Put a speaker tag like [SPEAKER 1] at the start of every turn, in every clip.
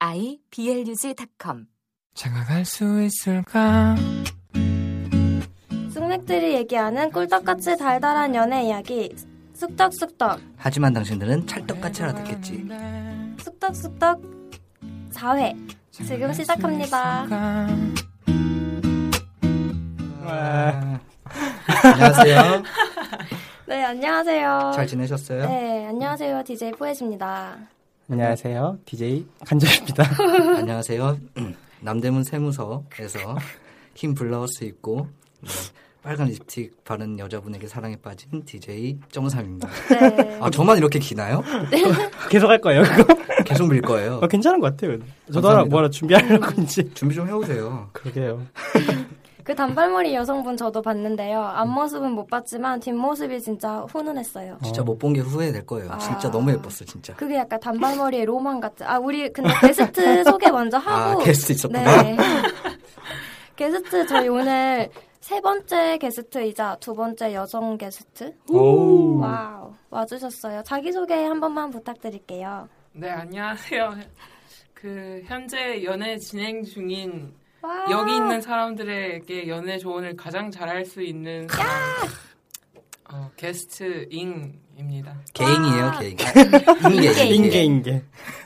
[SPEAKER 1] iblog.com
[SPEAKER 2] 장가갈 수 있을까?
[SPEAKER 3] 숙맥들이 얘기하는 꿀떡같이 달달한 연애 이야기 쑥떡쑥떡
[SPEAKER 4] 하지만 당신들은 찰떡같이 알아듣겠지.
[SPEAKER 5] 음.
[SPEAKER 3] 쑥떡쑥떡 4회 지금 시작합니다.
[SPEAKER 4] 아. 안녕하세요.
[SPEAKER 3] 네 안녕하세요
[SPEAKER 4] 잘 지내셨어요?
[SPEAKER 3] 네 안녕하세요 DJ 포엣입니다
[SPEAKER 6] 안녕하세요. DJ 간절입니다.
[SPEAKER 4] 안녕하세요. 음. 남대문 세무서에서 흰 블라우스 입고 네, 빨간 립스틱 바른 여자분에게 사랑에 빠진 DJ 정우삼입니다.
[SPEAKER 3] 네
[SPEAKER 4] 아 저만 이렇게 기나요?
[SPEAKER 6] 계속 할 거예요, 그거?
[SPEAKER 4] 계속 밀 거예요.
[SPEAKER 6] 어, 괜찮은 것 같아요. 근데. 저도 하나
[SPEAKER 4] 감사합니다.
[SPEAKER 6] 뭐라 준비하려고 이제.
[SPEAKER 4] 준비 좀 해오세요.
[SPEAKER 6] 그러게요.
[SPEAKER 3] 그 단발머리 여성분 저도 봤는데요 앞모습은 못 봤지만 뒷모습이 진짜 훈훈했어요
[SPEAKER 4] 진짜 못 본 게 후회될 거예요. 진짜
[SPEAKER 3] 아.
[SPEAKER 4] 너무 예뻤어, 진짜.
[SPEAKER 3] 그게 약간 단발머리의 로망 같죠 아 우리 근데 게스트 소개 먼저 하고
[SPEAKER 4] 아 게스트 있었구나.
[SPEAKER 3] 네. 게스트 저희 오늘 세 번째 게스트이자 두 번째 여성 게스트
[SPEAKER 6] 오.
[SPEAKER 3] 와우 와주셨어요. 자기 소개 한 번만 부탁드릴게요.
[SPEAKER 5] 네, 안녕하세요. 그 현재 연애 진행 중인
[SPEAKER 3] 와
[SPEAKER 5] 여기 있는 사람들에게 연애 조언을 가장 잘할 수 있는 어, 게스트 잉입니다.
[SPEAKER 4] 개인이에요,
[SPEAKER 3] 와.
[SPEAKER 4] 개인. 아, 인개,
[SPEAKER 6] 인게, 인게.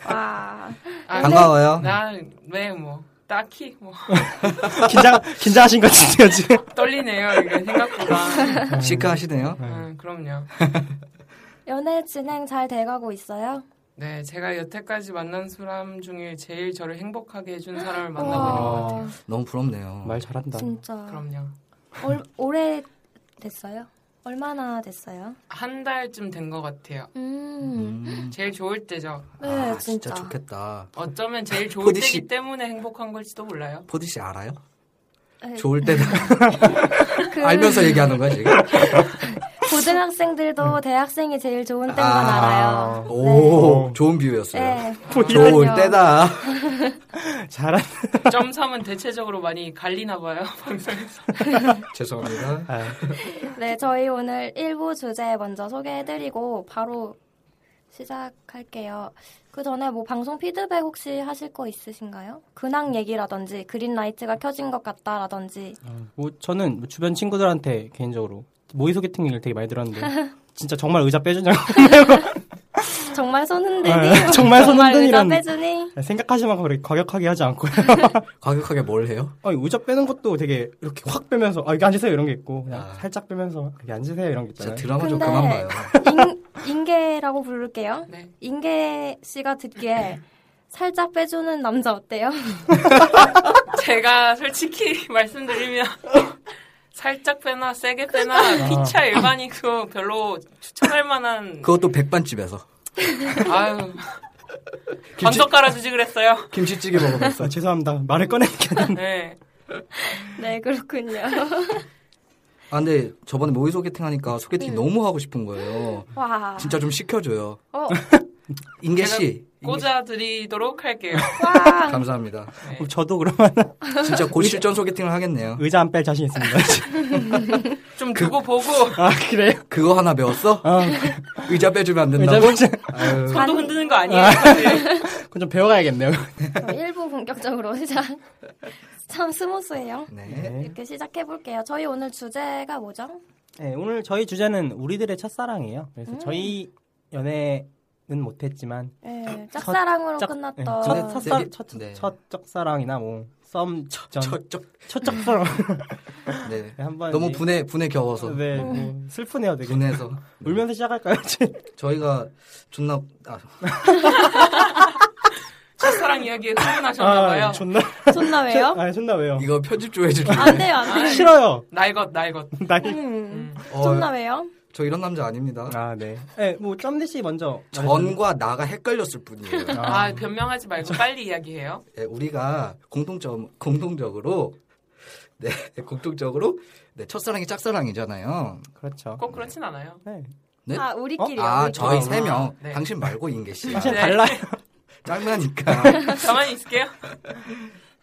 [SPEAKER 3] 와
[SPEAKER 5] 아,
[SPEAKER 4] 반가워요.
[SPEAKER 5] 나왜뭐 딱히 뭐
[SPEAKER 6] 긴장, 긴장하신 것 같은데요, 지금.
[SPEAKER 5] 떨리네요. 이게 생각보다.
[SPEAKER 4] 시크하시네요.
[SPEAKER 5] 음, 그럼요.
[SPEAKER 3] 연애 진행 잘 돼가고 있어요?
[SPEAKER 5] 네, 제가 여태까지 만난 사람 중에 제일 저를 행복하게 해준 사람을 만나보는 것
[SPEAKER 3] 와
[SPEAKER 5] 같아요.
[SPEAKER 4] 너무 부럽네요.
[SPEAKER 6] 말 잘한다.
[SPEAKER 3] 진짜
[SPEAKER 5] 음, 그럼요.
[SPEAKER 3] 올, 오래 됐어요? 얼마나 됐어요?
[SPEAKER 5] 한 달쯤 된 것 같아요.
[SPEAKER 3] 음,
[SPEAKER 4] 음.
[SPEAKER 5] 제일 좋을 때죠.
[SPEAKER 3] 네
[SPEAKER 4] 아,
[SPEAKER 3] 진짜.
[SPEAKER 4] 진짜 좋겠다.
[SPEAKER 5] 어쩌면 제일 좋을
[SPEAKER 4] 포디 씨.
[SPEAKER 5] 때기 때문에 행복한 걸지도 몰라요.
[SPEAKER 4] 포디 씨 알아요?
[SPEAKER 3] 네,
[SPEAKER 4] 좋을 때도
[SPEAKER 3] 그
[SPEAKER 4] 알면서 얘기하는 거야 지금?
[SPEAKER 3] 고등학생들도 대학생이 제일 좋은 때인 건
[SPEAKER 4] 음. 아.
[SPEAKER 3] 알아요.
[SPEAKER 4] 오,
[SPEAKER 6] 네.
[SPEAKER 4] 좋은 비유였어요.
[SPEAKER 3] 어. 네.
[SPEAKER 4] 좋은
[SPEAKER 3] 그럼요.
[SPEAKER 4] 때다.
[SPEAKER 6] 잘한,
[SPEAKER 5] 점 3은 대체적으로 많이 갈리나 봐요. 방송에서.
[SPEAKER 4] 죄송합니다.
[SPEAKER 6] 아,
[SPEAKER 3] 네, 저희 오늘 1부 주제 먼저 소개해드리고 바로 시작할게요. 그 전에 뭐 방송 피드백 혹시 하실 거 있으신가요? 근황 얘기라든지 그린라이트가 켜진 것 같다라든지
[SPEAKER 6] 뭐, 저는 뭐 주변 친구들한테 개인적으로 모의 소개팅 얘기를 되게 많이 들었는데. 진짜 정말 의자 빼주냐고.
[SPEAKER 3] 정말 손
[SPEAKER 6] 네,
[SPEAKER 3] 흔드니?
[SPEAKER 6] 정말 손
[SPEAKER 3] 정말 의자
[SPEAKER 6] 흔드니란-
[SPEAKER 3] 빼주니?
[SPEAKER 6] 생각하지 만큼 그렇게 과격하게 하지 않고요.
[SPEAKER 4] 과격하게 뭘 해요?
[SPEAKER 6] 아니, 의자 빼는 것도 되게 이렇게 확 빼면서, 아, 여기 앉으세요. 이런 게 있고, 그냥
[SPEAKER 4] 아.
[SPEAKER 6] 살짝 빼면서, 여기 앉으세요. 이런 게
[SPEAKER 4] 진짜
[SPEAKER 6] 있잖아요.
[SPEAKER 4] 드라마 좀
[SPEAKER 3] 근데-
[SPEAKER 4] 그만 봐요.
[SPEAKER 3] 인, 인계라고 부를게요.
[SPEAKER 5] 네.
[SPEAKER 3] 인계 씨가 듣기에 살짝 빼주는 남자 어때요?
[SPEAKER 5] 제가 솔직히 말씀드리면 살짝 빼나 세게 빼나 피차 일반이고 별로 추천할 만한
[SPEAKER 4] 그것도 백반집에서
[SPEAKER 5] 아유 건덕 깔아주지 그랬어요.
[SPEAKER 4] 김치찌개 먹으면서
[SPEAKER 6] 아, 죄송합니다. 말을 꺼낸 게
[SPEAKER 5] 네.
[SPEAKER 6] 아닌데.
[SPEAKER 3] 네, 그렇군요.
[SPEAKER 4] 아 근데 저번에 모의 소개팅 하니까 소개팅
[SPEAKER 3] 음.
[SPEAKER 4] 너무 하고 싶은 거예요.
[SPEAKER 3] 와.
[SPEAKER 4] 진짜 좀 시켜줘요.
[SPEAKER 3] 어,
[SPEAKER 4] 인계
[SPEAKER 5] 제가
[SPEAKER 4] 씨. 인계-
[SPEAKER 5] 꽂아드리도록 할게요.
[SPEAKER 3] 와.
[SPEAKER 4] 감사합니다.
[SPEAKER 5] 네.
[SPEAKER 6] 그럼 저도 그러면
[SPEAKER 4] 진짜 곧 실전 소개팅을 하겠네요.
[SPEAKER 6] 의자 안 뺄 자신 있습니다.
[SPEAKER 5] 좀 두고 보고
[SPEAKER 6] 아 그래요?
[SPEAKER 4] 그거 하나 배웠어?
[SPEAKER 6] 아,
[SPEAKER 4] 의자 빼주면 안
[SPEAKER 6] 의자
[SPEAKER 4] 된다고?
[SPEAKER 6] 빼자.
[SPEAKER 4] 아유,
[SPEAKER 5] 손도 흔드는 거 아니에요?
[SPEAKER 6] 그건 좀 배워가야겠네요.
[SPEAKER 3] 어, 일부 본격적으로 시작. 참 스무스해요.
[SPEAKER 4] 네.
[SPEAKER 3] 이렇게 시작해 볼게요. 저희 오늘 주제가 뭐죠?
[SPEAKER 6] 네, 오늘 저희 주제는 우리들의 첫사랑이에요.
[SPEAKER 3] 음.
[SPEAKER 6] 그래서 저희 연애는 못했지만
[SPEAKER 3] 예, 짝사랑으로
[SPEAKER 6] 짝- 네,
[SPEAKER 3] 끝났던
[SPEAKER 6] 첫, 첫, 첫,
[SPEAKER 4] 되게-
[SPEAKER 6] 첫,
[SPEAKER 4] 네.
[SPEAKER 6] 첫 짝사랑이나 뭐썸 첫, 첫,
[SPEAKER 4] 저쪽.
[SPEAKER 6] 첫 짝사랑
[SPEAKER 4] 네.
[SPEAKER 6] 한번
[SPEAKER 4] 너무
[SPEAKER 6] 이제-
[SPEAKER 4] 분해 분해 겨워서
[SPEAKER 6] 네,
[SPEAKER 3] 음.
[SPEAKER 6] 뭐 슬프네요, 되게.
[SPEAKER 4] 분해서
[SPEAKER 6] 울면서 시작할까요? 지금?
[SPEAKER 4] 저희가 존나 아,
[SPEAKER 5] 첫사랑 이야기에
[SPEAKER 6] 아,
[SPEAKER 5] 흥분하셨나봐요.
[SPEAKER 6] 존나
[SPEAKER 3] 존나 왜요?
[SPEAKER 6] 아 존나 왜요? 아,
[SPEAKER 4] 이거
[SPEAKER 3] 아,
[SPEAKER 4] 편집 좀 해줄래?
[SPEAKER 3] 안 돼요, 안 돼요.
[SPEAKER 6] 싫어요.
[SPEAKER 5] 날것 날것.
[SPEAKER 6] 나
[SPEAKER 3] 음,
[SPEAKER 4] 어,
[SPEAKER 3] 존나 왜요?
[SPEAKER 4] 저 이런 남자 아닙니다.
[SPEAKER 6] 아, 네. 네, 뭐 점대 씨 먼저. 말해주세요.
[SPEAKER 4] 전과 나가 헷갈렸을 뿐이에요.
[SPEAKER 6] 아,
[SPEAKER 5] 아, 변명하지 말고 빨리 이야기해요.
[SPEAKER 4] 예, 우리가 공통점 공통적으로 네 공통적으로 네, 첫사랑이 짝사랑이잖아요.
[SPEAKER 6] 그렇죠.
[SPEAKER 5] 꼭 그렇진 않아요.
[SPEAKER 6] 네.
[SPEAKER 4] 네?
[SPEAKER 3] 아 우리끼리요.
[SPEAKER 4] 아
[SPEAKER 3] 우리끼리.
[SPEAKER 4] 저희 세 명.
[SPEAKER 5] 네.
[SPEAKER 4] 당신 말고 인계 씨.
[SPEAKER 6] 사실
[SPEAKER 5] 네.
[SPEAKER 6] 달라요.
[SPEAKER 4] 짱나니까.
[SPEAKER 5] 가만히 있을게요.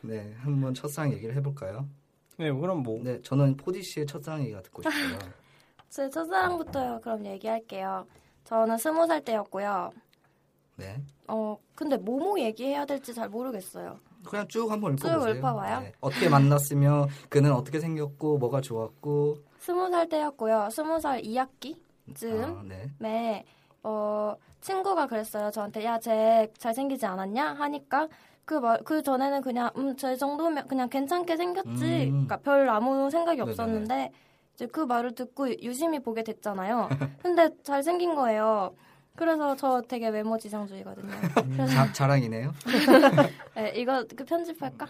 [SPEAKER 4] 네, 한번 첫사랑 얘기를 해볼까요?
[SPEAKER 6] 네, 그럼 뭐.
[SPEAKER 4] 네, 저는 포디 씨의 첫사랑 얘기가 듣고 싶어요.
[SPEAKER 3] 제 첫사랑부터 그럼 얘기할게요. 저는 스무 살 때였고요.
[SPEAKER 4] 네,
[SPEAKER 3] 어 근데 뭐뭐 얘기해야 될지 잘 모르겠어요.
[SPEAKER 4] 그냥 쭉 한번
[SPEAKER 3] 쭉
[SPEAKER 4] 읊어보세요.
[SPEAKER 3] 읊어봐요?
[SPEAKER 4] 네, 어떻게 만났으며 그는 어떻게 생겼고 뭐가 좋았고.
[SPEAKER 3] 스무 살 때였고요. 스무 살 2학기쯤에
[SPEAKER 4] 아, 네.
[SPEAKER 3] 어 친구가 그랬어요. 저한테 야 쟤 잘생기지 않았냐 하니까 그 말 그 전에는 그냥 음쟤 정도면 그냥 괜찮게 생겼지.
[SPEAKER 4] 음.
[SPEAKER 3] 그러니까 별 아무 생각이
[SPEAKER 4] 네네네.
[SPEAKER 3] 없었는데 이제 그 말을 듣고 유심히 보게 됐잖아요. 근데 잘생긴 거예요. 그래서 저 되게 외모 지상주의거든요. 그래서 그러니까
[SPEAKER 4] 자, 자랑이네요.
[SPEAKER 3] 네, 이거 그 편집할까?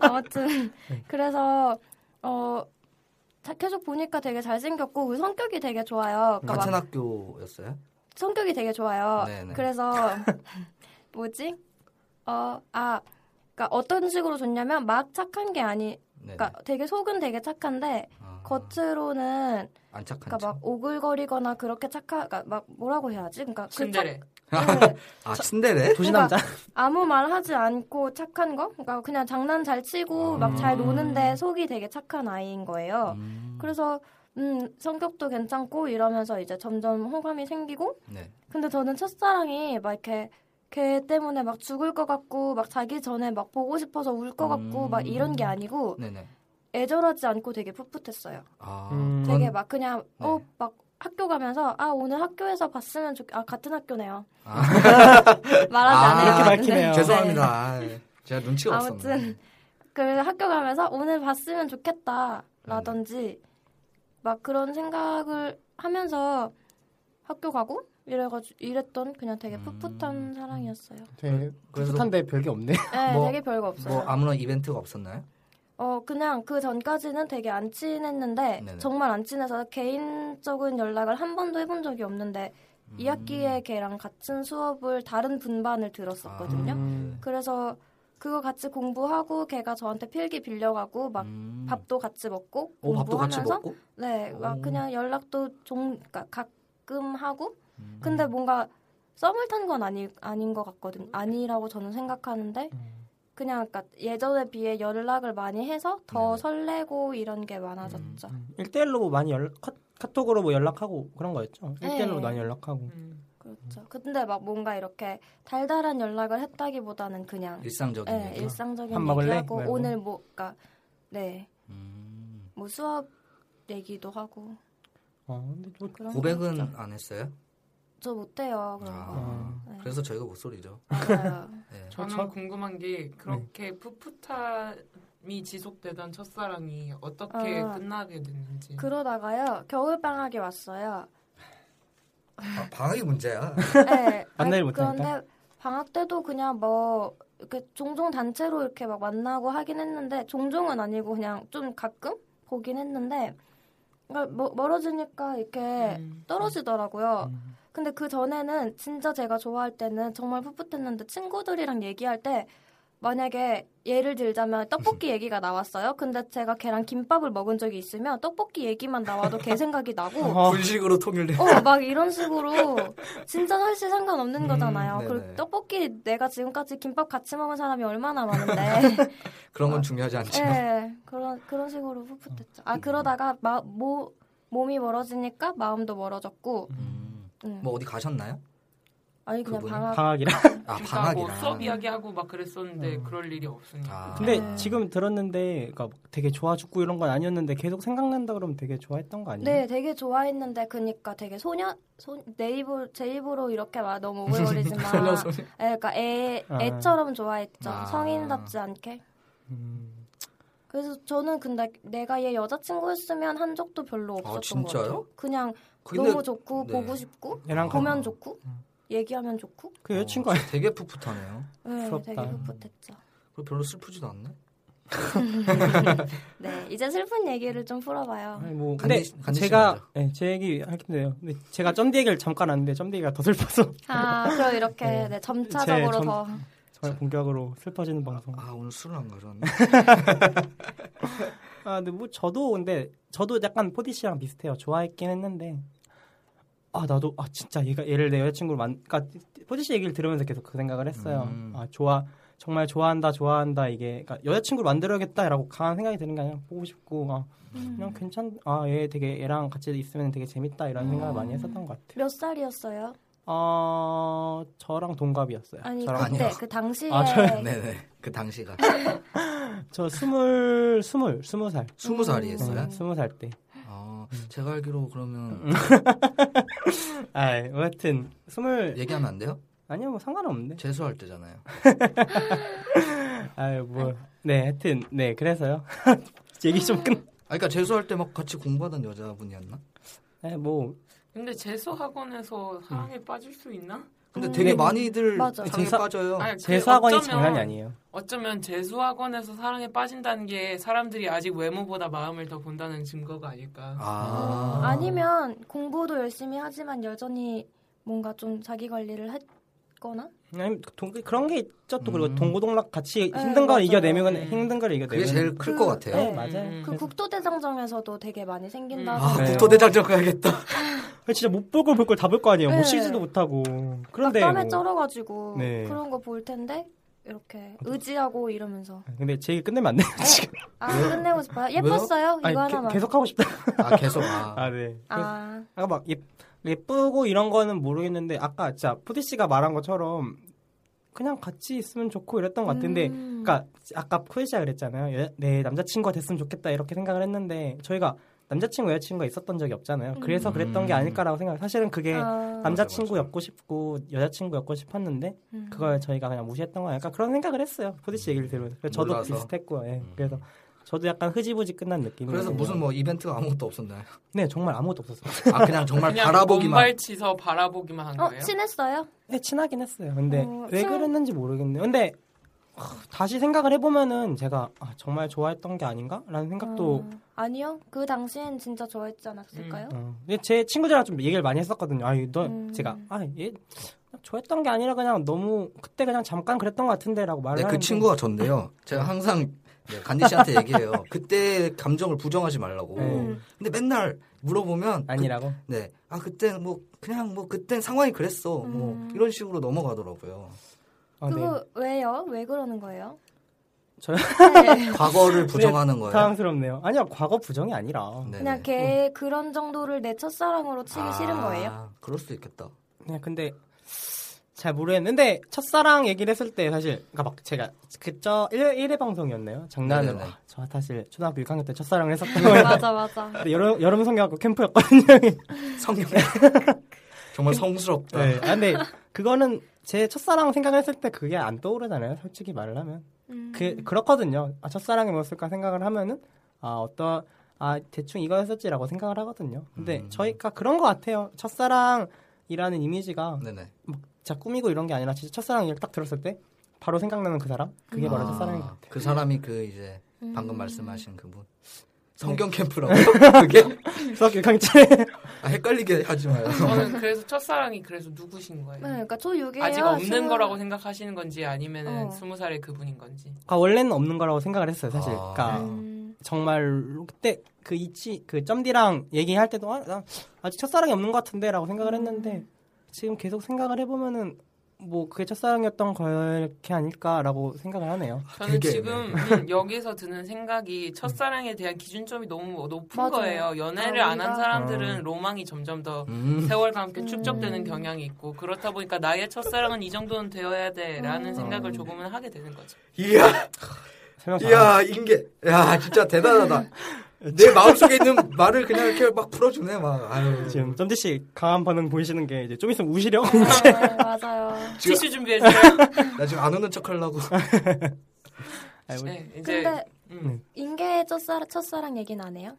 [SPEAKER 3] 아무튼
[SPEAKER 4] 네.
[SPEAKER 3] 그래서 어 자- 계속 보니까 되게 잘생겼고 그 성격이 되게 좋아요. 그러니까
[SPEAKER 4] 같은
[SPEAKER 3] 막
[SPEAKER 4] 학교였어요?
[SPEAKER 3] 성격이 되게 좋아요.
[SPEAKER 4] 네네.
[SPEAKER 3] 그래서 뭐지? 어 아, 그러니까 어떤 식으로 좋냐면 막 착한 게 아니,
[SPEAKER 4] 네.
[SPEAKER 3] 그러니까 되게 속은 되게 착한데
[SPEAKER 4] 아,
[SPEAKER 3] 겉으로는
[SPEAKER 4] 안 착한
[SPEAKER 3] 그러니까
[SPEAKER 4] 척.
[SPEAKER 3] 막 오글거리거나 그렇게 착하, 그러니까 막 뭐라고 해야지? 그러니까 그 착-
[SPEAKER 5] 침대래.
[SPEAKER 3] 네. 그러니까
[SPEAKER 4] 아, 친데레?
[SPEAKER 6] 도시남자.
[SPEAKER 3] 아무 말 하지 않고 착한 거? 그러니까 그냥 장난 잘 치고 막 잘
[SPEAKER 4] 음.
[SPEAKER 3] 노는데 속이 되게 착한 아이인 거예요.
[SPEAKER 4] 음,
[SPEAKER 3] 그래서 음, 성격도 괜찮고 이러면서 이제 점점 호감이 생기고
[SPEAKER 4] 네.
[SPEAKER 3] 근데 저는 첫사랑이 막 이렇게 걔 때문에 막 죽을 것 같고 막 자기 전에 막 보고 싶어서 울 것 같고
[SPEAKER 4] 음.
[SPEAKER 3] 막 이런 게 아니고
[SPEAKER 4] 네네.
[SPEAKER 3] 애절하지 않고 되게 풋풋했어요.
[SPEAKER 4] 아,
[SPEAKER 6] 음.
[SPEAKER 4] 그건-
[SPEAKER 3] 되게 막 그냥
[SPEAKER 4] 네.
[SPEAKER 3] 어 막 학교 가면서 아 오늘 학교에서 봤으면 좋겠 아 같은 학교네요.
[SPEAKER 4] 아,
[SPEAKER 3] 말하지
[SPEAKER 4] 아,
[SPEAKER 3] 않아요.
[SPEAKER 4] 이렇게
[SPEAKER 6] 밝히네요.
[SPEAKER 4] 죄송합니다. 아, 제가 눈치가 없었네.
[SPEAKER 3] 아무튼. 그 학교 가면서 오늘 봤으면 좋겠다라든지 막 그런 생각을 하면서 학교 가고 이래가지고 이랬던 그냥 되게 풋풋한
[SPEAKER 4] 음.
[SPEAKER 3] 사랑이었어요.
[SPEAKER 6] 되게
[SPEAKER 4] 그래서-
[SPEAKER 6] 뿌듯한데 별게 없네.
[SPEAKER 3] 네,
[SPEAKER 4] 뭐-
[SPEAKER 3] 되게 별거 없어요.
[SPEAKER 4] 뭐 아무런 이벤트가 없었나요?
[SPEAKER 3] 어 그냥 그 전까지는 되게 안 친했는데
[SPEAKER 4] 네네.
[SPEAKER 3] 정말 안 친해서 개인적인 연락을 한 번도 해본 적이 없는데
[SPEAKER 4] 음.
[SPEAKER 3] 2학기에 걔랑 같은 수업을 다른 분반을 들었었거든요.
[SPEAKER 4] 음.
[SPEAKER 3] 그래서 그거 같이 공부하고 걔가 저한테 필기 빌려가고 막
[SPEAKER 4] 음.
[SPEAKER 3] 밥도 같이 먹고
[SPEAKER 4] 어, 밥도 같이
[SPEAKER 3] 공부하면서
[SPEAKER 4] 먹고?
[SPEAKER 3] 네, 막
[SPEAKER 4] 오.
[SPEAKER 3] 그냥 연락도 좀 그러니까 가끔 하고
[SPEAKER 4] 음.
[SPEAKER 3] 근데 뭔가 썸을 탄 건 아니 아닌 것 같거든. 아니라고 저는 생각하는데
[SPEAKER 4] 음.
[SPEAKER 3] 그냥 그러니까 예전에 비해 연락을 많이 해서 더
[SPEAKER 4] 네네. 음.
[SPEAKER 3] 설레고 이런 게 많아졌죠.
[SPEAKER 6] 일대일로뭐 많이 연락, 카, 카톡으로 뭐 연락하고 그런 거였죠. 일대일로
[SPEAKER 3] 네.
[SPEAKER 6] 많이 연락하고.
[SPEAKER 5] 음.
[SPEAKER 3] 그렇죠. 근데 막 뭔가 이렇게 달달한 연락을 했다기보다는 그냥
[SPEAKER 4] 일상적인
[SPEAKER 3] 예,
[SPEAKER 4] 얘기.
[SPEAKER 3] 일상적인
[SPEAKER 6] 밥 먹을래?
[SPEAKER 3] 얘기하고
[SPEAKER 6] 말고.
[SPEAKER 3] 오늘 뭐 그러니까 네.
[SPEAKER 4] 음.
[SPEAKER 3] 뭐 수업 얘기도 하고
[SPEAKER 6] 어, 근데 뭐,
[SPEAKER 3] 그런 거
[SPEAKER 4] 고백은
[SPEAKER 3] 있죠.
[SPEAKER 4] 안 했어요?
[SPEAKER 3] 저 못해요 그런
[SPEAKER 4] 아.
[SPEAKER 3] 거. 네.
[SPEAKER 4] 그래서 저희가 목소리죠.
[SPEAKER 3] 맞아요.
[SPEAKER 4] 네.
[SPEAKER 5] 저는
[SPEAKER 6] 저-
[SPEAKER 5] 궁금한 게 그렇게
[SPEAKER 6] 네.
[SPEAKER 5] 풋풋함이 지속되던 첫사랑이 어떻게
[SPEAKER 3] 아.
[SPEAKER 5] 끝나게 됐는지.
[SPEAKER 3] 그러다가요 겨울 방학이 왔어요.
[SPEAKER 4] 아, 방학이 문제야.
[SPEAKER 3] 네. 아니,
[SPEAKER 6] 만나질 못하니까?
[SPEAKER 3] 그런데 방학 때도 그냥 뭐 이렇게 종종 단체로 이렇게 막 만나고 하긴 했는데 종종은 아니고 그냥 좀 가끔 보긴 했는데 그러니까 뭐- 멀어지니까 이렇게
[SPEAKER 5] 음.
[SPEAKER 3] 떨어지더라고요.
[SPEAKER 6] 음.
[SPEAKER 3] 근데 그 전에는 진짜 제가 좋아할 때는 정말 풋풋했는데 친구들이랑 얘기할 때 만약에 예를 들자면 떡볶이 얘기가 나왔어요. 근데 제가 걔랑 김밥을 먹은 적이 있으면 떡볶이 얘기만 나와도 걔 생각이 나고
[SPEAKER 6] 어,
[SPEAKER 4] 분식으로 통일돼.
[SPEAKER 3] 어 막 이런 식으로 진짜 사실 상관없는
[SPEAKER 6] 음,
[SPEAKER 3] 거잖아요.
[SPEAKER 4] 네네.
[SPEAKER 3] 그리고 떡볶이 내가 지금까지 김밥 같이 먹은 사람이 얼마나 많은데,
[SPEAKER 4] 그런
[SPEAKER 6] 아.
[SPEAKER 4] 건 중요하지 않지.
[SPEAKER 3] 예
[SPEAKER 6] 네.
[SPEAKER 3] 그런 그런 식으로 풋풋했죠.
[SPEAKER 4] 음.
[SPEAKER 3] 아 그러다가 마, 모, 몸이 멀어지니까 마음도 멀어졌고,
[SPEAKER 4] 음.
[SPEAKER 3] 음.
[SPEAKER 4] 뭐 어디 가셨나요?
[SPEAKER 3] 아니 그냥
[SPEAKER 4] 그분이
[SPEAKER 3] 방학
[SPEAKER 6] 방학이라.
[SPEAKER 4] 아
[SPEAKER 5] 그러니까
[SPEAKER 4] 방학이라.
[SPEAKER 5] 뭐 수업 이야기하고 막 그랬었는데
[SPEAKER 6] 음.
[SPEAKER 5] 그럴 일이 없으니까.
[SPEAKER 4] 아.
[SPEAKER 6] 근데
[SPEAKER 3] 네.
[SPEAKER 6] 지금 들었는데, 그러니까 막 되게 좋아 죽고 이런 건 아니었는데 계속 생각난다 그러면 되게 좋아했던 거 아니에요?
[SPEAKER 3] 네, 되게 좋아했는데 그니까 되게 소녀 소, 내 입으로 제 입으로 이렇게 말 너무 오글거리지만
[SPEAKER 4] 소녀 소녀.
[SPEAKER 3] 예, 그러니까 애
[SPEAKER 6] 아.
[SPEAKER 3] 애처럼 좋아했죠.
[SPEAKER 4] 아.
[SPEAKER 3] 성인답지 않게.
[SPEAKER 6] 음.
[SPEAKER 3] 그래서 저는 근데 내가 얘 여자친구였으면 한 적도 별로 없었던
[SPEAKER 4] 진짜요?
[SPEAKER 3] 것 같아요. 그냥
[SPEAKER 4] 근데
[SPEAKER 3] 너무 좋고
[SPEAKER 4] 네.
[SPEAKER 3] 보고 싶고
[SPEAKER 6] 얘랑 가-
[SPEAKER 3] 보면
[SPEAKER 4] 아.
[SPEAKER 3] 좋고
[SPEAKER 6] 음.
[SPEAKER 3] 얘기하면 좋고
[SPEAKER 6] 그 여자친구
[SPEAKER 4] 어,
[SPEAKER 6] 아니
[SPEAKER 4] 되게 풋풋하네요.
[SPEAKER 3] 네,
[SPEAKER 6] 부럽다. 음.
[SPEAKER 3] 되게 풋풋했죠.
[SPEAKER 4] 그리고 별로 슬프지도 않네.
[SPEAKER 3] 네, 이제 슬픈 얘기를 좀 풀어봐요.
[SPEAKER 6] 아니, 뭐 근데
[SPEAKER 4] 간디- 간디 씨
[SPEAKER 6] 제가
[SPEAKER 4] 먼저.
[SPEAKER 6] 네, 제 얘기 할게요. 근데 제가 점디 얘기를 잠깐 하는데 점디 얘기가 더 슬퍼서
[SPEAKER 3] 아, 그럼 이렇게
[SPEAKER 6] 네.
[SPEAKER 3] 네, 점차적으로
[SPEAKER 6] 제 점-
[SPEAKER 3] 더
[SPEAKER 6] 정말 본격으로 슬퍼지는 방송.
[SPEAKER 4] 아 오늘 술을 안 가져왔네.
[SPEAKER 6] 아, 근데 뭐 저도 근데 저도 약간 포디 씨랑 비슷해요. 좋아했긴 했는데 아 나도 아 진짜 얘가 얘를 내 여자친구로 만 그러니까 포디 씨 얘기를 들으면서 계속 그 생각을 했어요.
[SPEAKER 4] 음.
[SPEAKER 6] 아 좋아 정말 좋아한다 좋아한다 이게 그러니까 여자친구로 만들어야겠다라고 강한 생각이 드는 게 아니라 보고 싶고 아
[SPEAKER 4] 음.
[SPEAKER 6] 그냥 괜찮 아 얘 되게 얘랑 같이 있으면 되게 재밌다 이런 생각을 많이 했었던 것 같아요.
[SPEAKER 3] 몇 살이었어요?
[SPEAKER 6] 어 저랑 동갑이었어요.
[SPEAKER 3] 아니
[SPEAKER 6] 저랑
[SPEAKER 3] 그때
[SPEAKER 4] 아니요.
[SPEAKER 3] 그 당시에
[SPEAKER 6] 아, 저요?
[SPEAKER 4] 네네. 그 당시가
[SPEAKER 6] 동갑. 저 스물 스물 스무 살
[SPEAKER 4] 스무 살이었어요.
[SPEAKER 6] 네, 스무 살 때.
[SPEAKER 4] 어, 제가 알기로 그러면
[SPEAKER 6] 음. 아, 여하튼 스물
[SPEAKER 4] 얘기하면 안 돼요?
[SPEAKER 6] 아니요 뭐 상관없는데.
[SPEAKER 4] 재수할 때잖아요.
[SPEAKER 6] 아유 뭐. 네, 하여튼 네 그래서요. 얘기 좀 끝.
[SPEAKER 4] 아, 그러니까 재수할 때 막 같이 공부하던 여자분이었나?
[SPEAKER 6] 네, 뭐
[SPEAKER 5] 근데 재수 학원에서 사랑에
[SPEAKER 6] 음.
[SPEAKER 5] 빠질 수 있나?
[SPEAKER 4] 근데 되게 많이들
[SPEAKER 3] 맞아.
[SPEAKER 4] 사랑에
[SPEAKER 6] 재수-
[SPEAKER 4] 빠져요.
[SPEAKER 5] 아니, 그
[SPEAKER 6] 어, 재수학원이
[SPEAKER 5] 어쩌면-
[SPEAKER 6] 장난이 아니에요.
[SPEAKER 5] 어쩌면 재수 학원에서 사랑에 빠진다는 게 사람들이 아직 외모보다 마음을 더 본다는 증거가 아닐까.
[SPEAKER 4] 아.
[SPEAKER 3] 아니면 공부도 열심히 하지만 여전히 뭔가 좀 자기 관리를 했거나
[SPEAKER 6] 아니 동, 그런 게 있죠
[SPEAKER 4] 음.
[SPEAKER 6] 또 그리고 동고동락 같이
[SPEAKER 3] 네,
[SPEAKER 6] 힘든 걸
[SPEAKER 3] 맞아요.
[SPEAKER 6] 이겨내면
[SPEAKER 5] 네.
[SPEAKER 6] 힘든 걸 이겨내면
[SPEAKER 4] 그게 제일 클 것
[SPEAKER 3] 그-
[SPEAKER 4] 같아요.
[SPEAKER 6] 네, 맞아요.
[SPEAKER 5] 음.
[SPEAKER 3] 그 국토대장정에서도 되게 많이 생긴다.
[SPEAKER 5] 음.
[SPEAKER 4] 아,
[SPEAKER 6] 네.
[SPEAKER 4] 국토대장정 가야겠다.
[SPEAKER 6] 아니, 진짜 못 볼 걸 볼 걸 다 볼 거 아니에요.
[SPEAKER 3] 네.
[SPEAKER 6] 뭐 쉬지도 못하고 그런데
[SPEAKER 3] 땀에
[SPEAKER 6] 뭐-
[SPEAKER 3] 쩔어가지고
[SPEAKER 6] 네.
[SPEAKER 3] 그런 거 볼 텐데 이렇게 의지하고 이러면서
[SPEAKER 6] 근데 제 얘기 끝내면 안 돼요 지금.
[SPEAKER 3] 아 끝내고 싶어요. 예뻤어요 이거
[SPEAKER 6] 아니
[SPEAKER 3] 하나만.
[SPEAKER 6] 게- 계속 하고 싶다.
[SPEAKER 4] 아, 계속. 아.
[SPEAKER 6] 아 네. 그래서
[SPEAKER 3] 아
[SPEAKER 6] 아까 막 예, 예쁘고 이런 거는 모르겠는데 아까 진짜 푸디 씨가 말한 것처럼 그냥 같이 있으면 좋고 이랬던 것 같은데
[SPEAKER 3] 음.
[SPEAKER 6] 그러니까 아까 코에시아 그랬잖아요. 여- 내 남자친구가 됐으면 좋겠다 이렇게 생각을 했는데 저희가 남자친구 여자친구가 있었던 적이 없잖아요. 그래서 그랬던 게
[SPEAKER 4] 음.
[SPEAKER 6] 아닐까라고 생각. 사실은 그게
[SPEAKER 3] 아,
[SPEAKER 6] 남자친구였고
[SPEAKER 4] 맞아.
[SPEAKER 6] 싶고 여자친구였고 싶었는데
[SPEAKER 3] 음.
[SPEAKER 6] 그걸 저희가 그냥 무시했던 거야. 약간 그런 생각을 했어요. 포디 씨 얘기를 들으면서 그래서 저도
[SPEAKER 4] 몰라서.
[SPEAKER 6] 비슷했고, 예.
[SPEAKER 4] 음.
[SPEAKER 6] 그래서 저도 약간 흐지부지 끝난 느낌.
[SPEAKER 4] 그래서 무슨 뭐 이벤트가 아무것도 없었나요?
[SPEAKER 6] 네 정말 아무것도 없었어요.
[SPEAKER 4] 아, 그냥 정말
[SPEAKER 5] 그냥
[SPEAKER 4] 바라보기만.
[SPEAKER 5] 몸발치서 바라보기만 한
[SPEAKER 3] 어
[SPEAKER 5] 거예요.
[SPEAKER 3] 친했어요?
[SPEAKER 6] 네, 친하긴 했어요. 근데
[SPEAKER 3] 어,
[SPEAKER 6] 왜
[SPEAKER 3] 친-
[SPEAKER 6] 그랬는지 모르겠네요. 근데 하, 다시 생각을 해보면은 제가 아, 정말 좋아했던 게 아닌가라는 생각도.
[SPEAKER 3] 아, 니요그 당시엔 진짜 좋아했지 않았을까요?
[SPEAKER 5] 음.
[SPEAKER 6] 어, 근데 제 친구들이랑 좀 얘기를 많이 했었거든요. 아, 너
[SPEAKER 3] 음.
[SPEAKER 6] 제가 아, 얘 좋아했던 게 아니라 그냥 너무 그때 그냥 잠깐 그랬던 것 같은데라고 말을
[SPEAKER 4] 네, 그
[SPEAKER 6] 하는데
[SPEAKER 4] 친구가 전데요. 제가 항상 네, 간디 씨한테 얘기해요. 그때 감정을 부정하지 말라고.
[SPEAKER 6] 네.
[SPEAKER 4] 근데 맨날 물어보면
[SPEAKER 6] 아니라고.
[SPEAKER 4] 그, 네. 아, 그때 뭐 그냥 뭐 그때 상황이 그랬어.
[SPEAKER 3] 음.
[SPEAKER 4] 뭐 이런 식으로 넘어가더라고요.
[SPEAKER 6] 아, 네.
[SPEAKER 3] 그거 왜요? 왜 그러는 거예요?
[SPEAKER 6] 저요?
[SPEAKER 3] 네.
[SPEAKER 4] 과거를 부정하는 거예요.
[SPEAKER 6] 당황스럽네요. 아니요, 과거 부정이 아니라
[SPEAKER 4] 네,
[SPEAKER 3] 그냥
[SPEAKER 4] 네.
[SPEAKER 3] 걔 그런 정도를 내 첫사랑으로 치기
[SPEAKER 4] 아,
[SPEAKER 3] 싫은 거예요?
[SPEAKER 4] 그럴 수도 있겠다.
[SPEAKER 6] 그냥 네, 근데 잘 모르겠는데 첫사랑 얘기를 했을 때 사실 그러니까 막 제가 그저 1회 방송이었나요? 장난으로
[SPEAKER 4] 네네네.
[SPEAKER 6] 아, 저 사실 초등학교 6학년 때 첫사랑을 했었던 거예요.
[SPEAKER 3] 음, 맞아 맞아.
[SPEAKER 6] 근데 여름 여름 성경학교 캠프였거든요.
[SPEAKER 4] 성령. 정말 성스럽다.
[SPEAKER 6] 네. 아, 근데 그거는 제 첫사랑 생각했을 때 그게 안 떠오르잖아요. 솔직히 말을 하면
[SPEAKER 3] 음.
[SPEAKER 6] 그 그렇거든요. 아, 첫사랑이 뭐였을까 생각을 하면은 아 어떤 아 대충 이거였었지라고 생각을 하거든요. 근데
[SPEAKER 4] 음.
[SPEAKER 6] 저희가 그런 것 같아요. 첫사랑이라는 이미지가
[SPEAKER 4] 네네.
[SPEAKER 6] 자 꾸미고 이런 게 아니라 진짜 첫사랑 얘기를 딱 들었을 때 바로 생각나는 그 사람 그게 바로
[SPEAKER 4] 아,
[SPEAKER 6] 첫사랑인 것 같아요
[SPEAKER 4] 그 사람이 그 이제
[SPEAKER 5] 음.
[SPEAKER 4] 방금 말씀하신 그분. 성경 캠프라고 그게
[SPEAKER 6] 수학교 강제
[SPEAKER 4] 아, 헷갈리게 하지 마요.
[SPEAKER 5] 저는 그래서 첫사랑이 그래서 누구신 거예요?
[SPEAKER 3] 네, 그러니까 초 6이에요.
[SPEAKER 5] 아직 없는 거라고 생각하시는 건지 아니면은
[SPEAKER 3] 어.
[SPEAKER 5] 스무 살의 그분인 건지.
[SPEAKER 6] 아, 원래는 없는 거라고 생각을 했어요 사실
[SPEAKER 4] 아.
[SPEAKER 6] 그러니까
[SPEAKER 3] 음.
[SPEAKER 6] 정말로 그때 그 이치 그 점디랑 얘기할 때도 아, 나 아직 첫사랑이 없는 것 같은데라고 생각을 했는데 지금 계속 생각을 해보면은 뭐 그게 첫사랑이었던 거게 아닐까라고 생각을 하네요
[SPEAKER 5] 저는
[SPEAKER 4] 되게
[SPEAKER 5] 지금 음, 여기서 드는 생각이 첫사랑에 대한 기준점이 너무 높은
[SPEAKER 3] 맞아요.
[SPEAKER 5] 거예요. 연애를 안 한
[SPEAKER 3] 아,
[SPEAKER 5] 사람들은 로망이 점점 더
[SPEAKER 4] 음.
[SPEAKER 5] 세월과 함께 축적되는
[SPEAKER 3] 음.
[SPEAKER 5] 경향이 있고 그렇다 보니까 나의 첫사랑은 이 정도는 되어야 돼라는
[SPEAKER 3] 음.
[SPEAKER 5] 생각을 조금은 하게 되는 거죠.
[SPEAKER 4] 이야,
[SPEAKER 6] 설명 잘하네.
[SPEAKER 4] 이야, 인게, 야, 진짜 대단하다. 내 마음속에 있는 말을 그냥 이렇게 막 풀어주네, 막. 아유.
[SPEAKER 6] 지금 점디 씨 강한 반응 보이시는 게 이제 좀 있으면 우시려고
[SPEAKER 3] 네, 맞아요.
[SPEAKER 4] 지금-
[SPEAKER 5] 티슈 준비해주세요.
[SPEAKER 4] 나 지금 안 우는 척 하려고.
[SPEAKER 6] 아이고,
[SPEAKER 5] 네, 이제
[SPEAKER 3] 근데
[SPEAKER 5] 음,
[SPEAKER 3] 인계 첫사랑, 첫사랑 얘기는 안 해요?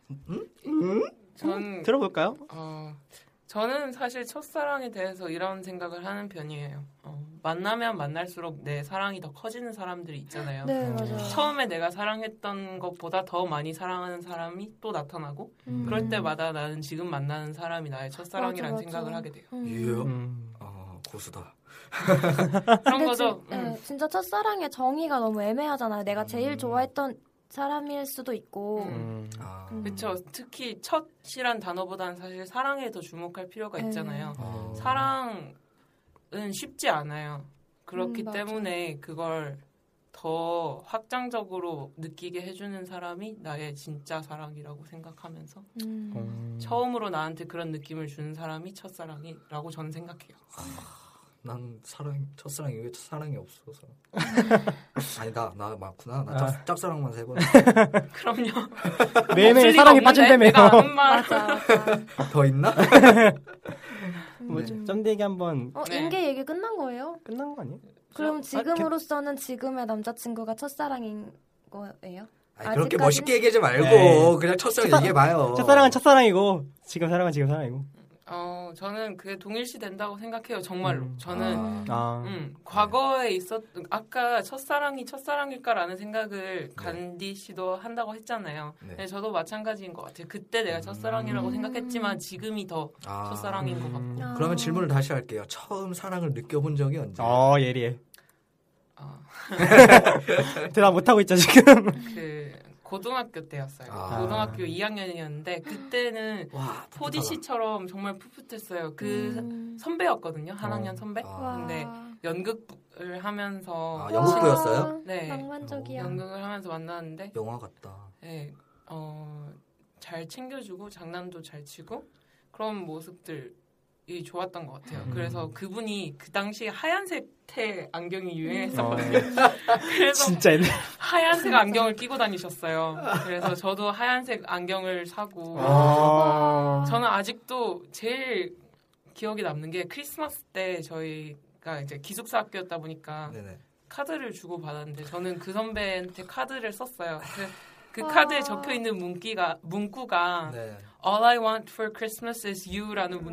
[SPEAKER 5] 전
[SPEAKER 6] 들어볼까요?
[SPEAKER 5] 어, 저는 사실 첫사랑에 대해서 이런 생각을 하는 편이에요. 어, 만나면 만날수록 내 사랑이 더 커지는 사람들이 있잖아요.
[SPEAKER 3] 네, 맞아요.
[SPEAKER 5] 처음에 내가 사랑했던 것보다 더 많이 사랑하는 사람이 또 나타나고
[SPEAKER 3] 음.
[SPEAKER 5] 그럴 때마다 나는 지금 만나는 사람이 나의 첫사랑이라는
[SPEAKER 3] 맞아, 맞아.
[SPEAKER 5] 생각을 하게 돼요.
[SPEAKER 3] 음.
[SPEAKER 4] 이야,
[SPEAKER 6] 음.
[SPEAKER 4] 예. 어, 고수다.
[SPEAKER 5] 그런
[SPEAKER 3] 근데
[SPEAKER 5] 거죠.
[SPEAKER 3] 진-
[SPEAKER 5] 음.
[SPEAKER 3] 네, 진짜 첫사랑의 정의가 너무 애매하잖아요. 내가 제일
[SPEAKER 4] 음.
[SPEAKER 3] 좋아했던 사람일 수도 있고.
[SPEAKER 5] 음.
[SPEAKER 4] 아,
[SPEAKER 3] 음.
[SPEAKER 5] 그렇죠. 특히 첫이란 단어보다는 사실 사랑에 더 주목할 필요가
[SPEAKER 3] 네.
[SPEAKER 5] 있잖아요.
[SPEAKER 4] 어.
[SPEAKER 5] 사랑은 쉽지 않아요. 그렇기
[SPEAKER 3] 음, 맞아.
[SPEAKER 5] 때문에 그걸 더 확장적으로 느끼게 해주는 사람이 나의 진짜 사랑이라고 생각하면서
[SPEAKER 3] 음.
[SPEAKER 6] 음.
[SPEAKER 5] 처음으로 나한테 그런 느낌을 주는 사람이 첫사랑이라고 저는 생각해요.
[SPEAKER 4] 난 사랑 첫사랑이 왜 첫사랑이 없어서 아니 나나 많구나 나 짝,
[SPEAKER 6] 아.
[SPEAKER 4] 짝사랑만 세 번 더
[SPEAKER 5] 그럼요.
[SPEAKER 6] 매일매일 사랑에 빠진다며.
[SPEAKER 5] 내가 아는 말.
[SPEAKER 3] 맞아. 맞아.
[SPEAKER 4] 있나?
[SPEAKER 6] 뭐죠? 썸데기 한번
[SPEAKER 3] 어,
[SPEAKER 5] 네.
[SPEAKER 3] 인계 얘기 끝난 거예요?
[SPEAKER 6] 끝난 거 아니에요?
[SPEAKER 3] 그럼
[SPEAKER 6] 저- 아,
[SPEAKER 3] 지금으로서는 지금의 남자친구가 첫사랑인 거예요?
[SPEAKER 4] 아니, 그렇게
[SPEAKER 3] 아직까지는-
[SPEAKER 4] 멋있게 얘기하지 말고
[SPEAKER 6] 네.
[SPEAKER 4] 그냥 첫사랑
[SPEAKER 6] 첫사-
[SPEAKER 4] 얘기해봐요.
[SPEAKER 6] 첫사랑은 첫사랑이고 지금 사랑은 지금 사랑이고.
[SPEAKER 5] 어, 저는 그게 동일시 된다고 생각해요. 정말로.
[SPEAKER 6] 음.
[SPEAKER 5] 저는
[SPEAKER 6] 아.
[SPEAKER 5] 음, 과거에 있었 아까 첫사랑이 첫사랑일까라는 생각을
[SPEAKER 6] 네.
[SPEAKER 5] 간디 씨도 한다고 했잖아요.
[SPEAKER 4] 네.
[SPEAKER 5] 근데 저도 마찬가지인 것 같아요. 그때 내가 첫사랑이라고
[SPEAKER 3] 음.
[SPEAKER 5] 생각했지만 지금이 더
[SPEAKER 4] 아,
[SPEAKER 5] 첫사랑인 것 같고.
[SPEAKER 6] 음.
[SPEAKER 3] 아.
[SPEAKER 4] 그러면 질문을 다시 할게요. 처음 사랑을 느껴본 적이 언제?
[SPEAKER 6] 어 예리해.
[SPEAKER 5] 아,
[SPEAKER 6] 대답 못 하고 있죠 지금.
[SPEAKER 5] 그 고등학교 때였어요.
[SPEAKER 4] 아.
[SPEAKER 5] 고등학교 2학년이었는데 그때는
[SPEAKER 4] 와,
[SPEAKER 5] 포디 씨처럼 정말 풋풋했어요. 그 네.
[SPEAKER 3] 음.
[SPEAKER 5] 선배였거든요. 한
[SPEAKER 6] 어.
[SPEAKER 5] 학년 선배.
[SPEAKER 4] 아.
[SPEAKER 3] 와.
[SPEAKER 5] 근데 연극을 하면서
[SPEAKER 4] 아, 연극부였어요?
[SPEAKER 3] 와,
[SPEAKER 5] 네.
[SPEAKER 3] 낭만적이야.
[SPEAKER 5] 연극을 하면서 만났는데
[SPEAKER 4] 영화 같다.
[SPEAKER 5] 예, 어, 잘 챙겨주고 장난도 잘 치고 그런 모습들이 좋았던 것 같아요.
[SPEAKER 4] 음.
[SPEAKER 5] 그래서 그분이 그 당시 하얀색 테 안경이
[SPEAKER 6] 어,
[SPEAKER 5] 유행했었거든요. 그래서
[SPEAKER 6] 진짜 옛날.
[SPEAKER 5] 하얀색 안경을 끼고 다니셨어요. 그래서 저도 하얀색 안경을 사고
[SPEAKER 6] 아.
[SPEAKER 5] 저는 아직도 제일 기억에 남는 게 크리스마스 때 저희가 이제 기숙사 학교였다 보니까
[SPEAKER 4] 네네.
[SPEAKER 5] 카드를 주고 받았는데 저는 그 선배한테 카드를 썼어요. 그, 그
[SPEAKER 3] 와.
[SPEAKER 5] 카드에 적혀 있는 문기가 문구가
[SPEAKER 4] 네.
[SPEAKER 5] All I want for Christmas is you라는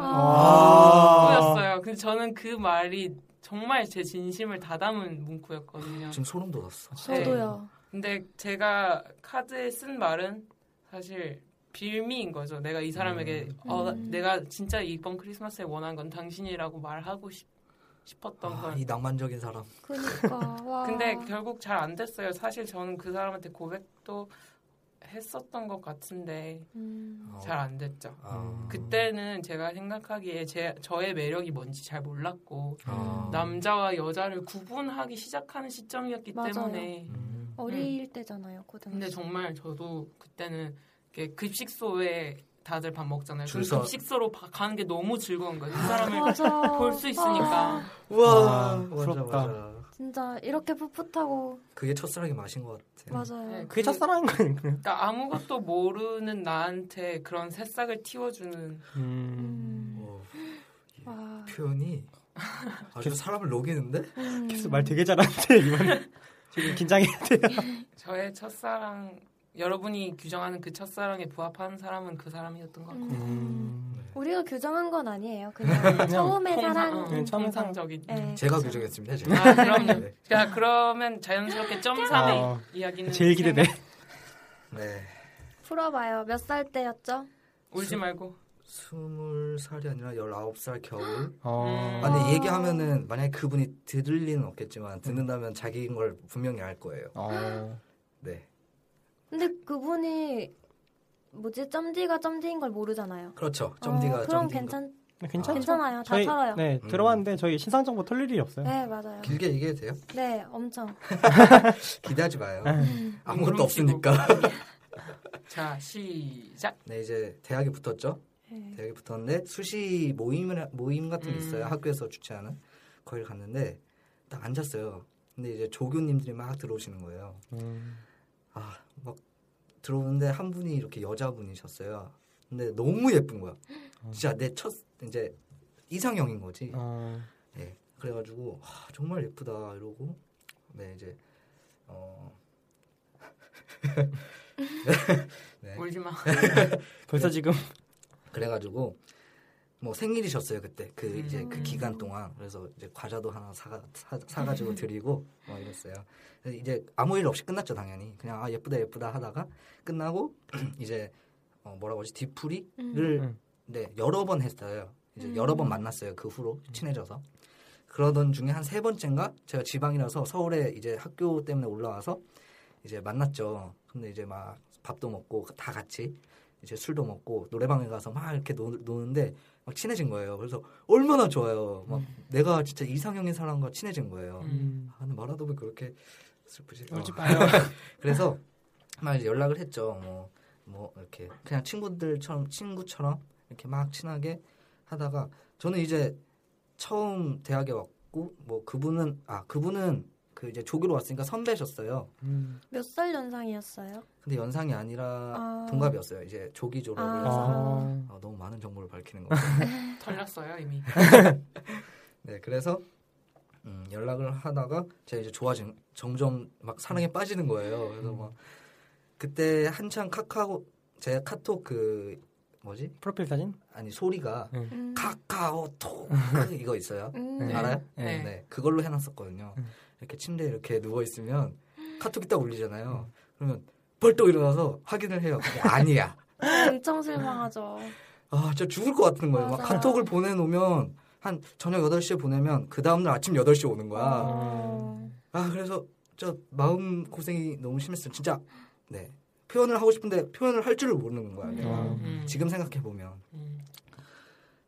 [SPEAKER 6] 아.
[SPEAKER 5] 문구였어요. 근데 저는 그 말이 정말 제 진심을 다 담은 문구였거든요.
[SPEAKER 4] 지금 소름 돋았어.
[SPEAKER 5] 아,
[SPEAKER 3] 저도요.
[SPEAKER 5] 근데 제가 카드에 쓴 말은 사실 빌미인 거죠. 내가 이 사람에게 어,
[SPEAKER 3] 음.
[SPEAKER 5] 내가 진짜 이번 크리스마스에 원한 건 당신이라고 말하고 싶, 싶었던
[SPEAKER 4] 아,
[SPEAKER 5] 건
[SPEAKER 4] 이 낭만적인 사람.
[SPEAKER 3] 그니까. 와.
[SPEAKER 5] 네. 근데 결국 잘 안 됐어요. 사실 저는 그 사람한테 고백도 했었던 것 같은데
[SPEAKER 3] 음.
[SPEAKER 4] 어.
[SPEAKER 5] 잘 안 됐죠.
[SPEAKER 6] 음.
[SPEAKER 4] 아.
[SPEAKER 5] 그때는 제가 생각하기에 제 저의 매력이 뭔지 잘 몰랐고
[SPEAKER 4] 아.
[SPEAKER 5] 남자와 여자를 구분하기 시작하는 시점이었기
[SPEAKER 3] 맞아요.
[SPEAKER 5] 때문에
[SPEAKER 4] 음.
[SPEAKER 3] 어릴 때잖아요, 고등학교.
[SPEAKER 5] 근데 정말 저도 그때는 이렇게 급식소에 다들 밥 먹잖아요.
[SPEAKER 4] 줄
[SPEAKER 5] 그럼
[SPEAKER 4] 서-
[SPEAKER 5] 급식소로 바- 가는 게 너무 즐거운 거예요. 그 사람을
[SPEAKER 3] 맞아.
[SPEAKER 5] 볼 수 있으니까.
[SPEAKER 3] 아,
[SPEAKER 4] 우와,
[SPEAKER 6] 아,
[SPEAKER 4] 맞아
[SPEAKER 6] 부럽다.
[SPEAKER 4] 맞아.
[SPEAKER 3] 진짜 이렇게 풋풋하고
[SPEAKER 4] 그게 첫사랑의 맛인 것 같아.
[SPEAKER 3] 맞아요.
[SPEAKER 5] 네, 그-
[SPEAKER 6] 그게 첫사랑인 거니까.
[SPEAKER 5] 그러니까 아무것도 모르는 나한테 그런 새싹을 틔워주는
[SPEAKER 6] 음.
[SPEAKER 3] 음.
[SPEAKER 4] 오,
[SPEAKER 3] 와.
[SPEAKER 4] 어, 표현이 아주 사람을 녹이는데.
[SPEAKER 3] 음.
[SPEAKER 6] 계속 말 되게 잘하는데 이번에 지금 긴장해야 돼요.
[SPEAKER 5] 저의 첫사랑 여러분이 규정하는 그 첫사랑에 부합하는 사람은 그 사람이었던 것 같고
[SPEAKER 3] 음.
[SPEAKER 6] 음.
[SPEAKER 3] 우리가 규정한 건 아니에요. 그냥 처음에
[SPEAKER 5] 통상-
[SPEAKER 3] 사랑.
[SPEAKER 5] 어,
[SPEAKER 6] 네, 처음에
[SPEAKER 5] 통상적인
[SPEAKER 3] 네,
[SPEAKER 4] 제가
[SPEAKER 3] 그죠.
[SPEAKER 4] 규정했습니다. 제가.
[SPEAKER 5] 아 그럼요
[SPEAKER 4] 네.
[SPEAKER 5] 자 그러면 자연스럽게 점삼의
[SPEAKER 6] 어.
[SPEAKER 5] 이야기는
[SPEAKER 6] 제일 기대돼.
[SPEAKER 5] 생각-
[SPEAKER 4] 네.
[SPEAKER 3] 풀어봐요. 몇 살 때였죠?
[SPEAKER 5] 울지 말고
[SPEAKER 4] 스물 살이 아니라 열아홉 살 겨울.
[SPEAKER 6] 어.
[SPEAKER 5] 음.
[SPEAKER 4] 아, 근데
[SPEAKER 3] 아.
[SPEAKER 4] 얘기하면은 만약에 그분이 들을 리는 없겠지만
[SPEAKER 5] 음.
[SPEAKER 4] 듣는다면 자기인 걸 분명히 알 거예요.
[SPEAKER 5] 아.
[SPEAKER 6] 어.
[SPEAKER 4] 네.
[SPEAKER 3] 근데 그분이 뭐지 점디가 점디인 걸 모르잖아요.
[SPEAKER 4] 그렇죠. 점디가
[SPEAKER 3] 어, 그럼
[SPEAKER 4] 점디인 거.
[SPEAKER 3] 괜찮
[SPEAKER 6] 괜찮죠?
[SPEAKER 3] 괜찮아요. 다
[SPEAKER 6] 저희
[SPEAKER 3] 털어요. 네,
[SPEAKER 6] 네
[SPEAKER 4] 음.
[SPEAKER 6] 들어왔는데 저희 신상 정보 털릴 일이 없어요.
[SPEAKER 5] 네.
[SPEAKER 3] 맞아요.
[SPEAKER 4] 길게 얘기해도 돼요?
[SPEAKER 3] 네 엄청.
[SPEAKER 4] 기대하지 마요.
[SPEAKER 5] 울음치고.
[SPEAKER 4] 아무것도 없으니까.
[SPEAKER 3] 뭐-
[SPEAKER 6] 네.
[SPEAKER 5] 자 시작
[SPEAKER 4] 네, 이제 대학에 붙었죠.
[SPEAKER 3] 네.
[SPEAKER 4] 대학에 붙었는데 수시 모임을 모임 같은 게 있어요.
[SPEAKER 5] 음.
[SPEAKER 4] 학교에서 주최하는 거기를 갔는데 딱 앉았어요. 근데 이제 조교님들이 막 들어오시는 거예요.
[SPEAKER 6] 음.
[SPEAKER 4] 아, 막 들어오는데 한 분이 이렇게 여자분이셨어요. 근데 너무 예쁜 거야. 진짜 내 첫 이제 이상형인 거지.
[SPEAKER 6] 어.
[SPEAKER 4] 네, 그래가지고 아, 정말 예쁘다 이러고 네 이제 어 네,
[SPEAKER 5] 울지 마
[SPEAKER 6] 네. 벌써 지금
[SPEAKER 4] 그래가지고 뭐 생일이셨어요 그때 그
[SPEAKER 5] 음.
[SPEAKER 4] 이제 그 기간 동안 그래서 이제 과자도 하나 사가 사, 사가지고 드리고 막 이랬어요. 근데 이제 아무 일 없이 끝났죠 당연히 그냥 아 예쁘다 예쁘다 하다가 끝나고 이제 어, 뭐라고 하지 뒤풀이를
[SPEAKER 6] 음.
[SPEAKER 4] 네 여러 번 했어요. 이제
[SPEAKER 3] 음.
[SPEAKER 4] 여러 번 만났어요 그 후로 친해져서 그러던 중에 한 세 번째인가 제가 지방이라서 서울에 이제 학교 때문에 올라와서 이제 만났죠. 근데 이제 막 밥도 먹고 다 같이 이제 술도 먹고 노래방에 가서 막 이렇게 노, 노는데 막 친해진 거예요. 그래서 얼마나 좋아요. 막 내가 진짜 이상형인 사람과 친해진 거예요.
[SPEAKER 6] 음.
[SPEAKER 4] 아, 근데 말하다 보면 그렇게 슬프지. 어.
[SPEAKER 6] 울지 마요.
[SPEAKER 4] 그래서 막 이제 연락을 했죠. 뭐, 뭐 이렇게 그냥 친구들처럼 친구처럼 이렇게 막 친하게 하다가 저는 이제 처음 대학에 왔고 뭐 그분은 아 그분은 그 이제 조교로 왔으니까 선배셨어요.
[SPEAKER 6] 음.
[SPEAKER 3] 몇 살 연상이었어요?
[SPEAKER 4] 근데 연상이 아니라
[SPEAKER 3] 아.
[SPEAKER 4] 동갑이었어요. 이제 조기 졸업을
[SPEAKER 3] 아.
[SPEAKER 4] 해서
[SPEAKER 6] 아.
[SPEAKER 4] 아, 너무 많은 정보를 밝히는 것 같아요.
[SPEAKER 5] 털렸어요 이미.
[SPEAKER 4] 네, 그래서 음, 연락을 하다가 제가 이제 좋아진 점점 막 사랑에 빠지는 거예요. 그래서 막 그때 한창 카카오 제 카톡 그 뭐지
[SPEAKER 6] 프로필 사진?
[SPEAKER 4] 아니 소리가
[SPEAKER 3] 음.
[SPEAKER 4] 카카오톡 이거 있어요.
[SPEAKER 3] 음.
[SPEAKER 6] 네.
[SPEAKER 4] 알아요?
[SPEAKER 5] 네.
[SPEAKER 4] 네, 그걸로 해놨었거든요.
[SPEAKER 6] 음.
[SPEAKER 4] 이렇게 침대에 이렇게 누워 있으면 카톡이 딱 울리잖아요. 그러면 벌떡 일어나서 확인을 해요. 근데 아니야.
[SPEAKER 3] 엄청 실망하죠.
[SPEAKER 4] 아, 진짜 죽을 것 같은 거예요. 막
[SPEAKER 3] 맞아.
[SPEAKER 4] 카톡을 보내놓으면 한 저녁 8시에 보내면 그 다음날 아침 8시에 오는 거야.
[SPEAKER 3] 어.
[SPEAKER 4] 아, 그래서 저 마음 고생이 너무 심했어요. 진짜 네 표현을 하고 싶은데 표현을 할 줄을 모르는 거야. 내가.
[SPEAKER 5] 음.
[SPEAKER 4] 지금 생각해 보면
[SPEAKER 5] 음.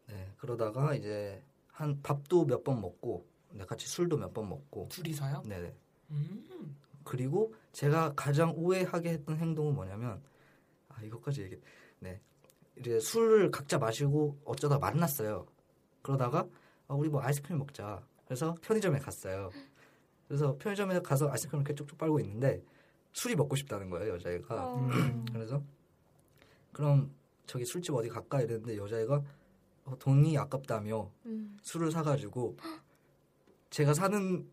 [SPEAKER 4] 네 그러다가 이제 한 밥도 몇 번 먹고 네, 같이 술도 몇 번 먹고
[SPEAKER 5] 둘이서요?
[SPEAKER 4] 네
[SPEAKER 5] 음.
[SPEAKER 4] 그리고 제가 가장 오해하게 했던 행동은 뭐냐면 아 이것까지 얘기 네 이제 술을 각자 마시고 어쩌다 만났어요 그러다가 아, 우리 뭐 아이스크림 먹자 그래서 편의점에 갔어요 그래서 편의점에 가서 아이스크림 이렇게 쪽쪽 빨고 있는데 술이 먹고 싶다는 거예요 여자애가
[SPEAKER 3] 어.
[SPEAKER 6] 음.
[SPEAKER 4] 그래서 그럼 저기 술집 어디 갈까 이랬는데 여자애가 어, 돈이 아깝다며
[SPEAKER 3] 음.
[SPEAKER 4] 술을 사가지고 제가 사는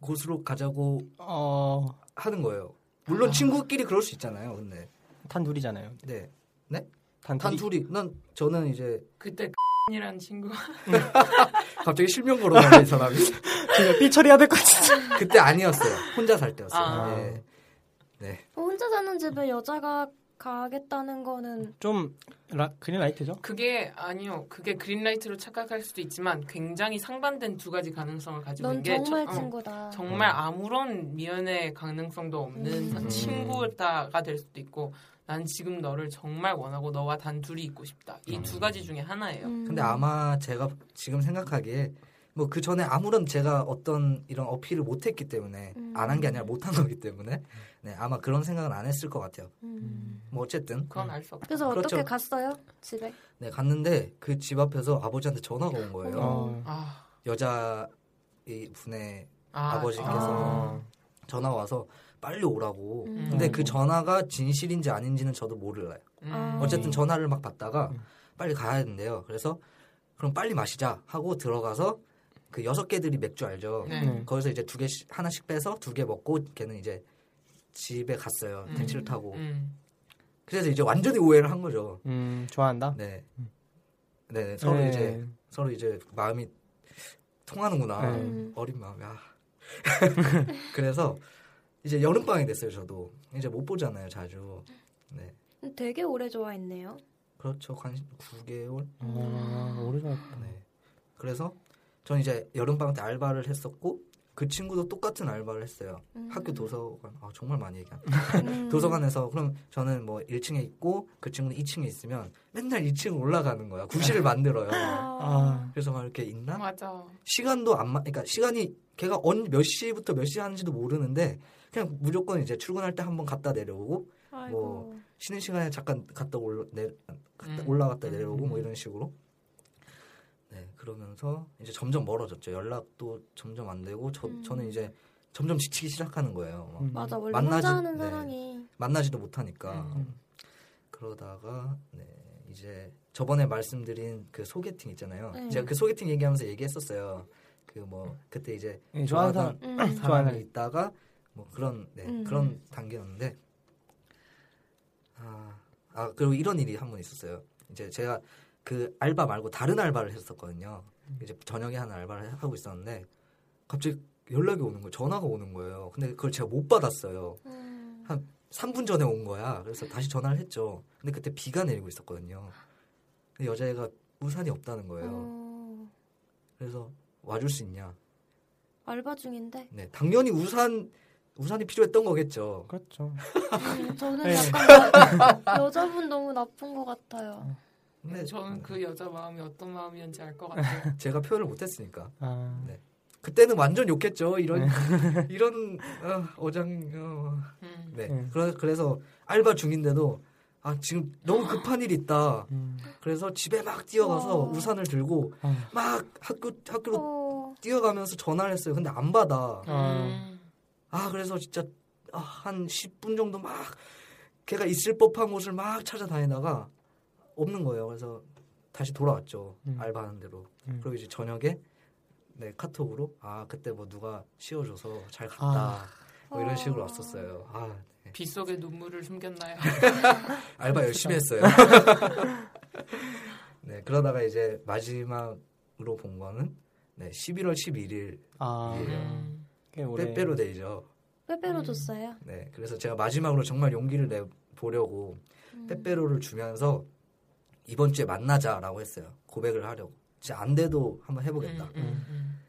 [SPEAKER 4] 곳으로 가자고
[SPEAKER 6] 어,
[SPEAKER 4] 하는 거예요. 물론
[SPEAKER 5] 아.
[SPEAKER 4] 친구끼리 그럴 수 있잖아요. 근데
[SPEAKER 6] 단 둘이잖아요.
[SPEAKER 4] 네
[SPEAKER 6] 단 둘이.
[SPEAKER 4] 단둘이 난 저는 이제
[SPEAKER 5] 그때 이란 친구
[SPEAKER 4] 갑자기 실명 걸어가는 사람이
[SPEAKER 6] 그러니까 삐 처리해야 될 것 같은데.
[SPEAKER 4] 그때 아니었어요. 혼자 살 때였어요.
[SPEAKER 5] 아.
[SPEAKER 4] 네. 네.
[SPEAKER 3] 어, 혼자 사는 집에 여자가 가겠다는 거는
[SPEAKER 6] 좀 라, 그린 라이트죠?
[SPEAKER 5] 그게 아니요 그게 그린라이트로 착각할 수도 있지만 굉장히 상반된 두 가지 가능성을 가지고
[SPEAKER 3] 넌
[SPEAKER 5] 있는 게
[SPEAKER 3] 정말
[SPEAKER 5] 첫- 어,
[SPEAKER 3] 친구다.
[SPEAKER 4] 음.
[SPEAKER 5] 정말 아무런 미연의 가능성도 없는
[SPEAKER 3] 음.
[SPEAKER 5] 친구다가 될 수도 있고 난 지금 너를 정말 원하고 너와 단둘이 있고 싶다 이 두 가지 중에 하나예요.
[SPEAKER 3] 음.
[SPEAKER 4] 근데 아마 제가 지금 생각하기에 뭐 그 전에 아무런 제가 어떤 이런 어필을 못했기 때문에
[SPEAKER 3] 음.
[SPEAKER 4] 안 한 게 아니라 못한 거기 때문에 네 아마 그런 생각은 안 했을 것 같아요.
[SPEAKER 3] 음.
[SPEAKER 4] 뭐 어쨌든
[SPEAKER 5] 그건 알 수 없다.
[SPEAKER 3] 그래서
[SPEAKER 4] 그렇죠.
[SPEAKER 3] 어떻게 갔어요? 집에?
[SPEAKER 4] 네 갔는데 그 집 앞에서 아버지한테 전화가 온 거예요.
[SPEAKER 6] 어.
[SPEAKER 3] 그
[SPEAKER 5] 아,
[SPEAKER 4] 여자 이 분의
[SPEAKER 5] 아,
[SPEAKER 4] 아버지께서.
[SPEAKER 5] 아.
[SPEAKER 4] 전화 와서 빨리 오라고.
[SPEAKER 3] 음.
[SPEAKER 4] 근데 그 전화가 진실인지 아닌지는 저도 몰라요.
[SPEAKER 3] 아.
[SPEAKER 5] 음.
[SPEAKER 4] 어쨌든 전화를 막 받다가
[SPEAKER 6] 음.
[SPEAKER 4] 빨리 가야 된대요. 그래서 그럼 빨리 마시자 하고 들어가서 그 여섯 개들이 맥주 알죠.
[SPEAKER 5] 네.
[SPEAKER 6] 네.
[SPEAKER 4] 거기서 이제 두 개씩 하나씩 빼서 두 개 먹고 걔는 이제 집에 갔어요.
[SPEAKER 5] 음.
[SPEAKER 4] 택시를 타고.
[SPEAKER 5] 음.
[SPEAKER 4] 그래서 이제 완전히 오해를 한 거죠.
[SPEAKER 6] 음, 좋아한다?
[SPEAKER 4] 네. 네, 네. 서로
[SPEAKER 6] 네.
[SPEAKER 4] 이제 서로 이제 마음이 통하는구나.
[SPEAKER 6] 네.
[SPEAKER 3] 음.
[SPEAKER 4] 어린 마음이 아. 그래서 이제 여름방학이 됐어요 저도 이제 못 보잖아요 자주 네
[SPEAKER 5] 음.
[SPEAKER 3] 되게 오래 좋아했네요.
[SPEAKER 4] 그렇죠 한 9개월
[SPEAKER 6] 어, 오래 좋아했다.
[SPEAKER 4] 네 그래서 전 이제 여름방학 때 알바를 했었고 그 친구도 똑같은 알바를 했어요
[SPEAKER 3] 음.
[SPEAKER 4] 학교 도서관 아 정말 많이 얘기한다
[SPEAKER 3] 음.
[SPEAKER 4] 도서관에서 그럼 저는 뭐 1층에 있고 그 친구는 2층에 있으면 맨날 2층 올라가는 거야 구실을 만들어요
[SPEAKER 6] 아,
[SPEAKER 4] 그래서 막 이렇게 있나
[SPEAKER 5] 맞아.
[SPEAKER 4] 시간도 안 맞, 그러니까 시간이 걔가 언, 몇 시부터 몇 시 하는지도 모르는데 그냥 무조건 이제 출근할 때 한번 갔다 내려오고
[SPEAKER 3] 아이고.
[SPEAKER 4] 쉬는 시간에 잠깐 갔다 올라 내, 갔다
[SPEAKER 5] 음.
[SPEAKER 4] 올라갔다 내려오고
[SPEAKER 5] 음.
[SPEAKER 4] 뭐 이런 식으로 네 그러면서 이제 점점 멀어졌죠 연락도 점점 안 되고 저,
[SPEAKER 3] 음.
[SPEAKER 4] 저는 이제 점점 지치기 시작하는 거예요 막
[SPEAKER 6] 음.
[SPEAKER 3] 맞아 원래
[SPEAKER 4] 만나지-
[SPEAKER 3] 혼자 하는
[SPEAKER 4] 네.
[SPEAKER 3] 사랑이
[SPEAKER 4] 만나지도 못하니까
[SPEAKER 5] 음.
[SPEAKER 4] 그러다가 네 이제 저번에 말씀드린 그 소개팅 있잖아요
[SPEAKER 3] 네.
[SPEAKER 4] 제가 그 소개팅 얘기하면서 얘기했었어요 그 뭐 그때 이제
[SPEAKER 6] 예, 좋아하는 사람.
[SPEAKER 3] 음.
[SPEAKER 4] 사람이
[SPEAKER 6] 좋아하는
[SPEAKER 4] 있다가 뭐 그런 네,
[SPEAKER 3] 음.
[SPEAKER 4] 그런 단계였는데 아, 아 그리고 이런 일이 한 번 있었어요. 이제 제가 그 알바 말고 다른 알바를 했었거든요. 이제 저녁에 하는 알바를 하고 있었는데 갑자기 연락이 오는 거예요. 전화가 오는 거예요. 근데 그걸 제가 못 받았어요.
[SPEAKER 3] 음.
[SPEAKER 4] 3분 전에 온 거야. 그래서 다시 전화를 했죠. 근데 그때 비가 내리고 있었거든요. 근데 여자애가 우산이 없다는 거예요.
[SPEAKER 3] 어,
[SPEAKER 4] 그래서 와줄 수 있냐?
[SPEAKER 3] 알바 중인데
[SPEAKER 4] 네, 당연히 우산 우산이 필요했던 거겠죠.
[SPEAKER 6] 그렇죠.
[SPEAKER 3] 음, 저는
[SPEAKER 6] 네.
[SPEAKER 3] 약간 여- 여자분 너무 나쁜 것 같아요.
[SPEAKER 4] 음, 근데
[SPEAKER 5] 저는 그 여자 마음이 어떤 마음이었는지 알 것 같아요.
[SPEAKER 4] 네. 제가 표현을 못했으니까
[SPEAKER 6] 아,
[SPEAKER 4] 네. 그때는 완전 욕했죠. 이런
[SPEAKER 5] 네.
[SPEAKER 4] 이런 어, 장 어.
[SPEAKER 5] 음.
[SPEAKER 4] 네.
[SPEAKER 6] 네.
[SPEAKER 4] 그래, 그래서 알바 중인데도 아 지금 너무 급한 일이 있다.
[SPEAKER 6] 음,
[SPEAKER 4] 그래서 집에 막 뛰어가서
[SPEAKER 3] 와.
[SPEAKER 4] 우산을 들고
[SPEAKER 5] 어.
[SPEAKER 6] 아,
[SPEAKER 4] 막 학교 학교로
[SPEAKER 3] 어,
[SPEAKER 4] 뛰어가면서 전화를 했어요. 근데 안 받아.
[SPEAKER 5] 음.
[SPEAKER 4] 아 그래서 진짜 아, 한 10분 정도 막 걔가 있을 법한 곳을 막 찾아다니다가 없는 거예요. 그래서 다시 돌아왔죠.
[SPEAKER 6] 음.
[SPEAKER 4] 알바하는 대로.
[SPEAKER 6] 음.
[SPEAKER 4] 그리고 이제 저녁에 네, 카톡으로 아 그때 뭐 누가 씌워줘서 잘
[SPEAKER 6] 아.
[SPEAKER 4] 갔다. 뭐 이런 식으로
[SPEAKER 3] 아.
[SPEAKER 4] 왔었어요. 아 네.
[SPEAKER 5] 빗속에 눈물을 숨겼나요?
[SPEAKER 4] 알바 열심히 했어요. 네 그러다가 이제 마지막으로 본 거는 네 11월 11일
[SPEAKER 6] 아,
[SPEAKER 5] 음.
[SPEAKER 6] 꽤 오래.
[SPEAKER 4] 빼빼로데이죠.
[SPEAKER 3] 빼빼로
[SPEAKER 5] 음.
[SPEAKER 3] 줬어요.
[SPEAKER 4] 네, 그래서 제가 마지막으로 정말 용기를 내 보려고
[SPEAKER 3] 음.
[SPEAKER 4] 빼빼로를 주면서 이번 주에 만나자라고 했어요. 고백을 하려고. 진짜 안 돼도 한번 해보겠다.
[SPEAKER 5] 음, 음, 음.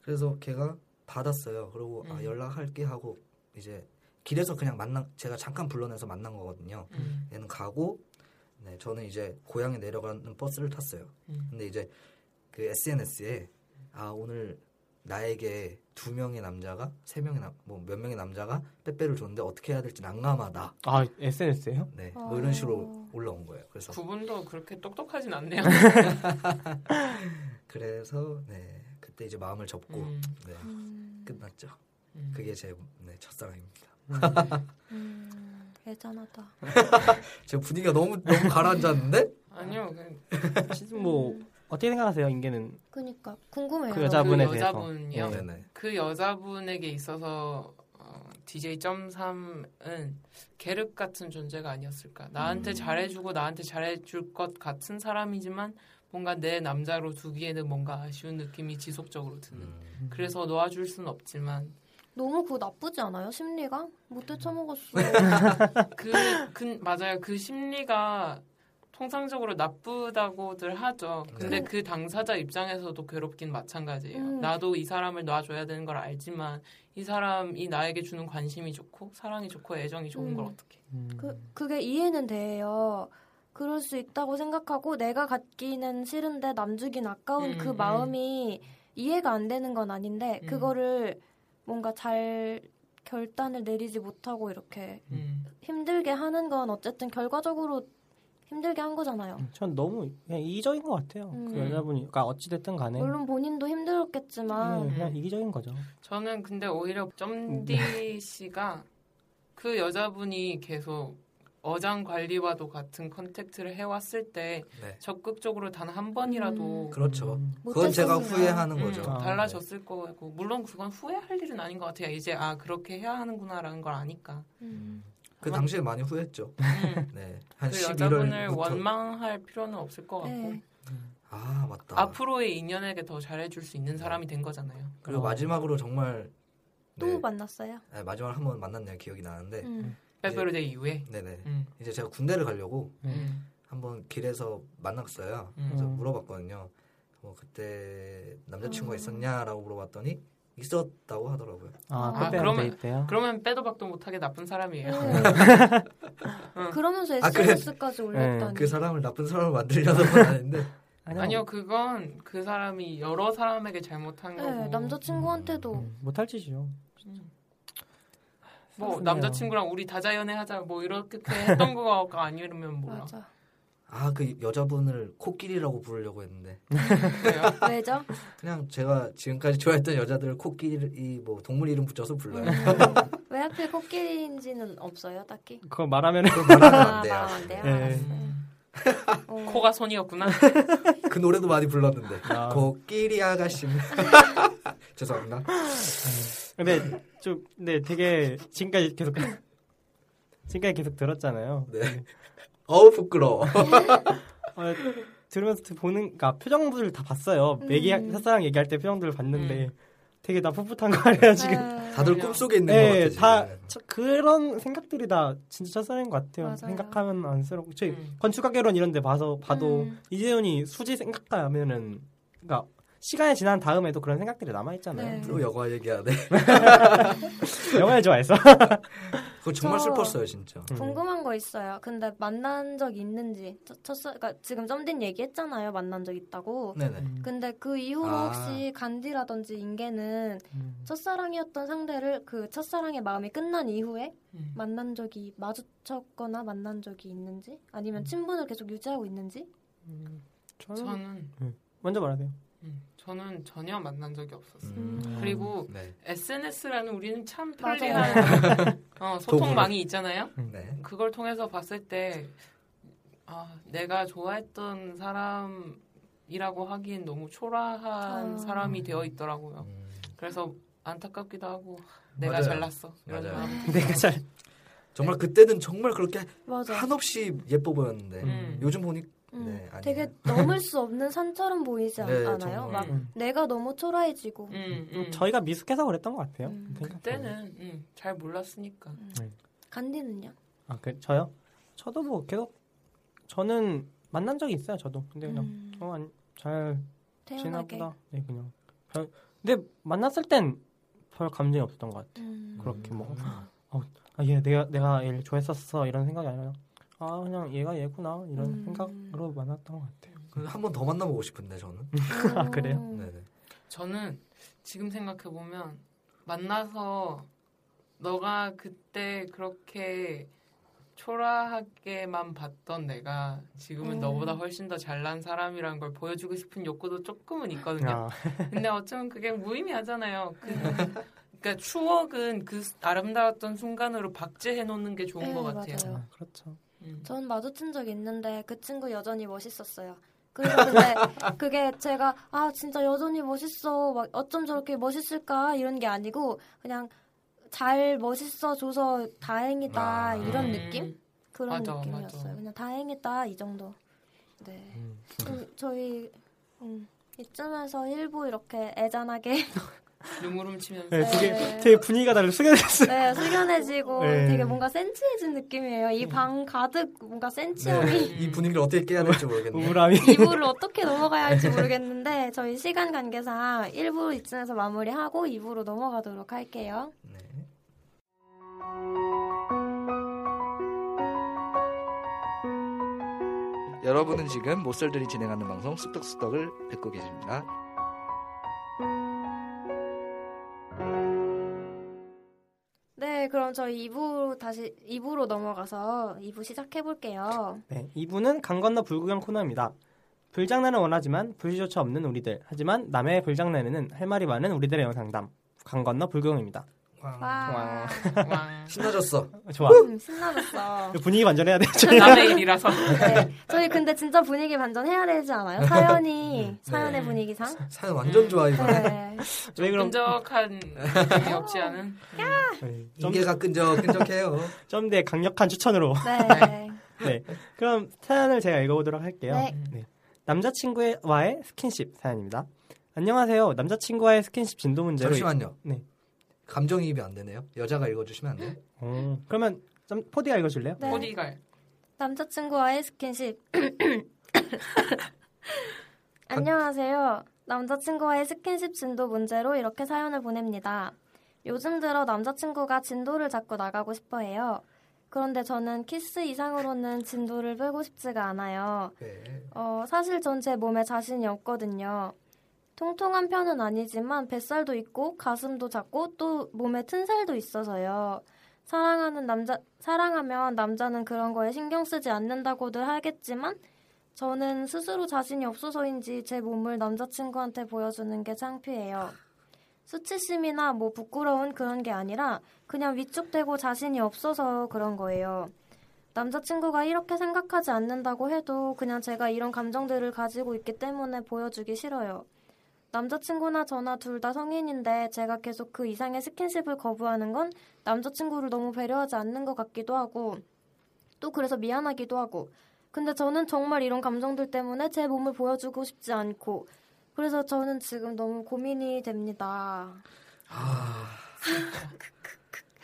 [SPEAKER 4] 그래서 걔가 받았어요. 그리고 아,
[SPEAKER 5] 음.
[SPEAKER 4] 연락할게 하고 이제 길에서 그냥 만난 제가 잠깐 불러내서 만난 거거든요.
[SPEAKER 5] 음.
[SPEAKER 4] 얘는 가고 네, 저는 이제 고향에 내려가는 버스를 탔어요.
[SPEAKER 5] 음.
[SPEAKER 4] 근데 이제 그 SNS에 아 오늘 나에게 두 명의 남자가 세 명의 남뭐몇 명의 남자가 빼빼를 줬는데 어떻게 해야 될지 난감하다.
[SPEAKER 6] 아, SNS에요?
[SPEAKER 4] 네, 뭐 이런 식으로
[SPEAKER 3] 어.
[SPEAKER 4] 올라온 거예요. 그래서
[SPEAKER 5] 구분도 그렇게 똑똑하진 않네요.
[SPEAKER 4] 그래서 네 그때 이제 마음을 접고
[SPEAKER 5] 음.
[SPEAKER 4] 네,
[SPEAKER 3] 음.
[SPEAKER 4] 끝났죠.
[SPEAKER 5] 음.
[SPEAKER 4] 그게 제 네, 첫사랑입니다.
[SPEAKER 3] 음, 예전하다.
[SPEAKER 4] 제 분위기가 너무 너무 가라앉았는데
[SPEAKER 5] 아니요. 그,
[SPEAKER 6] 지금 뭐 어떻게 생각하세요, 인계는?
[SPEAKER 3] 네. 아, 그니까 궁금해요.
[SPEAKER 6] 그 여자분에
[SPEAKER 5] 그
[SPEAKER 6] 대해서.
[SPEAKER 5] 여자분이요?
[SPEAKER 6] 네.
[SPEAKER 4] 네네
[SPEAKER 5] 그 여자분에게 있어서 어, DJ 점삼은 계륵 같은 존재가 아니었을까. 나한테 잘해주고 나한테 잘해줄 것 같은 사람이지만 뭔가 내 남자로 두기에는 뭔가 아쉬운 느낌이 지속적으로 드는.
[SPEAKER 4] 음,
[SPEAKER 5] 그래서 놓아줄 순 없지만
[SPEAKER 3] 너무 그거 나쁘지 않아요? 심리가? 못
[SPEAKER 4] 음.
[SPEAKER 3] 헤쳐먹었어.
[SPEAKER 5] 그, 그 맞아요. 그 심리가 통상적으로 나쁘다고들 하죠. 근데
[SPEAKER 4] 네.
[SPEAKER 5] 그 당사자 입장에서도 괴롭긴 마찬가지예요.
[SPEAKER 3] 음.
[SPEAKER 5] 나도 이 사람을 놔줘야 되는 걸 알지만 이 사람이 나에게 주는 관심이 좋고 사랑이 좋고 애정이 좋은 걸
[SPEAKER 3] 음.
[SPEAKER 5] 어떻게?
[SPEAKER 3] 그, 그게 이해는 돼요. 그럴 수 있다고 생각하고 내가 갖기는 싫은데 남 주긴 아까운
[SPEAKER 5] 음,
[SPEAKER 3] 그
[SPEAKER 5] 음.
[SPEAKER 3] 마음이 이해가 안 되는 건 아닌데
[SPEAKER 5] 음.
[SPEAKER 3] 그거를 뭔가 잘 결단을 내리지 못하고 이렇게
[SPEAKER 5] 음.
[SPEAKER 3] 힘들게 하는 건 어쨌든 결과적으로 힘들게 한 거잖아요.
[SPEAKER 4] 음.
[SPEAKER 6] 음, 전 너무 그냥 이기적인 것 같아요. 그
[SPEAKER 3] 음.
[SPEAKER 6] 여자분이. 그러니까 어찌됐든
[SPEAKER 4] 네.
[SPEAKER 6] 간에.
[SPEAKER 3] 물론 본인도 힘들었겠지만
[SPEAKER 6] 네,
[SPEAKER 4] 음.
[SPEAKER 6] 그냥 이기적인 거죠.
[SPEAKER 5] 저는 근데 오히려 점디 씨가 그 여자분이 계속 어장 관리와도 같은 컨택트를 해왔을 때
[SPEAKER 4] 네
[SPEAKER 5] 적극적으로 단 한 번이라도
[SPEAKER 3] 음.
[SPEAKER 4] 그렇죠.
[SPEAKER 6] 음.
[SPEAKER 4] 그건 제가
[SPEAKER 3] 못했었으면.
[SPEAKER 4] 후회하는 거죠.
[SPEAKER 5] 음,
[SPEAKER 6] 아,
[SPEAKER 5] 달라졌을 거고 물론 그건 후회할 일은 아닌 것 같아요. 이제 아 그렇게 해야 하는구나라는 걸 아니까.
[SPEAKER 3] 음.
[SPEAKER 4] 그 당시에 많이 후회했죠.
[SPEAKER 5] 음,
[SPEAKER 4] 네한
[SPEAKER 5] 그 여자분을
[SPEAKER 4] 11월부터
[SPEAKER 5] 원망할 필요는 없을 것 같고
[SPEAKER 3] 네.
[SPEAKER 4] 아 맞다.
[SPEAKER 5] 앞으로의 인연에게 더 잘해줄 수 있는 사람이 된 거잖아요.
[SPEAKER 4] 그리고 마지막으로 정말
[SPEAKER 3] 또
[SPEAKER 4] 네,
[SPEAKER 3] 만났어요.
[SPEAKER 4] 네, 마지막 에 한 번 만났네요. 기억이 나는데
[SPEAKER 3] 음.
[SPEAKER 5] 빼빼로데이 이후에.
[SPEAKER 4] 네네
[SPEAKER 5] 음,
[SPEAKER 4] 이제 제가 군대를 가려고
[SPEAKER 5] 음,
[SPEAKER 4] 한번 길에서 만났어요.
[SPEAKER 5] 음.
[SPEAKER 4] 그래서
[SPEAKER 6] 음.
[SPEAKER 4] 물어봤거든요. 뭐 그때
[SPEAKER 5] 아.
[SPEAKER 4] 남자친구가
[SPEAKER 3] 어.
[SPEAKER 4] 있었냐라고 물어봤더니 있었다고 하더라고요.
[SPEAKER 6] 아,
[SPEAKER 3] 아,
[SPEAKER 6] 빼빼로
[SPEAKER 5] 그러면-
[SPEAKER 6] 데이 때요?
[SPEAKER 5] 그러면 빼도 박도 못하게 나쁜 사람이에요.
[SPEAKER 6] 네.
[SPEAKER 5] 어.
[SPEAKER 3] 음. 그러면서
[SPEAKER 4] 아, 그래.
[SPEAKER 3] SNS까지 올렸다니.
[SPEAKER 4] 그 사람을 나쁜 사람을 만들려던 건 아닌데
[SPEAKER 5] 아니요, 그건 그 사람이 여러 사람에게 잘못한
[SPEAKER 3] 네,
[SPEAKER 5] 거고.
[SPEAKER 3] 남자친구한테도
[SPEAKER 6] 음, 못할 짓이죠.
[SPEAKER 5] 뭐
[SPEAKER 6] 슬프네요.
[SPEAKER 5] 남자친구랑 우리 다자연애 하자 뭐 이렇게 했던 거가 아니면 몰라.
[SPEAKER 3] 맞아.
[SPEAKER 4] 아 그 여자분을 코끼리라고 부르려고 했는데
[SPEAKER 5] 그래요?
[SPEAKER 3] 왜죠?
[SPEAKER 4] 그냥 제가 지금까지 좋아했던 여자들을 코끼리 뭐 동물 이름 붙여서 불러요.
[SPEAKER 3] 왜 하필 코끼리인지는 없어요, 딱히.
[SPEAKER 6] 그거 말하면 은
[SPEAKER 4] 그걸 말하면
[SPEAKER 3] 아,
[SPEAKER 4] 안 돼요.
[SPEAKER 3] 말하면 안 돼요.
[SPEAKER 6] 네.
[SPEAKER 3] 알았어요.
[SPEAKER 5] 음,
[SPEAKER 3] 어.
[SPEAKER 5] 코가 손이었구나.
[SPEAKER 4] 그 노래도 많이 불렀는데
[SPEAKER 6] 아.
[SPEAKER 4] 코끼리 아가씨는 죄송합니다.
[SPEAKER 6] 근데 좀 근데 되게 지금까지 계속 지금까지 계속 들었잖아요.
[SPEAKER 4] 네. 어우 부끄러워.
[SPEAKER 6] 어, 들으면서 보는 그러니까 표정들을 다 봤어요.
[SPEAKER 3] 음.
[SPEAKER 6] 얘기 첫사랑 얘기할 때 표정들을 봤는데 되게 나 풋풋한 거 아니야 지금.
[SPEAKER 3] 네.
[SPEAKER 4] 다들 꿈속에 있는
[SPEAKER 6] 네,
[SPEAKER 4] 것
[SPEAKER 6] 다
[SPEAKER 4] 같아요. 지금.
[SPEAKER 6] 저- 그런 생각들이 다 진짜 첫사랑인 것 같아요.
[SPEAKER 3] 맞아요.
[SPEAKER 6] 생각하면 안쓰럽고 저희
[SPEAKER 5] 음.
[SPEAKER 6] 건축학개론 이런 데 봐서 봐도
[SPEAKER 3] 음.
[SPEAKER 6] 이재훈이 수지 생각하면은 그러니까 시간이 지난 다음에도 그런 생각들이 남아 있잖아요.
[SPEAKER 3] 네.
[SPEAKER 4] 또 영화 얘기하네.
[SPEAKER 6] 영화를 좋아해서. 음.
[SPEAKER 4] 그거 정말
[SPEAKER 3] 저-
[SPEAKER 4] 슬펐어요, 진짜.
[SPEAKER 3] 궁금한 거 있어요. 근데 만난 적 있는지 첫, 첫 그러니까 지금 점딘 얘기했잖아요. 만난 적 있다고.
[SPEAKER 4] 네네.
[SPEAKER 3] 근데 그 이후로
[SPEAKER 4] 아.
[SPEAKER 3] 혹시 간디라든지 인계는
[SPEAKER 6] 음.
[SPEAKER 3] 첫사랑이었던 상대를 그 첫사랑의 마음이 끝난 이후에
[SPEAKER 5] 음.
[SPEAKER 3] 만난 적이 마주쳤거나 만난 적이 있는지 아니면 친분을 계속 유지하고 있는지
[SPEAKER 6] 음. 저는
[SPEAKER 5] 저는
[SPEAKER 6] 먼저 말하세요.
[SPEAKER 5] 음, 저는 전혀 만난 적이 없었어요.
[SPEAKER 4] 음.
[SPEAKER 5] 그리고
[SPEAKER 4] 네.
[SPEAKER 5] SNS라는 우리는 참
[SPEAKER 3] 맞아요.
[SPEAKER 5] 편리한 어,
[SPEAKER 4] 도구로.
[SPEAKER 5] 소통망이 있잖아요.
[SPEAKER 4] 네.
[SPEAKER 5] 그걸 통해서 봤을 때 아, 내가 좋아했던 사람이라고 하기엔 너무 초라한
[SPEAKER 3] 아.
[SPEAKER 5] 사람이 되어 있더라고요.
[SPEAKER 4] 음.
[SPEAKER 5] 그래서 안타깝기도 하고 내가
[SPEAKER 4] 맞아요.
[SPEAKER 5] 잘났어. 이런
[SPEAKER 4] 맞아요.
[SPEAKER 5] 마음.
[SPEAKER 6] 내가 잘
[SPEAKER 4] 정말 그때는 정말 그렇게
[SPEAKER 3] 맞아.
[SPEAKER 4] 한없이 예뻐 보였는데
[SPEAKER 5] 음.
[SPEAKER 4] 요즘 보니
[SPEAKER 3] 음.
[SPEAKER 4] 네, 아니에요.
[SPEAKER 3] 되게 넘을 수 없는 산처럼 보이지 않-
[SPEAKER 4] 네,
[SPEAKER 3] 않아요?
[SPEAKER 4] 정말.
[SPEAKER 3] 막
[SPEAKER 5] 음.
[SPEAKER 3] 내가 너무 초라해지고.
[SPEAKER 5] 음, 음.
[SPEAKER 6] 저희가 미숙해서 그랬던 것 같아요. 그러니까.
[SPEAKER 3] 음.
[SPEAKER 6] 생각해보면.
[SPEAKER 5] 그때는 음, 잘 몰랐으니까.
[SPEAKER 3] 간디는요?
[SPEAKER 6] 아, 그 저요? 저도 뭐 계속 저는 만난 적이 있어요. 저도 근데 그냥
[SPEAKER 3] 음.
[SPEAKER 6] 어, 아니, 잘
[SPEAKER 3] 태연하게.
[SPEAKER 6] 지나보다. 네, 그냥. 별, 근데 만났을 땐 별 감정이 없었던 것 같아요.
[SPEAKER 3] 음.
[SPEAKER 6] 그렇게 뭐. 아, 얘 내가 내가 얘를 좋아했었어 이런 생각이 아니라 아 그냥 얘가 얘구나 이런
[SPEAKER 3] 음.
[SPEAKER 6] 생각으로 만났던 것 같아요.
[SPEAKER 4] 그 한번 더 만나보고 싶은데 저는.
[SPEAKER 3] 음.
[SPEAKER 6] 아, 그래요?
[SPEAKER 3] 오.
[SPEAKER 4] 네네.
[SPEAKER 5] 저는 지금 생각해 보면 만나서 너가 그때 그렇게 초라하게만 봤던 내가 지금은
[SPEAKER 3] 음.
[SPEAKER 5] 너보다 훨씬 더 잘난 사람이라는 걸 보여주고 싶은 욕구도 조금은 있거든요.
[SPEAKER 6] 아,
[SPEAKER 5] 근데 어쩌면 그게 무의미하잖아요. 그, 그러니까 추억은 그 아름다웠던 순간으로 박제해 놓는 게 좋은
[SPEAKER 3] 네,
[SPEAKER 5] 것 같아요.
[SPEAKER 3] 맞아요.
[SPEAKER 6] 아, 그렇죠.
[SPEAKER 5] 음.
[SPEAKER 3] 전 마주친 적 있는데 그 친구 여전히 멋있었어요. 그래서 근데 그게 제가 아 진짜 여전히 멋있어 막 어쩜 저렇게 멋있을까 이런 게 아니고 그냥 잘 멋있어 줘서 다행이다
[SPEAKER 4] 아.
[SPEAKER 6] 네.
[SPEAKER 3] 이런
[SPEAKER 5] 음.
[SPEAKER 3] 느낌 그런
[SPEAKER 5] 맞아,
[SPEAKER 3] 느낌이었어요.
[SPEAKER 5] 맞아.
[SPEAKER 3] 그냥 다행이다 이 정도. 네.
[SPEAKER 6] 음.
[SPEAKER 3] 그, 저희 음, 이쯤에서 일부 이렇게 애잔하게
[SPEAKER 5] 눈물 훔치면서
[SPEAKER 6] 네, 되게
[SPEAKER 3] 네.
[SPEAKER 6] 되게 분위기가 달라 숙여졌어요.
[SPEAKER 3] 네, 숙연해지고
[SPEAKER 6] 네.
[SPEAKER 3] 되게 뭔가 센치해진 느낌이에요. 이 방 가득 뭔가 센치함이
[SPEAKER 4] 네. 이 분위기를 어떻게 깨야 될지 모르겠네요.
[SPEAKER 6] 우울함이.
[SPEAKER 3] 이부를 어떻게 넘어가야 할지 모르겠는데 저희 시간 관계상 1부 이쯤에서 마무리하고 2부로 넘어가도록 할게요.
[SPEAKER 4] 네. 여러분은 지금 모쏠들이 진행하는 방송 쑥덕쑥덕을 듣고 계십니다.
[SPEAKER 3] 네, 그럼 저희 2부로 다시 2부로 넘어가서 2부 시작해 볼게요.
[SPEAKER 6] 네, 이분은 강 건너 불구경 코너입니다. 불장난은 원하지만 불시조차 없는 우리들. 하지만 남의 불장난에는 할 말이 많은 우리들의 영상담. 강 건너 불구경입니다.
[SPEAKER 3] 와.
[SPEAKER 5] 왕.
[SPEAKER 4] 신나졌어.
[SPEAKER 6] 좋아.
[SPEAKER 3] 음, 신나졌어.
[SPEAKER 6] 그 분위기 반전해야 돼.
[SPEAKER 5] 남의 일이라서
[SPEAKER 3] 네, 저희 근데 진짜 분위기 반전해야 되지 않아요? 사연이 사연의
[SPEAKER 5] 네.
[SPEAKER 3] 분위기상.
[SPEAKER 4] 사연 완전 좋아 이거.
[SPEAKER 3] 네.
[SPEAKER 6] 왜 그럼?
[SPEAKER 5] 끈적한 느낌이 없지 않은 음.
[SPEAKER 6] 네, 좀-
[SPEAKER 4] 인계가 끈적끈적해요.
[SPEAKER 6] 좀더 강력한 추천으로.
[SPEAKER 3] 네.
[SPEAKER 6] 네. 그럼 사연을 제가 읽어보도록 할게요.
[SPEAKER 3] 네.
[SPEAKER 6] 남자친구와의 스킨십 사연입니다. 안녕하세요. 남자친구와의 스킨십 진도 문제로.
[SPEAKER 4] 잠시만요.
[SPEAKER 6] 네.
[SPEAKER 4] 감정이입이 안 되네요. 여자가 읽어주시면 안 돼요?
[SPEAKER 6] 어, 그러면 좀 포디가 읽어줄래요?
[SPEAKER 3] 네.
[SPEAKER 5] 어디갈
[SPEAKER 3] 남자친구와의 스킨십. 안녕하세요. 남자친구와의 스킨십 진도 문제로 이렇게 사연을 보냅니다. 요즘 들어 남자친구가 진도를 잡고 나가고 싶어 해요. 그런데 저는 키스 이상으로는 진도를 빼고 싶지가 않아요.
[SPEAKER 4] 네.
[SPEAKER 3] 어, 사실 전 제 몸에 자신이 없거든요. 통통한 편은 아니지만 뱃살도 있고 가슴도 작고 또 몸에 튼살도 있어서요. 사랑하는 남자 사랑하면 남자는 그런 거에 신경 쓰지 않는다고들 하겠지만 저는 스스로 자신이 없어서인지 제 몸을 남자친구한테 보여주는 게 창피해요. 수치심이나 뭐 부끄러운 그런 게 아니라 그냥 위축되고 자신이 없어서 그런 거예요. 남자친구가 이렇게 생각하지 않는다고 해도 그냥 제가 이런 감정들을 가지고 있기 때문에 보여주기 싫어요. 남자친구나 저나 둘 다 성인인데 제가 계속 그 이상의 스킨십을 거부하는 건 남자친구를 너무 배려하지 않는 것 같기도 하고 또 그래서 미안하기도 하고 근데 저는 정말 이런 감정들 때문에 제 몸을 보여주고 싶지 않고 그래서 저는 지금 너무 고민이 됩니다.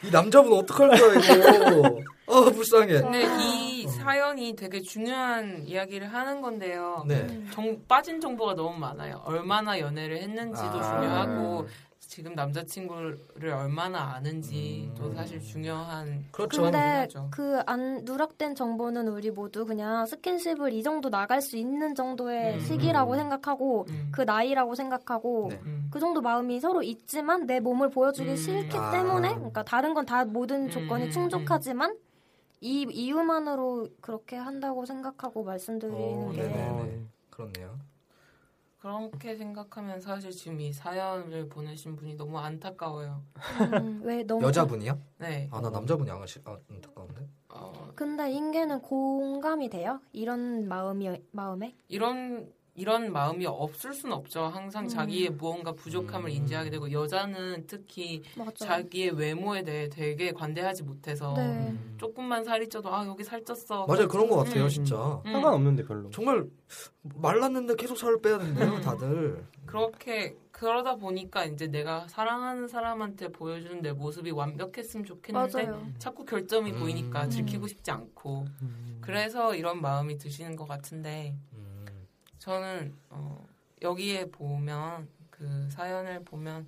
[SPEAKER 4] 이 남자분 어떡할 거야 이거. 아 불쌍해.
[SPEAKER 5] 근데 이 사연이 되게 중요한 이야기를 하는 건데요.
[SPEAKER 4] 네.
[SPEAKER 5] 정- 빠진 정보가 너무 많아요. 얼마나 연애를 했는지도
[SPEAKER 4] 아.
[SPEAKER 5] 중요하고 지금 남자친구를 얼마나 아는지도
[SPEAKER 4] 음.
[SPEAKER 5] 사실 중요한
[SPEAKER 4] 그렇죠.
[SPEAKER 3] 근데
[SPEAKER 5] 하죠.
[SPEAKER 3] 그 안 누락된 정보는 우리 모두 그냥 스킨십을 이 정도 나갈 수 있는 정도의
[SPEAKER 5] 음.
[SPEAKER 3] 시기라고 생각하고
[SPEAKER 5] 음.
[SPEAKER 3] 그 나이라고 생각하고
[SPEAKER 4] 네.
[SPEAKER 5] 음.
[SPEAKER 3] 그 정도 마음이 서로 있지만 내 몸을 보여주기
[SPEAKER 5] 음.
[SPEAKER 3] 싫기
[SPEAKER 4] 아.
[SPEAKER 3] 때문에 그러니까 다른 건 다 모든 조건이
[SPEAKER 5] 음.
[SPEAKER 3] 충족하지만 이 이유만으로 그렇게 한다고 생각하고 말씀드리는
[SPEAKER 5] 어,
[SPEAKER 4] 오,
[SPEAKER 3] 게
[SPEAKER 4] 네네.
[SPEAKER 6] 어,
[SPEAKER 4] 그렇네요.
[SPEAKER 5] 그렇게 생각하면 사실 지금 이 사연을 보내신 분이 너무 안타까워요.
[SPEAKER 3] 음, 왜
[SPEAKER 5] 어.
[SPEAKER 3] 너무
[SPEAKER 4] 여자분이요?
[SPEAKER 5] 네.
[SPEAKER 4] 아 나 남자분이 안 아시 아 안타까운데.
[SPEAKER 5] 어,
[SPEAKER 3] 근데 인계는 공감이 돼요? 이런 마음이 마음에?
[SPEAKER 5] 이런 이런 마음이 없을 순 없죠. 항상
[SPEAKER 3] 음.
[SPEAKER 5] 자기의 무언가 부족함을
[SPEAKER 4] 음.
[SPEAKER 5] 인지하게 되고 여자는 특히
[SPEAKER 3] 맞아.
[SPEAKER 5] 자기의 외모에 대해 되게 관대하지 못해서
[SPEAKER 3] 네.
[SPEAKER 5] 조금만 살이 쪄도 아 여기 살쪘어.
[SPEAKER 4] 맞아요 그런 거 같아요
[SPEAKER 5] 음.
[SPEAKER 4] 진짜.
[SPEAKER 5] 음,
[SPEAKER 6] 상관없는데 별로.
[SPEAKER 4] 정말 말랐는데 계속 살을 빼야 된대요 다들.
[SPEAKER 5] 그렇게 그러다 보니까 이제 내가 사랑하는 사람한테 보여주는 내 모습이 완벽했으면 좋겠는데
[SPEAKER 3] 맞아요.
[SPEAKER 5] 자꾸 결점이
[SPEAKER 4] 음.
[SPEAKER 5] 보이니까
[SPEAKER 3] 음.
[SPEAKER 5] 들키고 싶지 않고 그래서 이런 마음이 드시는 것 같은데
[SPEAKER 4] 음.
[SPEAKER 5] 저는 어, 여기에 보면 그 사연을 보면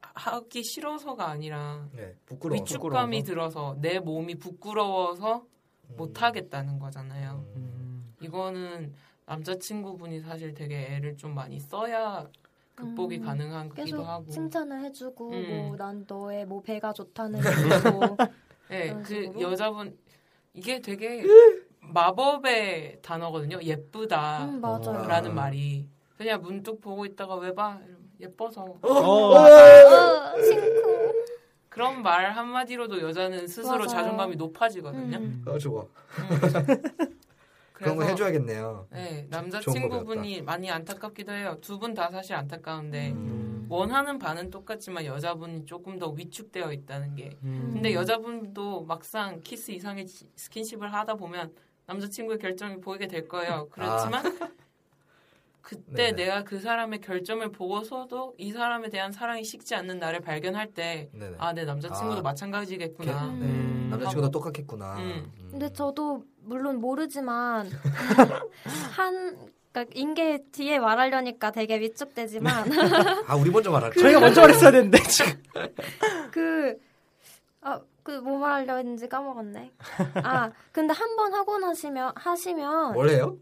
[SPEAKER 5] 하기 싫어서가 아니라
[SPEAKER 4] 네 부끄러워.
[SPEAKER 6] 위축-
[SPEAKER 5] 위축감이 들어서 내 몸이 부끄러워서
[SPEAKER 4] 음.
[SPEAKER 5] 못하겠다는 거잖아요.
[SPEAKER 4] 음.
[SPEAKER 5] 이거는 남자친구분이 사실 되게 애를 좀 많이 써야 극복이
[SPEAKER 3] 음,
[SPEAKER 5] 가능한 거기도
[SPEAKER 3] 계속
[SPEAKER 5] 하고.
[SPEAKER 3] 칭찬을 해주고
[SPEAKER 5] 음.
[SPEAKER 3] 뭐 난 너의 뭐 배가 좋다는 음, 얘기고
[SPEAKER 5] 네,
[SPEAKER 3] 그런
[SPEAKER 5] 그
[SPEAKER 3] 식으로?
[SPEAKER 5] 여자분 이게 되게 마법의 단어거든요. 어, 예쁘다라는
[SPEAKER 3] 음, 맞아요.
[SPEAKER 4] 아.
[SPEAKER 5] 말이 그냥 문득 보고 있다가 왜 봐? 이러면 예뻐서 음.
[SPEAKER 3] 어, 심쿵.
[SPEAKER 5] 그런 말 한마디로도 여자는 스스로
[SPEAKER 3] 맞아요.
[SPEAKER 5] 자존감이 높아지거든요.
[SPEAKER 3] 음.
[SPEAKER 4] 아 좋아.
[SPEAKER 5] 그래서
[SPEAKER 4] 그런 거 해줘야겠네요.
[SPEAKER 5] 네,
[SPEAKER 4] 좋은
[SPEAKER 5] 남자친구분이 많이 안타깝기도 해요. 두 분 다 사실 안타까운데
[SPEAKER 4] 음.
[SPEAKER 5] 음. 원하는 반은 똑같지만 여자분이 조금 더 위축되어 있다는 게 근데
[SPEAKER 3] 음.
[SPEAKER 5] 여자분도 막상 키스 이상의 지- 스킨십을 하다 보면 남자친구의 결정이 보이게 될 거예요. 그렇지만 그때
[SPEAKER 4] 아. 네네.
[SPEAKER 5] 내가 그 사람의 결점을 보고서도 이 사람에 대한 사랑이 식지 않는 나를 발견할 때
[SPEAKER 4] 네네.
[SPEAKER 5] 아, 내 남자친구도
[SPEAKER 4] 아.
[SPEAKER 5] 마찬가지겠구나.
[SPEAKER 3] 걔-
[SPEAKER 4] 네.
[SPEAKER 3] 음.
[SPEAKER 4] 남자친구도 똑같겠구나.
[SPEAKER 5] 음.
[SPEAKER 4] 음.
[SPEAKER 3] 근데 저도 물론 모르지만 한 그러니까 인계 뒤에 말하려니까 되게 위축되지만
[SPEAKER 5] 네.
[SPEAKER 4] 아 우리 먼저 말할까?
[SPEAKER 6] 저희가 먼저 말했어야 되는데 지금.
[SPEAKER 3] 그, 아, 그, 뭐 말하려 했는지 까먹었네. 아, 근데 한 번 하고 나시면, 하시면,
[SPEAKER 4] 원래요?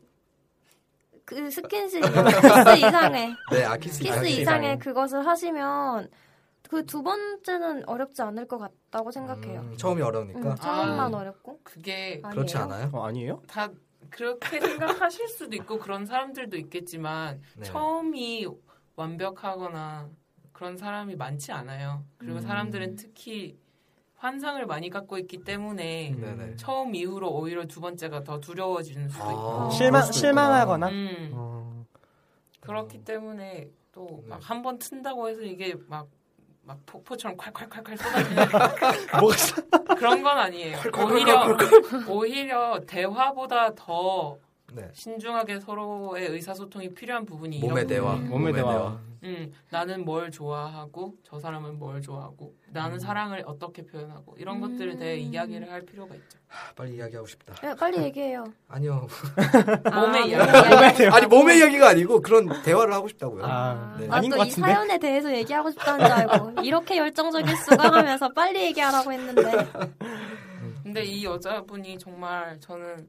[SPEAKER 3] 그 스킨십, 키스 이상해.
[SPEAKER 4] 네, 아 키스,
[SPEAKER 3] 키스
[SPEAKER 4] 이상해.
[SPEAKER 3] 이상해. 그것을 하시면, 그 두 번째는 어렵지 않을 것 같다고 생각해요.
[SPEAKER 4] 음, 처음이 어려우니까.
[SPEAKER 3] 음, 처음만
[SPEAKER 5] 아.
[SPEAKER 3] 어렵고.
[SPEAKER 5] 그게
[SPEAKER 3] 아니에요?
[SPEAKER 4] 그렇지 않아요?
[SPEAKER 6] 어, 아니에요?
[SPEAKER 5] 다 그렇게 생각하실 수도 있고 그런 사람들도 있겠지만
[SPEAKER 4] 네.
[SPEAKER 5] 처음이 완벽하거나 그런 사람이 많지 않아요. 그리고
[SPEAKER 3] 음.
[SPEAKER 5] 사람들은 특히 환상을 많이 갖고 있기 때문에
[SPEAKER 4] 네네.
[SPEAKER 5] 처음 이후로 오히려 두 번째가 더 두려워지는 수도 있고.
[SPEAKER 3] 아.
[SPEAKER 4] 그럴
[SPEAKER 6] 실망
[SPEAKER 4] 수도
[SPEAKER 6] 실망하거나.
[SPEAKER 5] 음,
[SPEAKER 6] 어.
[SPEAKER 5] 그렇기 때문에 또 막
[SPEAKER 4] 네.
[SPEAKER 5] 한 번 튼다고 해서 이게 막, 막 폭포처럼 콸콸콸콸 쏟아지는
[SPEAKER 6] 뭐가
[SPEAKER 5] 그런 건 아니에요. 오히려, 오히려 대화보다 더
[SPEAKER 4] 있구나. 네.
[SPEAKER 5] 신중하게 서로의 의사소통이 필요한 부분이 이런
[SPEAKER 4] 몸의 대화.
[SPEAKER 5] 부분이에요.
[SPEAKER 6] 몸에 대화.
[SPEAKER 5] 음, 나는 뭘 좋아하고 저 사람은 뭘 좋아하고 나는 사랑을 어떻게 표현하고 이런
[SPEAKER 3] 음.
[SPEAKER 5] 것들에 대해 이야기를 할 필요가 있죠.
[SPEAKER 4] 아, 빨리 이야기하고 싶다.
[SPEAKER 3] 예, 빨리 얘기해요.
[SPEAKER 4] 아니요.
[SPEAKER 5] 몸의
[SPEAKER 3] 아,
[SPEAKER 5] 이야기.
[SPEAKER 4] 아니 몸의 이야기가 아니고 그런 대화를 하고 싶다고요.
[SPEAKER 6] 아,
[SPEAKER 4] 네.
[SPEAKER 3] 아,
[SPEAKER 6] 아닌 것
[SPEAKER 3] 또 이
[SPEAKER 6] 같은데.
[SPEAKER 3] 사연에 대해서 얘기하고 싶다는 줄 알고 이렇게 열정적일 수가 하면서 빨리 얘기하라고 했는데
[SPEAKER 5] 근데 이 여자분이 정말 저는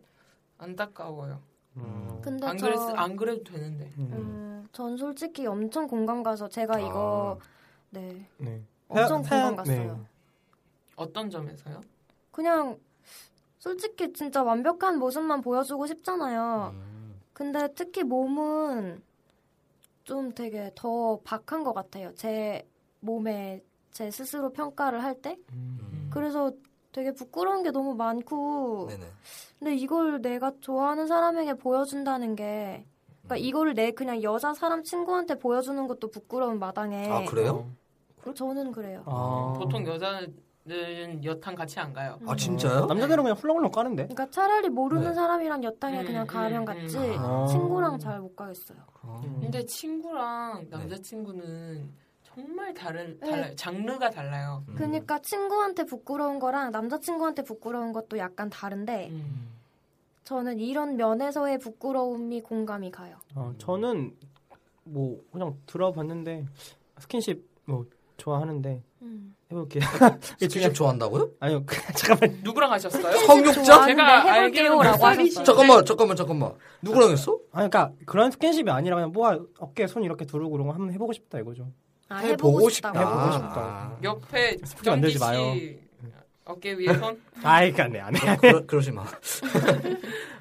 [SPEAKER 5] 안타까워요.
[SPEAKER 4] 아.
[SPEAKER 6] 음.
[SPEAKER 3] 근데
[SPEAKER 5] 안,
[SPEAKER 3] 저
[SPEAKER 5] 그랬, 안 그래도 되는데.
[SPEAKER 3] 음, 전 솔직히 엄청 공감 가서 제가
[SPEAKER 4] 아.
[SPEAKER 3] 이거 네
[SPEAKER 6] 네.
[SPEAKER 3] 엄청
[SPEAKER 6] 사연- 네.
[SPEAKER 3] 공감 갔어요.
[SPEAKER 5] 어떤 점에서요?
[SPEAKER 3] 그냥 솔직히 진짜 완벽한 모습만 보여주고 싶잖아요.
[SPEAKER 4] 음.
[SPEAKER 3] 근데 특히 몸은 좀 되게 더 박한 것 같아요. 제 몸에 제 스스로 평가를 할 때.
[SPEAKER 4] 음.
[SPEAKER 3] 그래서 되게 부끄러운 게 너무 많고.
[SPEAKER 4] 네네.
[SPEAKER 3] 근데 이걸 내가 좋아하는 사람에게 보여준다는 게. 그러니까
[SPEAKER 4] 음.
[SPEAKER 3] 이거를 내 그냥 여자 사람 친구한테 네. 보여주는 것도 부끄러운 마당에.
[SPEAKER 4] 아 그래요?
[SPEAKER 3] 저는 그래요.
[SPEAKER 6] 아.
[SPEAKER 5] 보통 여자는 남자들은 여탕 같이 안 가요.
[SPEAKER 4] 아 진짜요?
[SPEAKER 6] 남자들은 그냥 훌렁훌렁 까는데.
[SPEAKER 3] 그러니까 차라리 모르는
[SPEAKER 4] 네.
[SPEAKER 3] 사람이랑 여탕에
[SPEAKER 5] 음,
[SPEAKER 3] 그냥
[SPEAKER 5] 음,
[SPEAKER 3] 가면
[SPEAKER 5] 음.
[SPEAKER 3] 갔지
[SPEAKER 4] 아.
[SPEAKER 3] 친구랑 잘 못 가겠어요.
[SPEAKER 4] 어.
[SPEAKER 5] 근데
[SPEAKER 6] 네.
[SPEAKER 5] 친구랑 남자친구는 정말 다른 달라요. 장르가 달라요.
[SPEAKER 4] 음.
[SPEAKER 3] 그러니까 친구한테 부끄러운 거랑 남자친구한테 부끄러운 것도 약간 다른데
[SPEAKER 5] 음.
[SPEAKER 3] 저는 이런 면에서의 부끄러움이 공감이 가요.
[SPEAKER 6] 어, 저는 뭐 그냥 들어봤는데 스킨십 뭐 좋아하는데
[SPEAKER 3] 음.
[SPEAKER 6] 해볼게요. 이 중에
[SPEAKER 4] 스킨십 좋아한다고요?
[SPEAKER 6] 아니요 그냥 잠깐만
[SPEAKER 5] 누구랑 하셨어요?
[SPEAKER 4] 성욕자?
[SPEAKER 5] 제가
[SPEAKER 3] 아, 해볼게요라고
[SPEAKER 5] 알기로는
[SPEAKER 3] 하셨어요.
[SPEAKER 4] 잠깐만 잠깐만 잠깐만 누구랑 했어?
[SPEAKER 6] 아니 그러니까 그런 스킨십이 아니라 그냥 뭐가 어깨 에손 이렇게 두르고 그런 거 한번 해보고 싶다 이거죠.
[SPEAKER 3] 아,
[SPEAKER 4] 해보고 싶다.
[SPEAKER 6] 해보고
[SPEAKER 3] 해보고
[SPEAKER 6] 싶다.
[SPEAKER 4] 아,
[SPEAKER 5] 옆에
[SPEAKER 6] 스킨
[SPEAKER 5] 정기
[SPEAKER 6] 만들지
[SPEAKER 5] 씨
[SPEAKER 6] 마요.
[SPEAKER 5] 어깨 위에 손.
[SPEAKER 6] 아이 그러니까 네, 안해 안해.
[SPEAKER 4] 그러, 그러지 마.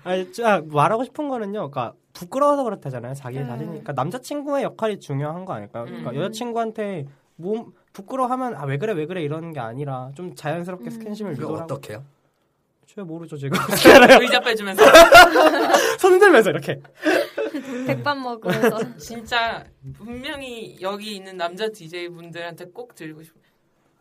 [SPEAKER 6] 아니 자, 말하고 싶은 거는요. 그러니까 부끄러워서 그렇다잖아요. 자기
[SPEAKER 3] 음.
[SPEAKER 6] 자신이니까 남자친구의 역할이 중요한 거 아닐까요? 그러니까
[SPEAKER 5] 음.
[SPEAKER 6] 여자친구한테 몸 부끄러워하면 아 왜 그래 왜 그래 이러는 게 아니라 좀 자연스럽게
[SPEAKER 3] 음.
[SPEAKER 6] 스킨십을
[SPEAKER 4] 이거
[SPEAKER 6] 유도하고
[SPEAKER 4] 어떡해요?
[SPEAKER 6] 저 모르죠 제가
[SPEAKER 5] 의자 빼주면서
[SPEAKER 6] 손 들면서 이렇게
[SPEAKER 3] 아. 백반 먹으면서
[SPEAKER 5] 진짜 분명히 여기 있는 남자 DJ 분들한테 꼭 드리고 싶어요.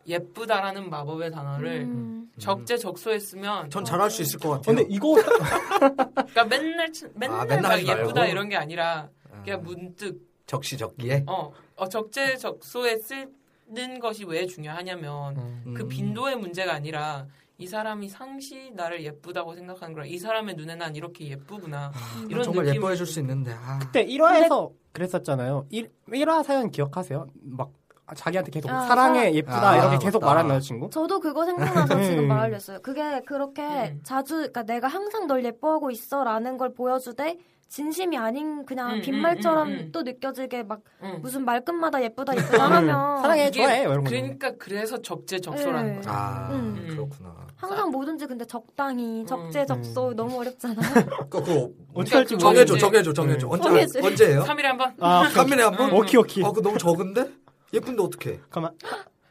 [SPEAKER 5] 예쁘다라는 마법의 단어를
[SPEAKER 3] 음.
[SPEAKER 5] 네. 적재적소했으면
[SPEAKER 4] 전 잘할 수 있을 것 같아요.
[SPEAKER 6] 어, 근데 이거
[SPEAKER 5] 그러니까 맨날 치-
[SPEAKER 6] 아,
[SPEAKER 5] 맨날,
[SPEAKER 4] 맨날
[SPEAKER 5] 막
[SPEAKER 4] 하지 말고.
[SPEAKER 5] 예쁘다 이런 게 아니라
[SPEAKER 4] 아,
[SPEAKER 5] 그냥 문득
[SPEAKER 4] 적시적기에
[SPEAKER 5] 어, 어, 적재적소에 쓰는 것이 왜 중요하냐면 그
[SPEAKER 4] 음.
[SPEAKER 5] 빈도의 문제가 아니라 이 사람이 상시 나를 예쁘다고 생각하는 거라 이 사람의 눈에 난 이렇게 예쁘구나
[SPEAKER 4] 아,
[SPEAKER 5] 이런
[SPEAKER 4] 정말
[SPEAKER 5] 느낌.
[SPEAKER 4] 예뻐해 줄 수 있는데 아,
[SPEAKER 6] 그때 1화에서 그랬었잖아요. 1, 1화 사연 기억하세요? 막 자기한테 계속
[SPEAKER 3] 아,
[SPEAKER 6] 사랑해
[SPEAKER 3] 사랑-
[SPEAKER 6] 예쁘다
[SPEAKER 4] 아,
[SPEAKER 6] 이렇게 계속
[SPEAKER 4] 맞다.
[SPEAKER 6] 말하는 여자친구.
[SPEAKER 3] 저도 그거 생각나서
[SPEAKER 5] 네.
[SPEAKER 3] 지금
[SPEAKER 6] 음.
[SPEAKER 3] 말하려 했어요. 그게 그렇게
[SPEAKER 5] 음.
[SPEAKER 3] 자주, 그러니까 내가 항상 널 예뻐하고 있어 라는 걸 보여주되, 진심이 아닌
[SPEAKER 5] 음,
[SPEAKER 3] 그냥
[SPEAKER 5] 음,
[SPEAKER 3] 빈말처럼
[SPEAKER 5] 음, 음.
[SPEAKER 3] 또 느껴지게 막
[SPEAKER 5] 응.
[SPEAKER 3] 무슨 말끝마다 예쁘다 예쁘다
[SPEAKER 5] 음.
[SPEAKER 3] 하면
[SPEAKER 6] 사랑해
[SPEAKER 5] 이게
[SPEAKER 6] 좋아해 이런 거.
[SPEAKER 5] 그러니까 그래서 적재적소라는
[SPEAKER 3] 네.
[SPEAKER 5] 거죠.
[SPEAKER 4] 아
[SPEAKER 3] 음.
[SPEAKER 4] 그렇구나.
[SPEAKER 3] 항상 뭐든지 근데 적당히
[SPEAKER 5] 음,
[SPEAKER 3] 적재적소 너무 어렵잖아.
[SPEAKER 4] 그거 그거
[SPEAKER 6] 어떻게
[SPEAKER 5] 그러니까
[SPEAKER 6] 할지
[SPEAKER 4] 정해줘
[SPEAKER 6] 모르겠어.
[SPEAKER 5] 이제-
[SPEAKER 4] 정해줘 정해줘 언제
[SPEAKER 3] 정해줘.
[SPEAKER 4] 언제예요?
[SPEAKER 5] 3일에 한 번?
[SPEAKER 6] 아,
[SPEAKER 4] 삼일에한
[SPEAKER 5] 어,
[SPEAKER 4] 번?
[SPEAKER 6] 오키 오키.
[SPEAKER 4] 아, 그 너무 적은데? 예쁜데 어떡해?
[SPEAKER 6] 잠깐만.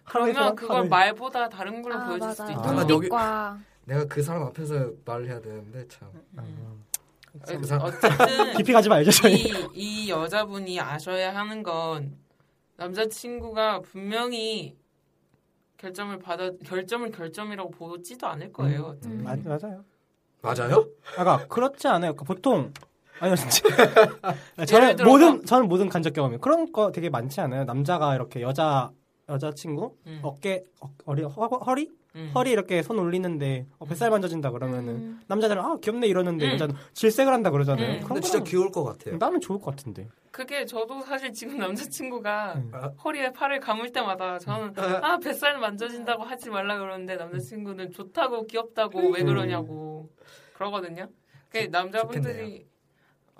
[SPEAKER 5] 그러면 그걸 말보다 다른 걸로
[SPEAKER 3] 아
[SPEAKER 5] 보여줄 수도
[SPEAKER 3] 맞아.
[SPEAKER 5] 있다.
[SPEAKER 4] 아, 난 여기-
[SPEAKER 3] 눈빛과
[SPEAKER 4] 내가 그 사람 앞에서 말을 해야 되는데 참.
[SPEAKER 5] 음. 어,
[SPEAKER 4] 그 사람-
[SPEAKER 5] 어쨌든
[SPEAKER 6] 아, 깊이 가지 말죠 저희.
[SPEAKER 5] 이, 이 여자분이 아셔야 하는 건 남자친구가 분명히 결정을 받아 결정을 결정이라고 보지도 않을 거예요.
[SPEAKER 4] 음.
[SPEAKER 5] 어차피.
[SPEAKER 6] 맞, 맞아요.
[SPEAKER 4] 맞아요?
[SPEAKER 6] 아까 그렇지 않아요. 그러니까 보통 아니요 진짜.
[SPEAKER 5] 예를
[SPEAKER 6] 저는
[SPEAKER 5] 들어서-
[SPEAKER 6] 모든 저는 모든 간접 경험이 그런 거 되게 많지 않아요. 남자가 이렇게 여자 여자 친구
[SPEAKER 5] 음.
[SPEAKER 6] 어깨 어, 어리 허, 허리
[SPEAKER 5] 음.
[SPEAKER 6] 허리 이렇게 손 올리는데 어, 뱃살 만져진다 그러면은
[SPEAKER 3] 음.
[SPEAKER 6] 남자들은 아 귀엽네 이러는데
[SPEAKER 5] 음.
[SPEAKER 6] 여자는 질색을 한다 그러잖아요.
[SPEAKER 5] 음.
[SPEAKER 6] 그런
[SPEAKER 4] 근데 진짜
[SPEAKER 6] 거랑
[SPEAKER 4] 귀여울 것 같아요.
[SPEAKER 6] 나는 좋을 것 같은데.
[SPEAKER 5] 그게 저도 사실 지금 남자친구가
[SPEAKER 6] 음.
[SPEAKER 4] 아.
[SPEAKER 5] 허리에 팔을 감을 때마다 저는 아 뱃살 만져진다고 하지 말라 그러는데 남자친구는 좋다고 귀엽다고 왜 그러냐고 그러거든요. 그
[SPEAKER 4] 좋겠네요.
[SPEAKER 5] 남자분들이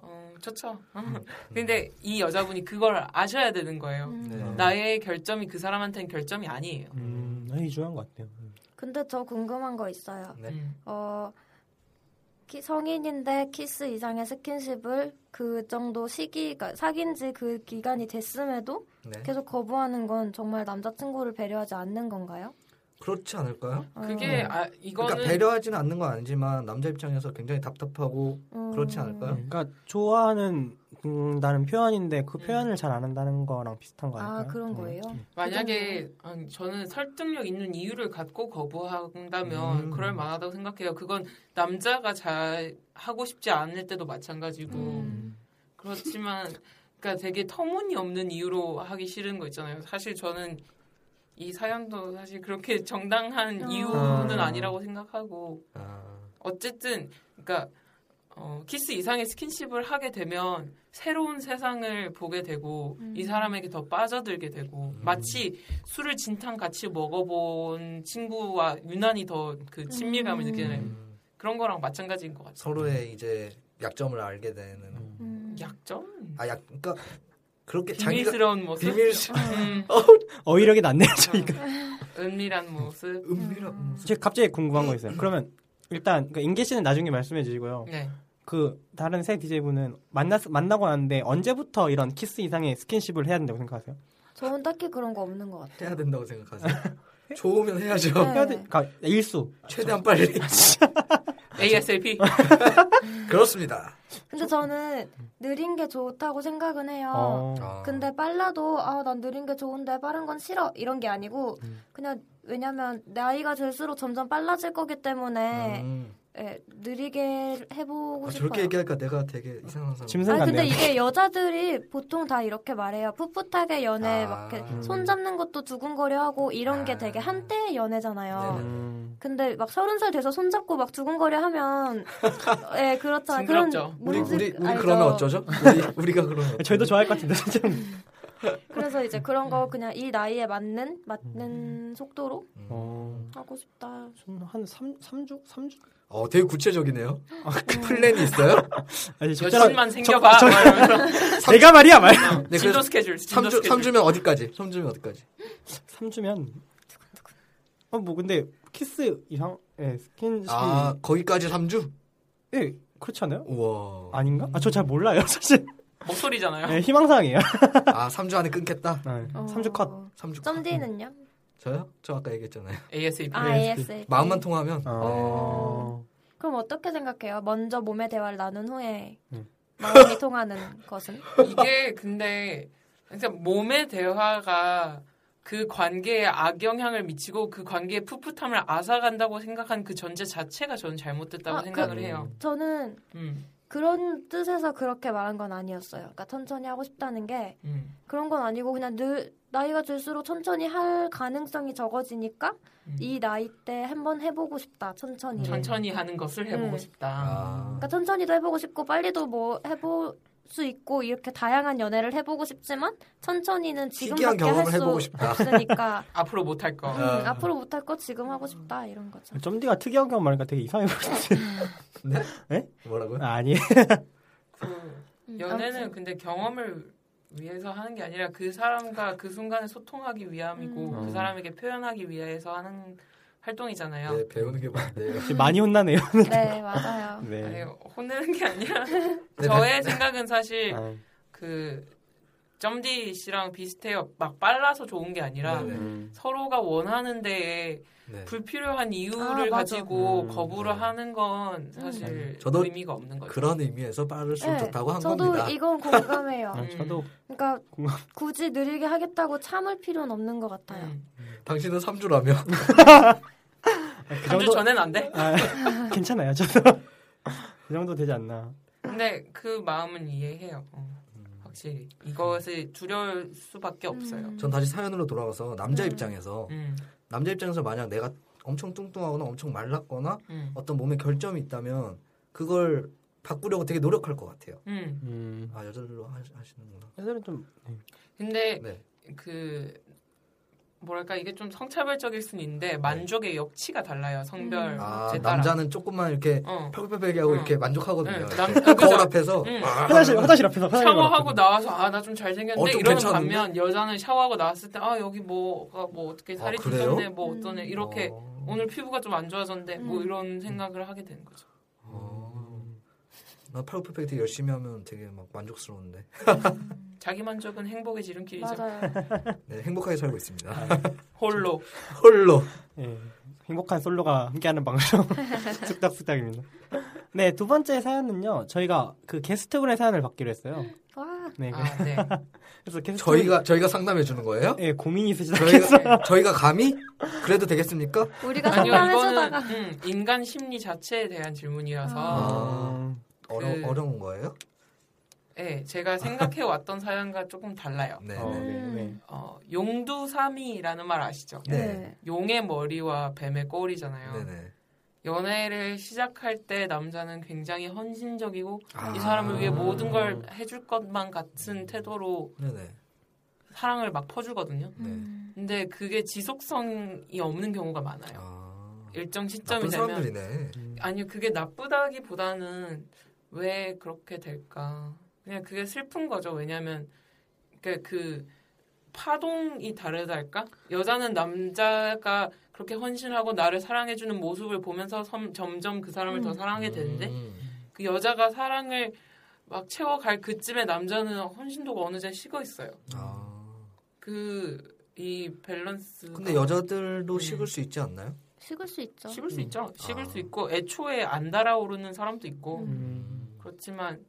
[SPEAKER 5] 어, 좋죠. 근데 이 여자분이 그걸 아셔야 되는 거예요.
[SPEAKER 3] 음.
[SPEAKER 4] 네.
[SPEAKER 5] 나의 결점이 그 사람한테는 결점이 아니에요.
[SPEAKER 6] 음, 아니 중요한 것 같아요. 음.
[SPEAKER 3] 근데 저 궁금한 거 있어요.
[SPEAKER 4] 네.
[SPEAKER 5] 음.
[SPEAKER 3] 어 키- 성인인데 키스 이상의 스킨십을 그 정도 시기가 사귄 지 그 기간이 됐음에도
[SPEAKER 4] 네.
[SPEAKER 3] 계속 거부하는 건 정말 남자친구를 배려하지 않는 건가요?
[SPEAKER 4] 그렇지 않을까요?
[SPEAKER 3] 어,
[SPEAKER 5] 그게 아
[SPEAKER 4] 그러니까
[SPEAKER 5] 이거는
[SPEAKER 4] 배려하지는 않는 건 아니지만 남자 입장에서 굉장히 답답하고
[SPEAKER 3] 음.
[SPEAKER 4] 그렇지 않을까요?
[SPEAKER 6] 그러니까 좋아하는 음, 나는 표현인데 그
[SPEAKER 5] 음.
[SPEAKER 6] 표현을 잘 안 한다는 거랑 비슷한 거 아닐까요?
[SPEAKER 3] 네. 아 그런
[SPEAKER 6] 음.
[SPEAKER 3] 거예요?
[SPEAKER 5] 만약에 아니, 저는 설득력 있는 이유를 갖고 거부한다면
[SPEAKER 4] 음.
[SPEAKER 5] 그럴 만하다고 생각해요. 그건 남자가 잘 하고 싶지 않을 때도 마찬가지고
[SPEAKER 3] 음.
[SPEAKER 5] 그렇지만 그러니까 되게 터무니없는 이유로 하기 싫은 거 있잖아요. 사실 저는 이 사연도 사실 그렇게 정당한
[SPEAKER 3] 어.
[SPEAKER 5] 이유는
[SPEAKER 4] 아.
[SPEAKER 5] 아니라고 생각하고
[SPEAKER 4] 아,
[SPEAKER 5] 어쨌든 그러니까 어, 키스 이상의 스킨십을 하게 되면 새로운 세상을 보게 되고
[SPEAKER 3] 음.
[SPEAKER 5] 이 사람에게 더 빠져들게 되고
[SPEAKER 4] 음.
[SPEAKER 5] 마치 술을 진탕 같이 먹어본 친구와 유난히 더 그 친밀감을
[SPEAKER 3] 음.
[SPEAKER 5] 느끼는
[SPEAKER 4] 음,
[SPEAKER 5] 그런 거랑 마찬가지인 것 같아요.
[SPEAKER 4] 서로의 이제 약점을 알게 되는
[SPEAKER 3] 음.
[SPEAKER 5] 약점?
[SPEAKER 4] 아, 약 그러니까 그렇게 자기가
[SPEAKER 5] 비밀스러운 모습?
[SPEAKER 4] 비밀스
[SPEAKER 5] 음, 그렇죠.
[SPEAKER 6] 어휘력이 낮네요 저희가.
[SPEAKER 5] 은밀한 모습?
[SPEAKER 4] 은밀한
[SPEAKER 3] 아.
[SPEAKER 4] 모습.
[SPEAKER 6] 제가 갑자기 궁금한 거 있어요.
[SPEAKER 3] 네.
[SPEAKER 6] 그러면 일단 그 인계 씨는 나중에 말씀해
[SPEAKER 4] 어.
[SPEAKER 6] 주시고요.
[SPEAKER 5] 네.
[SPEAKER 6] 그 다른 세 DJ분은 만났 만나고 났는데 언제부터 이런 키스 이상의 스킨십을 해야 된다고 생각하세요?
[SPEAKER 3] 네. 저는 딱히 그런 거 없는 것
[SPEAKER 5] 네.
[SPEAKER 3] 같아요.
[SPEAKER 4] 해야 된다고 생각하세요? 좋으면 해야죠.
[SPEAKER 3] 네.
[SPEAKER 6] 그러니까 해야 돼. 그러니까 일수.
[SPEAKER 5] 네.
[SPEAKER 4] 최대한 빨리.
[SPEAKER 5] ASAP.
[SPEAKER 4] 아, 그렇습니다.
[SPEAKER 3] 근데 저는 느린 게 좋다고 생각은 해요.
[SPEAKER 6] 어.
[SPEAKER 5] 네.
[SPEAKER 4] 아.
[SPEAKER 3] 근데 빨라도 아 난 느린 게 좋은데 빠른 건 싫어 이런 게 아니고
[SPEAKER 4] 음.
[SPEAKER 3] 그냥 왜냐면 나이가 들수록 점점 빨라질 거기 때문에
[SPEAKER 4] 음.
[SPEAKER 3] 예, 느리게 해보고
[SPEAKER 4] 아,
[SPEAKER 3] 싶어요.
[SPEAKER 4] 저렇게 얘기할까 내가 되게 이상한 사람.
[SPEAKER 6] 짐승
[SPEAKER 3] 아니
[SPEAKER 6] 같네요.
[SPEAKER 3] 근데 이게 여자들이 보통 다 이렇게 말해요. 풋풋하게 연애
[SPEAKER 4] 아.
[SPEAKER 3] 막 이렇게
[SPEAKER 4] 음.
[SPEAKER 3] 손 잡는 것도 두근거려 하고 이런
[SPEAKER 4] 아.
[SPEAKER 3] 게 되게 한때의 연애잖아요.
[SPEAKER 4] 네네.
[SPEAKER 6] 음.
[SPEAKER 3] 근데 막 서른 살 돼서 손 잡고 막 두근거려 하면 예 그렇잖아요. 그런
[SPEAKER 5] 징그럽죠.
[SPEAKER 4] 우리
[SPEAKER 3] 문제-
[SPEAKER 4] 우리 우리
[SPEAKER 3] 알죠.
[SPEAKER 4] 그러면 어쩌죠? 우리 우리가 그러면 어쩌죠?
[SPEAKER 6] 저희도 좋아할 것 같은데 진짜.
[SPEAKER 3] 그래서 이제 그런 거 그냥 이 나이에 맞는 맞는 속도로
[SPEAKER 4] 음.
[SPEAKER 6] 어.
[SPEAKER 3] 하고 싶다.
[SPEAKER 6] 좀한 3, 삼주삼주
[SPEAKER 4] 어, 되게 구체적이네요.
[SPEAKER 5] 아, 그
[SPEAKER 4] 그 플랜이 있어요?
[SPEAKER 6] 아니 적절한
[SPEAKER 5] 여친만 생겨봐. 막 이러면서.
[SPEAKER 6] 내가 말이야 말.
[SPEAKER 4] 네,
[SPEAKER 5] 진도
[SPEAKER 4] 그래서
[SPEAKER 5] 스케줄. 진도
[SPEAKER 4] 3주
[SPEAKER 5] 스케줄.
[SPEAKER 4] 3주면 어디까지? 3주면 어디까지?
[SPEAKER 6] 3주면 어뭐 근데 키스 이상 예, 스킨십
[SPEAKER 4] 아, 거기까지 3주?
[SPEAKER 6] 예, 그렇지 않아요?
[SPEAKER 4] 우와.
[SPEAKER 6] 아닌가? 아 저 잘 몰라요 사실.
[SPEAKER 5] 목소리잖아요.
[SPEAKER 4] 네.
[SPEAKER 6] 예, 희망사항이에요.
[SPEAKER 4] 아, 3주 안에 끊겠다.
[SPEAKER 6] 네.
[SPEAKER 3] 어.
[SPEAKER 6] 3주 컷.
[SPEAKER 4] 3주.
[SPEAKER 3] 점디는요?
[SPEAKER 4] 저요? 저 아까 얘기했잖아요.
[SPEAKER 5] ASAP.
[SPEAKER 3] 아 ASA.
[SPEAKER 4] 그 마음만 통하면 네.
[SPEAKER 6] 어.
[SPEAKER 3] 어. 그럼 어떻게 생각해요? 먼저 몸의 대화를 나눈 후에
[SPEAKER 6] 음.
[SPEAKER 3] 마음이 통하는 것은?
[SPEAKER 5] 이게 근데 진짜 몸의 대화가 그 관계에 악영향을 미치고 그 관계의 풋풋함을 앗아간다고 생각한 그 전제 자체가 저는 잘못됐다고
[SPEAKER 3] 아,
[SPEAKER 5] 생각을
[SPEAKER 4] 그-
[SPEAKER 5] 해요.
[SPEAKER 3] 저는
[SPEAKER 5] 음,
[SPEAKER 3] 그런 뜻에서 그렇게 말한 건 아니었어요. 그러니까 천천히 하고 싶다는 게
[SPEAKER 5] 음,
[SPEAKER 3] 그런 건 아니고 그냥 늘 나이가 들수록 천천히 할 가능성이 적어지니까
[SPEAKER 5] 음.
[SPEAKER 3] 이 나이 때 한번 해보고 싶다. 천천히.
[SPEAKER 5] 천천히 하는 것을 해보고
[SPEAKER 3] 음.
[SPEAKER 5] 싶다.
[SPEAKER 4] 아.
[SPEAKER 3] 그러니까 천천히도 해보고 싶고 빨리도 뭐 해볼 수 있고 이렇게 다양한 연애를 해보고 싶지만 천천히는
[SPEAKER 4] 희귀한
[SPEAKER 3] 지금밖에
[SPEAKER 4] 경험을
[SPEAKER 3] 할수
[SPEAKER 4] 해보고 싶다.
[SPEAKER 3] 없으니까
[SPEAKER 5] 앞으로 못할 거.
[SPEAKER 3] 음,
[SPEAKER 4] 아.
[SPEAKER 3] 앞으로 못할 거 지금 하고 싶다 이런 거죠.
[SPEAKER 6] 점디가 특이한 경우 말하니까 되게 이상해 보이지.
[SPEAKER 4] 뭐라고요?
[SPEAKER 6] 아, 아니.
[SPEAKER 5] 그
[SPEAKER 3] 음,
[SPEAKER 5] 연애는
[SPEAKER 3] 아무튼.
[SPEAKER 5] 근데 경험을 위해서 하는 게 아니라 그 사람과 그 순간에 소통하기 위함이고
[SPEAKER 6] 음.
[SPEAKER 5] 그 사람에게 표현하기 위해서 하는 활동이잖아요.
[SPEAKER 4] 네, 배우는 게 많네요.
[SPEAKER 6] 지금 많이 혼나네요.
[SPEAKER 3] 네 맞아요.
[SPEAKER 5] 아니,
[SPEAKER 6] 네.
[SPEAKER 5] 혼내는 게 아니라
[SPEAKER 4] 네,
[SPEAKER 5] 저의 생각은 사실
[SPEAKER 6] 아,
[SPEAKER 5] 그 점디 씨랑 비슷해요. 막 빨라서 좋은 게 아니라
[SPEAKER 4] 네, 네.
[SPEAKER 6] 음.
[SPEAKER 5] 서로가 원하는 데에
[SPEAKER 4] 네.
[SPEAKER 5] 불필요한 이유를
[SPEAKER 3] 아, 맞아.
[SPEAKER 5] 가지고
[SPEAKER 6] 음.
[SPEAKER 5] 거부를 하는 건 사실
[SPEAKER 4] 음. 저도
[SPEAKER 5] 의미가 없는 거죠.
[SPEAKER 4] 그런 의미에서 빠를 수
[SPEAKER 3] 네,
[SPEAKER 4] 좋다고 한
[SPEAKER 3] 저도
[SPEAKER 4] 겁니다.
[SPEAKER 3] 이건 공감해요.
[SPEAKER 6] 아,
[SPEAKER 5] 음.
[SPEAKER 6] 저도
[SPEAKER 3] 그러니까
[SPEAKER 6] 공감.
[SPEAKER 3] 굳이 느리게 하겠다고 참을 필요는 없는 것 같아요.
[SPEAKER 5] 음.
[SPEAKER 4] 당신은 3주라며.
[SPEAKER 3] 음.
[SPEAKER 5] 한주
[SPEAKER 6] 그 정도
[SPEAKER 5] 전엔 안 돼.
[SPEAKER 6] 아, 괜찮아요. 저도 그 정도 되지 않나.
[SPEAKER 5] 근데 그 마음은 이해해요. 어, 확실히 이것을 두려울 수밖에 없어요.
[SPEAKER 3] 음.
[SPEAKER 4] 전 다시 사연으로 돌아가서 남자
[SPEAKER 3] 음.
[SPEAKER 4] 입장에서
[SPEAKER 5] 음,
[SPEAKER 4] 남자 입장에서 만약 내가 엄청 뚱뚱하거나 엄청 말랐거나
[SPEAKER 5] 음,
[SPEAKER 4] 어떤 몸에 결점이 있다면 그걸 바꾸려고 되게 노력할 것 같아요.
[SPEAKER 5] 음.
[SPEAKER 6] 음.
[SPEAKER 4] 아 여자들로 하- 하시는구나.
[SPEAKER 6] 애들은 좀
[SPEAKER 5] 근데
[SPEAKER 4] 네.
[SPEAKER 5] 그 뭐랄까 이게 좀 성차별적일 순 있는데 만족의 역치가 달라요 성별
[SPEAKER 3] 음.
[SPEAKER 4] 아
[SPEAKER 5] 제 따라.
[SPEAKER 4] 남자는 조금만 이렇게
[SPEAKER 5] 어.
[SPEAKER 4] 펴글펴글하게 하고
[SPEAKER 5] 응.
[SPEAKER 4] 이렇게 만족하거든요.
[SPEAKER 5] 응, 남-
[SPEAKER 4] 이렇게 거울
[SPEAKER 5] 그죠?
[SPEAKER 4] 앞에서
[SPEAKER 5] 응.
[SPEAKER 4] 아,
[SPEAKER 6] 화장실 화장실 앞에서 화장실
[SPEAKER 5] 샤워하고
[SPEAKER 6] 가봤거든요.
[SPEAKER 5] 나와서 아 나 좀 잘생겼는데
[SPEAKER 4] 어, 좀
[SPEAKER 5] 이러는
[SPEAKER 4] 괜찮은데?
[SPEAKER 5] 반면 여자는 샤워하고 나왔을 때 아 여기 뭐가 뭐 어떻게 살이
[SPEAKER 4] 아,
[SPEAKER 5] 좀
[SPEAKER 4] 그래요?
[SPEAKER 5] 쪘네 뭐 어떠네 이렇게
[SPEAKER 4] 어.
[SPEAKER 5] 오늘 피부가 좀 안 좋아졌는데 뭐
[SPEAKER 3] 음.
[SPEAKER 5] 이런 생각을 하게 되는 거죠.
[SPEAKER 4] 어. 나 팔굽혀펴기 되게 열심히 하면 되게 막 만족스러운데
[SPEAKER 5] 자기 만족은 행복의 지름길이죠.
[SPEAKER 3] 맞아요.
[SPEAKER 4] 네, 행복하게 살고 있습니다.
[SPEAKER 5] 홀로
[SPEAKER 4] 홀로
[SPEAKER 6] 예. 행복한 솔로가 함께하는 방송 쑥닥쑥닥입니다. 네, 두 번째 사연은요. 저희가 그 게스트분의 사연을 받기로 했어요.
[SPEAKER 3] 와
[SPEAKER 6] 네. 그-
[SPEAKER 5] 아 네.
[SPEAKER 6] 그래서 게스트
[SPEAKER 4] 저희가 저희가 상담해 주는 거예요?
[SPEAKER 6] 예, 고민이 있으시다.
[SPEAKER 4] 저희가 저희가 감히 그래도 되겠습니까?
[SPEAKER 3] 우리가
[SPEAKER 5] 아니요
[SPEAKER 3] 상담해주다가
[SPEAKER 5] 이거는 음, 인간 심리 자체에 대한 질문이라서
[SPEAKER 6] 아.
[SPEAKER 4] 어려
[SPEAKER 5] 그-
[SPEAKER 4] 어려운 거예요?
[SPEAKER 5] 네, 제가 생각해 왔던 사연과 조금 달라요.
[SPEAKER 4] 네.
[SPEAKER 6] 어,
[SPEAKER 4] 네.
[SPEAKER 6] 네, 네.
[SPEAKER 5] 어, 용두삼이라는 말 아시죠?
[SPEAKER 4] 네.
[SPEAKER 5] 용의 머리와 뱀의 꼬리잖아요.
[SPEAKER 4] 네네.
[SPEAKER 5] 연애를 시작할 때 남자는 굉장히 헌신적이고
[SPEAKER 4] 아.
[SPEAKER 5] 이 사람을 위해 모든 걸 해줄 것만 같은 태도로
[SPEAKER 4] 네네.
[SPEAKER 5] 사랑을 막 퍼주거든요.
[SPEAKER 4] 네.
[SPEAKER 3] 음.
[SPEAKER 5] 근데 그게 지속성이 없는 경우가 많아요.
[SPEAKER 4] 아,
[SPEAKER 5] 일정 시점이
[SPEAKER 4] 나쁜
[SPEAKER 5] 되면
[SPEAKER 4] 사람들이네.
[SPEAKER 5] 아니요 그게 나쁘다기보다는 왜 그렇게 될까? 그냥 그게 슬픈 거죠. 왜냐하면 그러니까 그 파동이 다르달까? 여자는 남자가 그렇게 헌신하고 나를 사랑해주는 모습을 보면서 섬- 점점 그 사람을 더
[SPEAKER 3] 음.
[SPEAKER 5] 사랑하게 되는데
[SPEAKER 4] 음.
[SPEAKER 5] 그 여자가 사랑을 막 채워갈 그쯤에 남자는 헌신도가 어느새 식어 있어요.
[SPEAKER 4] 아.
[SPEAKER 5] 그 이 밸런스.
[SPEAKER 4] 근데 여자들도
[SPEAKER 5] 음.
[SPEAKER 4] 식을 수 있지 않나요?
[SPEAKER 3] 식을 수 있죠.
[SPEAKER 5] 식을 수
[SPEAKER 6] 음.
[SPEAKER 5] 있죠. 식을
[SPEAKER 4] 아.
[SPEAKER 5] 수 있고 애초에 안 달아오르는 사람도 있고
[SPEAKER 6] 음.
[SPEAKER 5] 그렇지만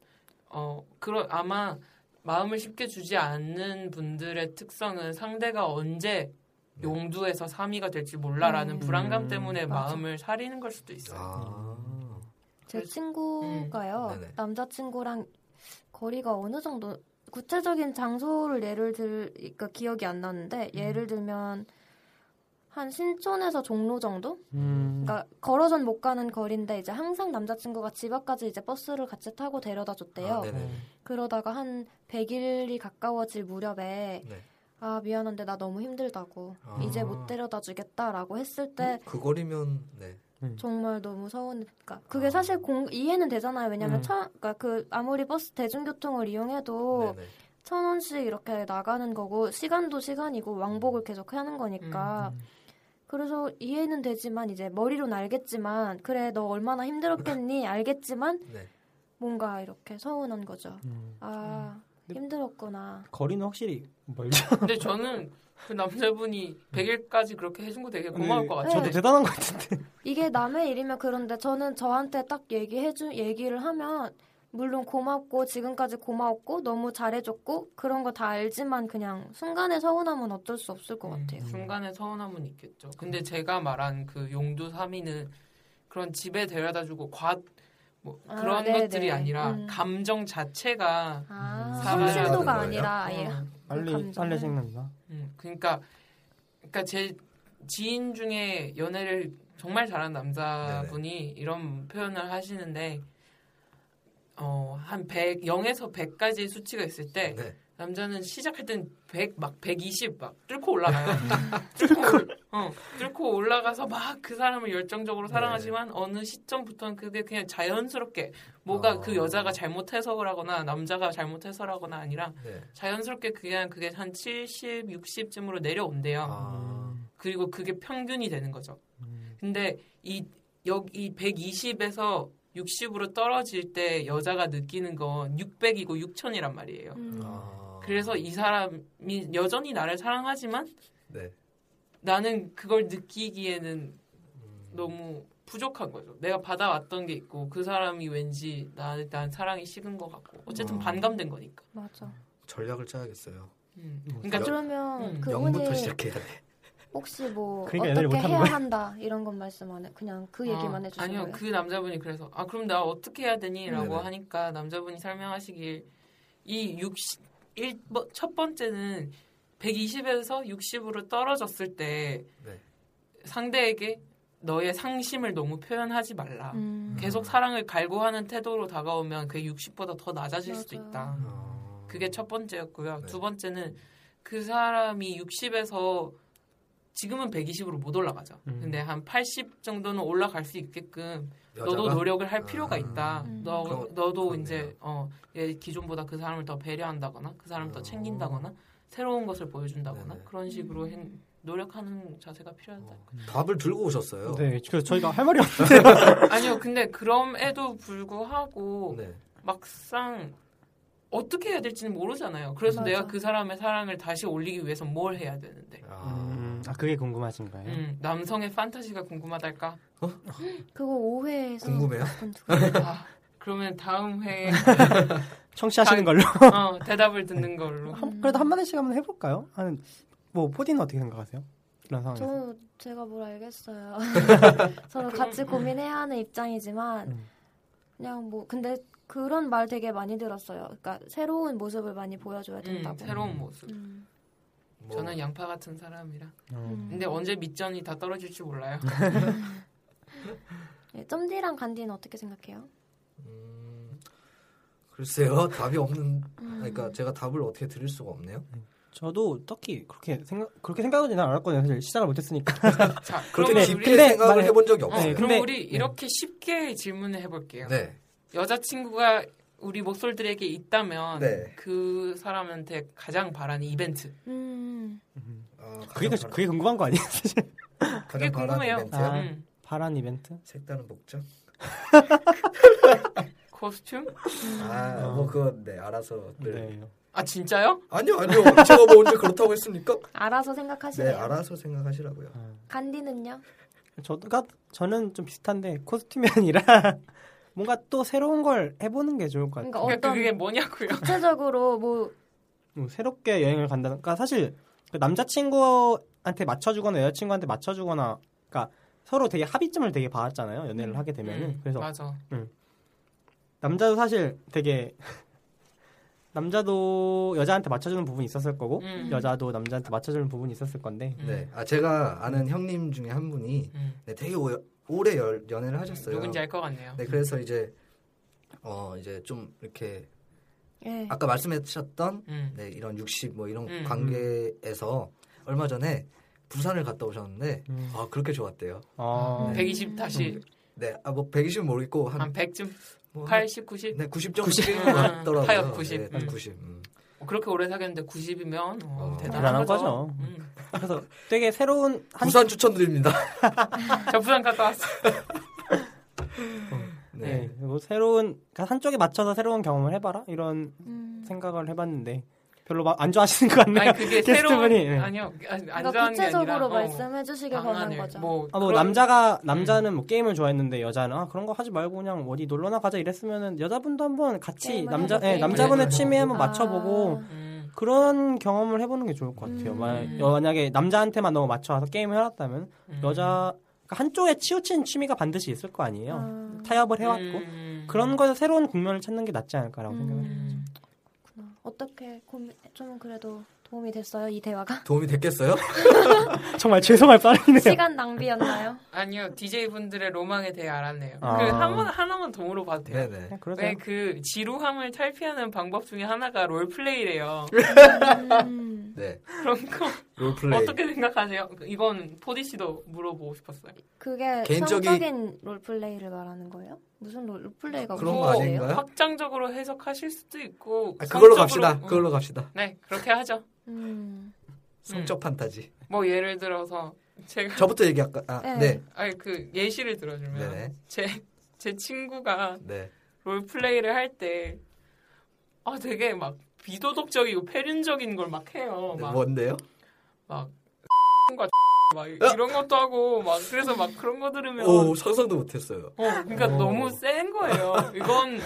[SPEAKER 5] 어 그런 아마 마음을 쉽게 주지 않는 분들의 특성은 상대가 언제
[SPEAKER 4] 네.
[SPEAKER 5] 용두에서 3위가 될지 몰라라는
[SPEAKER 7] 음.
[SPEAKER 5] 불안감 때문에
[SPEAKER 6] 맞아.
[SPEAKER 5] 마음을 사리는 걸 수도 있어요.
[SPEAKER 4] 아.
[SPEAKER 3] 제
[SPEAKER 5] 그래서-
[SPEAKER 3] 친구가요.
[SPEAKER 4] 음, 네네.
[SPEAKER 3] 남자친구랑 거리가 어느 정도 구체적인 장소를 예를 들 그러니까 기억이 안 나는데 예를 들면 한 신촌에서 종로 정도?
[SPEAKER 6] 음.
[SPEAKER 3] 그러니까 걸어선 못 가는 거리인데 이제 항상 남자친구가 집 앞까지 이제 버스를 같이 타고 데려다 줬대요.
[SPEAKER 4] 아, 네네.
[SPEAKER 3] 그러다가 한 100일이 가까워질 무렵에
[SPEAKER 4] 네.
[SPEAKER 3] 아 미안한데 나 너무 힘들다고
[SPEAKER 4] 아.
[SPEAKER 3] 이제 못 데려다 주겠다라고 했을 때
[SPEAKER 4] 그 거리면 네.
[SPEAKER 6] 음,
[SPEAKER 3] 정말 너무 서운했까 그게
[SPEAKER 4] 아.
[SPEAKER 3] 사실 공, 이해는 되잖아요 왜냐면
[SPEAKER 6] 음.
[SPEAKER 3] 차, 그러니까 그 아무리 버스 대중교통을 이용해도
[SPEAKER 4] 네네.
[SPEAKER 3] 천 원씩 이렇게 나가는 거고 시간도 시간이고
[SPEAKER 4] 음.
[SPEAKER 3] 왕복을 계속 하는 거니까
[SPEAKER 6] 음,
[SPEAKER 3] 그래서 이해는 되지만 이제 머리로는 알겠지만 그래 너 얼마나 힘들었겠니 알겠지만
[SPEAKER 4] 네.
[SPEAKER 3] 뭔가 이렇게 서운한 거죠
[SPEAKER 4] 음,
[SPEAKER 3] 아 힘들었구나
[SPEAKER 6] 음. 거리는 확실히 멀죠.
[SPEAKER 5] 근데 저는 그 남자분이 100일까지 그렇게 해준 거 되게 네, 고마울
[SPEAKER 4] 네.
[SPEAKER 5] 것 같아요.
[SPEAKER 6] 네. 저도 대단한 것 같은데.
[SPEAKER 3] 이게 남의 일이면 그런데 저는 저한테 딱 얘기해준 얘기를 하면 물론 고맙고 지금까지 고마웠고 너무 잘해줬고 그런 거 다 알지만 그냥 순간의 서운함은 어쩔 수 없을 것
[SPEAKER 4] 음.
[SPEAKER 3] 같아요.
[SPEAKER 5] 순간에 서운함은 있겠죠. 근데 제가 말한 그 용두 3위는 그런 집에 데려다주고 과 뭐
[SPEAKER 3] 아,
[SPEAKER 5] 그런
[SPEAKER 3] 네네.
[SPEAKER 5] 것들이 아니라
[SPEAKER 3] 음.
[SPEAKER 5] 감정 자체가
[SPEAKER 3] 아
[SPEAKER 5] 사과를
[SPEAKER 3] 성실도가
[SPEAKER 4] 하는 거예요? 어.
[SPEAKER 3] 아니라 아예
[SPEAKER 6] 빨리
[SPEAKER 3] 감정을.
[SPEAKER 6] 빨리 생각나.
[SPEAKER 5] 음, 그러니까 그러니까 제 지인 중에 연애를 정말 잘하는 남자분이 이런 표현을 하시는데 어, 한 100, 0에서 100까지의 수치가 있을 때
[SPEAKER 4] 네.
[SPEAKER 5] 남자는 시작할 땐 100, 막 120, 막 뚫고 올라가요. 뚫고, 올- 어, 뚫고 올라가서 막 그 사람을 열정적으로 사랑하지만 어느 시점부터는 그게 그냥 자연스럽게 뭐가
[SPEAKER 4] 어.
[SPEAKER 5] 그 여자가 잘못해서라거나 남자가 잘못해서라거나 아니라
[SPEAKER 4] 네.
[SPEAKER 5] 자연스럽게 그냥 그게 한 70, 60쯤으로 내려온대요.
[SPEAKER 4] 아.
[SPEAKER 5] 그리고 그게 평균이 되는 거죠. 근데 이 여기 120에서 60으로 떨어질 때 여자가 느끼는 건 600이고 6000이란 말이에요.
[SPEAKER 3] 음.
[SPEAKER 4] 아.
[SPEAKER 5] 그래서 이 사람이 여전히 나를 사랑하지만
[SPEAKER 4] 네.
[SPEAKER 5] 나는 그걸 느끼기에는 너무 부족한 거죠. 내가 받아왔던 게 있고 그 사람이 왠지 나한테 난 사랑이 식은 것 같고 어쨌든
[SPEAKER 4] 어.
[SPEAKER 5] 반감된 거니까.
[SPEAKER 3] 맞아.
[SPEAKER 4] 전략을 짜야겠어요.
[SPEAKER 5] 음.
[SPEAKER 3] 그러니까
[SPEAKER 5] 그러니까 좀
[SPEAKER 3] 그러면
[SPEAKER 5] 음,
[SPEAKER 3] 그분이
[SPEAKER 4] 영부터 시작해야 돼.
[SPEAKER 3] 혹시 뭐
[SPEAKER 6] 그러니까 연애를
[SPEAKER 3] 어떻게
[SPEAKER 6] 못하는
[SPEAKER 3] 해야
[SPEAKER 6] 거야.
[SPEAKER 3] 한다 이런 건 말씀 안 해. 그냥 그 얘기만
[SPEAKER 5] 아,
[SPEAKER 3] 해주신
[SPEAKER 5] 아니요,
[SPEAKER 3] 거예요.
[SPEAKER 5] 그 남자분이 그래서 아 그럼 나 어떻게 해야 되니라고
[SPEAKER 4] 네네.
[SPEAKER 5] 하니까 남자분이 설명하시길 이 60, 일, 번- 첫 번째는 120에서 60으로 떨어졌을 때
[SPEAKER 4] 네.
[SPEAKER 5] 상대에게 너의 상심을 너무 표현하지 말라.
[SPEAKER 3] 음.
[SPEAKER 5] 계속 사랑을 갈구하는 태도로 다가오면 그게 60보다 더 낮아질 수도
[SPEAKER 3] 맞아요.
[SPEAKER 5] 있다.
[SPEAKER 4] 아.
[SPEAKER 5] 그게 첫 번째였고요.
[SPEAKER 4] 네.
[SPEAKER 5] 두 번째는 그 사람이 60에서 지금은 120으로 못 올라가죠.
[SPEAKER 6] 음.
[SPEAKER 5] 근데 한 80 정도는 올라갈 수 있게끔
[SPEAKER 4] 여자가?
[SPEAKER 5] 너도 노력을 할 필요가
[SPEAKER 4] 아.
[SPEAKER 5] 있다.
[SPEAKER 3] 음.
[SPEAKER 5] 너
[SPEAKER 4] 그럼-
[SPEAKER 5] 너도
[SPEAKER 4] 그렇네요.
[SPEAKER 5] 이제 어 얘 기존보다 그 사람을 더 배려한다거나 그 사람을 더
[SPEAKER 4] 어.
[SPEAKER 5] 챙긴다거나 새로운 것을 보여준다거나
[SPEAKER 4] 네네.
[SPEAKER 5] 그런
[SPEAKER 3] 음.
[SPEAKER 5] 식으로 행- 노력하는 자세가 필요하다.
[SPEAKER 4] 어. 답을 들고 오셨어요.
[SPEAKER 6] 네, 그래서 저희가 할 말이 없는데.
[SPEAKER 5] 아니요, 근데 그럼에도 불구하고
[SPEAKER 4] 네.
[SPEAKER 5] 막상 어떻게 해야 될지는 모르잖아요. 그래서
[SPEAKER 3] 맞아.
[SPEAKER 5] 내가 그 사람의 사랑을 다시 올리기 위해서 뭘 해야 되는데.
[SPEAKER 4] 아.
[SPEAKER 6] 음, 아 그게 궁금하신가요?
[SPEAKER 5] 음, 남성의 판타지가 궁금하달까?
[SPEAKER 3] 그거 오해해서
[SPEAKER 4] 궁금해요?
[SPEAKER 5] 아, 그러면 다음 회에
[SPEAKER 6] 청취하시는 걸로.
[SPEAKER 5] 어, 대답을 듣는 걸로.
[SPEAKER 3] 아,
[SPEAKER 6] 한- 그래도 한 마디씩 한번 해볼까요? 한뭐 포디는 어떻게 생각하세요? 이런 상황에서.
[SPEAKER 3] 저 제가 뭘 알겠어요. 저는 같이 고민해야 하는 입장이지만
[SPEAKER 6] 음.
[SPEAKER 3] 그냥 뭐 근데 그런 말 되게 많이 들었어요. 그러니까 새로운 모습을 많이 보여줘야
[SPEAKER 5] 음,
[SPEAKER 3] 된다고.
[SPEAKER 5] 새로운 모습.
[SPEAKER 3] 음.
[SPEAKER 4] 뭐,
[SPEAKER 5] 저는 양파 같은 사람이라.
[SPEAKER 3] 음.
[SPEAKER 5] 근데 언제 밑전이 다 떨어질지 몰라요.
[SPEAKER 3] 예, 점디랑 간디는 어떻게 생각해요?
[SPEAKER 4] 음, 글쎄요. 답이 없는
[SPEAKER 3] 음.
[SPEAKER 4] 그러니까 제가 답을 어떻게 드릴 수가 없네요.
[SPEAKER 6] 저도 딱히 그렇게 생각 그렇게 생각하지는 않았거든요. 사실 시작을 못했으니까.
[SPEAKER 5] 자,
[SPEAKER 4] 그렇게
[SPEAKER 5] 그러면
[SPEAKER 4] 깊게
[SPEAKER 5] 우리
[SPEAKER 6] 근데
[SPEAKER 4] 생각을
[SPEAKER 6] 만약-
[SPEAKER 4] 해본 적이
[SPEAKER 5] 어,
[SPEAKER 4] 없어요.
[SPEAKER 5] 그럼
[SPEAKER 6] 네.
[SPEAKER 5] 우리 이렇게 쉽게 질문을 해볼게요.
[SPEAKER 4] 네.
[SPEAKER 5] 여자친구가 우리 목솔들에게 있다면
[SPEAKER 4] 네.
[SPEAKER 5] 그 사람한테 가장 바라는 이벤트.
[SPEAKER 3] 음.
[SPEAKER 4] 아, 가장
[SPEAKER 6] 그게
[SPEAKER 4] 바라-
[SPEAKER 6] 그게 궁금한 거 아니에요? 사실.
[SPEAKER 5] 그게
[SPEAKER 4] 가장 바라는
[SPEAKER 5] 궁금해요.
[SPEAKER 4] 이벤트요?
[SPEAKER 6] 아.
[SPEAKER 5] 음.
[SPEAKER 6] 바란 이벤트.
[SPEAKER 4] 색다른 복장?
[SPEAKER 5] 코스튬?
[SPEAKER 4] 아, 뭐 그건 네 알아서 늘.
[SPEAKER 6] 네.
[SPEAKER 5] 아 진짜요?
[SPEAKER 4] 아니요, 아니요. 제가 뭐 언제 그렇다고 했습니까?
[SPEAKER 3] 알아서
[SPEAKER 4] 네,
[SPEAKER 3] 생각하시네요.
[SPEAKER 4] 알아서 생각하시라고요.
[SPEAKER 3] 간디는요?
[SPEAKER 6] 저가 그러니까 저는 좀 비슷한데 코스튬이 아니라 뭔가 또 새로운 걸 해보는 게 좋을 것 같아요.
[SPEAKER 3] 그러니까
[SPEAKER 5] 그러니까
[SPEAKER 3] 어떤
[SPEAKER 5] 그게 뭐냐고요.
[SPEAKER 3] 구체적으로 뭐
[SPEAKER 6] 뭐 새롭게 여행을 간다는 그러니까 사실 그 남자친구한테 맞춰주거나 여자친구한테 맞춰주거나 그러니까 서로 되게 합의점을 되게 받았잖아요 연애를 하게 되면은
[SPEAKER 3] 네.
[SPEAKER 5] 음,
[SPEAKER 6] 그래서
[SPEAKER 5] 맞아.
[SPEAKER 6] 남자도 사실 되게 남자도 여자한테 맞춰주는 부분이 있었을 거고
[SPEAKER 5] 음.
[SPEAKER 6] 여자도 남자한테 맞춰주는 부분이 있었을 건데
[SPEAKER 5] 음,
[SPEAKER 4] 네. 아 제가 아는 형님 중에 한 분이
[SPEAKER 5] 음.
[SPEAKER 4] 네, 되게 오- 오래 열- 연애를 하셨어요.
[SPEAKER 5] 누군지 알 것 같네요.
[SPEAKER 4] 네, 그래서 이제 어 이제 좀 이렇게
[SPEAKER 3] 예.
[SPEAKER 4] 아까 말씀하셨던
[SPEAKER 5] 음.
[SPEAKER 4] 네, 이런 60 뭐 이런
[SPEAKER 5] 음.
[SPEAKER 4] 관계에서 얼마 전에 부산을 갔다 오셨는데
[SPEAKER 6] 음.
[SPEAKER 4] 아 그렇게 좋았대요.
[SPEAKER 6] 어,
[SPEAKER 5] 120 다시
[SPEAKER 4] 네, 아뭐 120은 모르겠고
[SPEAKER 5] 한
[SPEAKER 4] 한
[SPEAKER 5] 100쯤
[SPEAKER 4] 뭐,
[SPEAKER 5] 80, 90
[SPEAKER 4] 네, 90 정도
[SPEAKER 5] 90.
[SPEAKER 4] 찍은 것 같더라고요.
[SPEAKER 5] 타협 90.
[SPEAKER 4] 네, 딱
[SPEAKER 5] 음.
[SPEAKER 4] 90. 음.
[SPEAKER 5] 그렇게 오래 사귀었는데 90이면 어,
[SPEAKER 4] 어.
[SPEAKER 5] 대단한
[SPEAKER 6] 대단한
[SPEAKER 5] 거죠.
[SPEAKER 6] 거죠.
[SPEAKER 5] 음.
[SPEAKER 6] 그래서 되게 새로운 한
[SPEAKER 4] 부산 추천드립니다.
[SPEAKER 5] 저 부산 갔다 왔어.
[SPEAKER 6] 네. 뭐 새로운 그러니까 한쪽에 맞춰서 새로운 경험을 해봐라 이런
[SPEAKER 3] 음.
[SPEAKER 6] 생각을 해봤는데 별로 막 안 좋아하시는 것 같네요.
[SPEAKER 5] 아니 그게 새로운
[SPEAKER 6] 게스트분이, 예.
[SPEAKER 5] 아니요 아니, 안 좋아하는
[SPEAKER 3] 그러니까
[SPEAKER 5] 게 아니라
[SPEAKER 3] 구체적으로
[SPEAKER 5] 어,
[SPEAKER 3] 말씀해 주시길 바라는
[SPEAKER 5] 방안을,
[SPEAKER 3] 거죠.
[SPEAKER 5] 뭐,
[SPEAKER 6] 아, 뭐
[SPEAKER 5] 그런-
[SPEAKER 6] 남자가 남자는 뭐 게임을 좋아했는데 여자는 아 그런 거 하지 말고 그냥 어디 놀러나 가자 이랬으면은 여자분도 한번 같이
[SPEAKER 3] 게임을
[SPEAKER 6] 남자
[SPEAKER 3] 해보고
[SPEAKER 6] 예,
[SPEAKER 3] 게임을
[SPEAKER 6] 남자분의
[SPEAKER 5] 해보고.
[SPEAKER 6] 취미 한번
[SPEAKER 3] 아.
[SPEAKER 6] 맞춰보고
[SPEAKER 5] 음,
[SPEAKER 6] 그런 경험을 해보는 게 좋을 것 같아요.
[SPEAKER 3] 음.
[SPEAKER 6] 만약- 만약에 남자한테만 너무 맞춰서 게임을 해놨다면
[SPEAKER 5] 음.
[SPEAKER 6] 여자 그러니까 한쪽에 치우친 취미가 반드시 있을 거 아니에요.
[SPEAKER 3] 아,
[SPEAKER 6] 타협을 해왔고
[SPEAKER 5] 음.
[SPEAKER 6] 그런 거에서 새로운 국면을 찾는 게 낫지 않을까라고
[SPEAKER 3] 음.
[SPEAKER 6] 생각을 해요.
[SPEAKER 5] 음.
[SPEAKER 3] 그렇구나. 어떻게 고민 좀 그래도 도움이 됐어요 이 대화가?
[SPEAKER 4] 도움이 됐겠어요?
[SPEAKER 6] 정말 죄송할 빠름이네요.
[SPEAKER 3] 시간 낭비였나요?
[SPEAKER 5] 아니요 DJ 분들의 로망에 대해 알았네요.
[SPEAKER 6] 아.
[SPEAKER 5] 그한번 하나만 더 물어봐도 돼요.
[SPEAKER 4] 네, 네.
[SPEAKER 6] 그러세요.
[SPEAKER 5] 왜 그 지루함을 탈피하는 방법 중에 하나가 롤플레이래요.
[SPEAKER 3] 음.
[SPEAKER 4] 네.
[SPEAKER 5] 그런 거
[SPEAKER 4] 롤플레이.
[SPEAKER 5] 어떻게 생각하세요? 이건 포디 씨도 물어보고 싶었어요.
[SPEAKER 3] 그게
[SPEAKER 4] 개인적인-
[SPEAKER 3] 성적인 롤플레이를 말하는 거예요? 무슨 롤- 롤플레이가
[SPEAKER 4] 어, 그런
[SPEAKER 3] 무슨
[SPEAKER 4] 거
[SPEAKER 5] 뭐
[SPEAKER 3] 거예요?
[SPEAKER 4] 아닌가요?
[SPEAKER 5] 확장적으로 해석하실 수도 있고
[SPEAKER 4] 아, 그걸로
[SPEAKER 5] 성적으로-
[SPEAKER 4] 갑시다.
[SPEAKER 5] 음.
[SPEAKER 4] 그걸로 갑시다.
[SPEAKER 5] 네 그렇게 하죠.
[SPEAKER 3] 음.
[SPEAKER 4] 성적 판타지.
[SPEAKER 5] 뭐 예를 들어서 제가
[SPEAKER 4] 저부터 얘기할까? 아,
[SPEAKER 3] 네.
[SPEAKER 4] 네.
[SPEAKER 5] 아니 그 예시를 들어주면
[SPEAKER 4] 네네.
[SPEAKER 5] 제 제 친구가
[SPEAKER 4] 네.
[SPEAKER 5] 롤플레이를 할 때 아, 되게 막 비도덕적이고 패륜적인 걸 막 해요.
[SPEAKER 4] 네,
[SPEAKER 5] 막
[SPEAKER 4] 뭔데요?
[SPEAKER 5] 막 이런 것도 하고 막 그래서 막 그런 거 들으면
[SPEAKER 4] 오, 상상도 못 했어요.
[SPEAKER 5] 어, 그러니까
[SPEAKER 6] 오.
[SPEAKER 5] 너무 센 거예요. 이건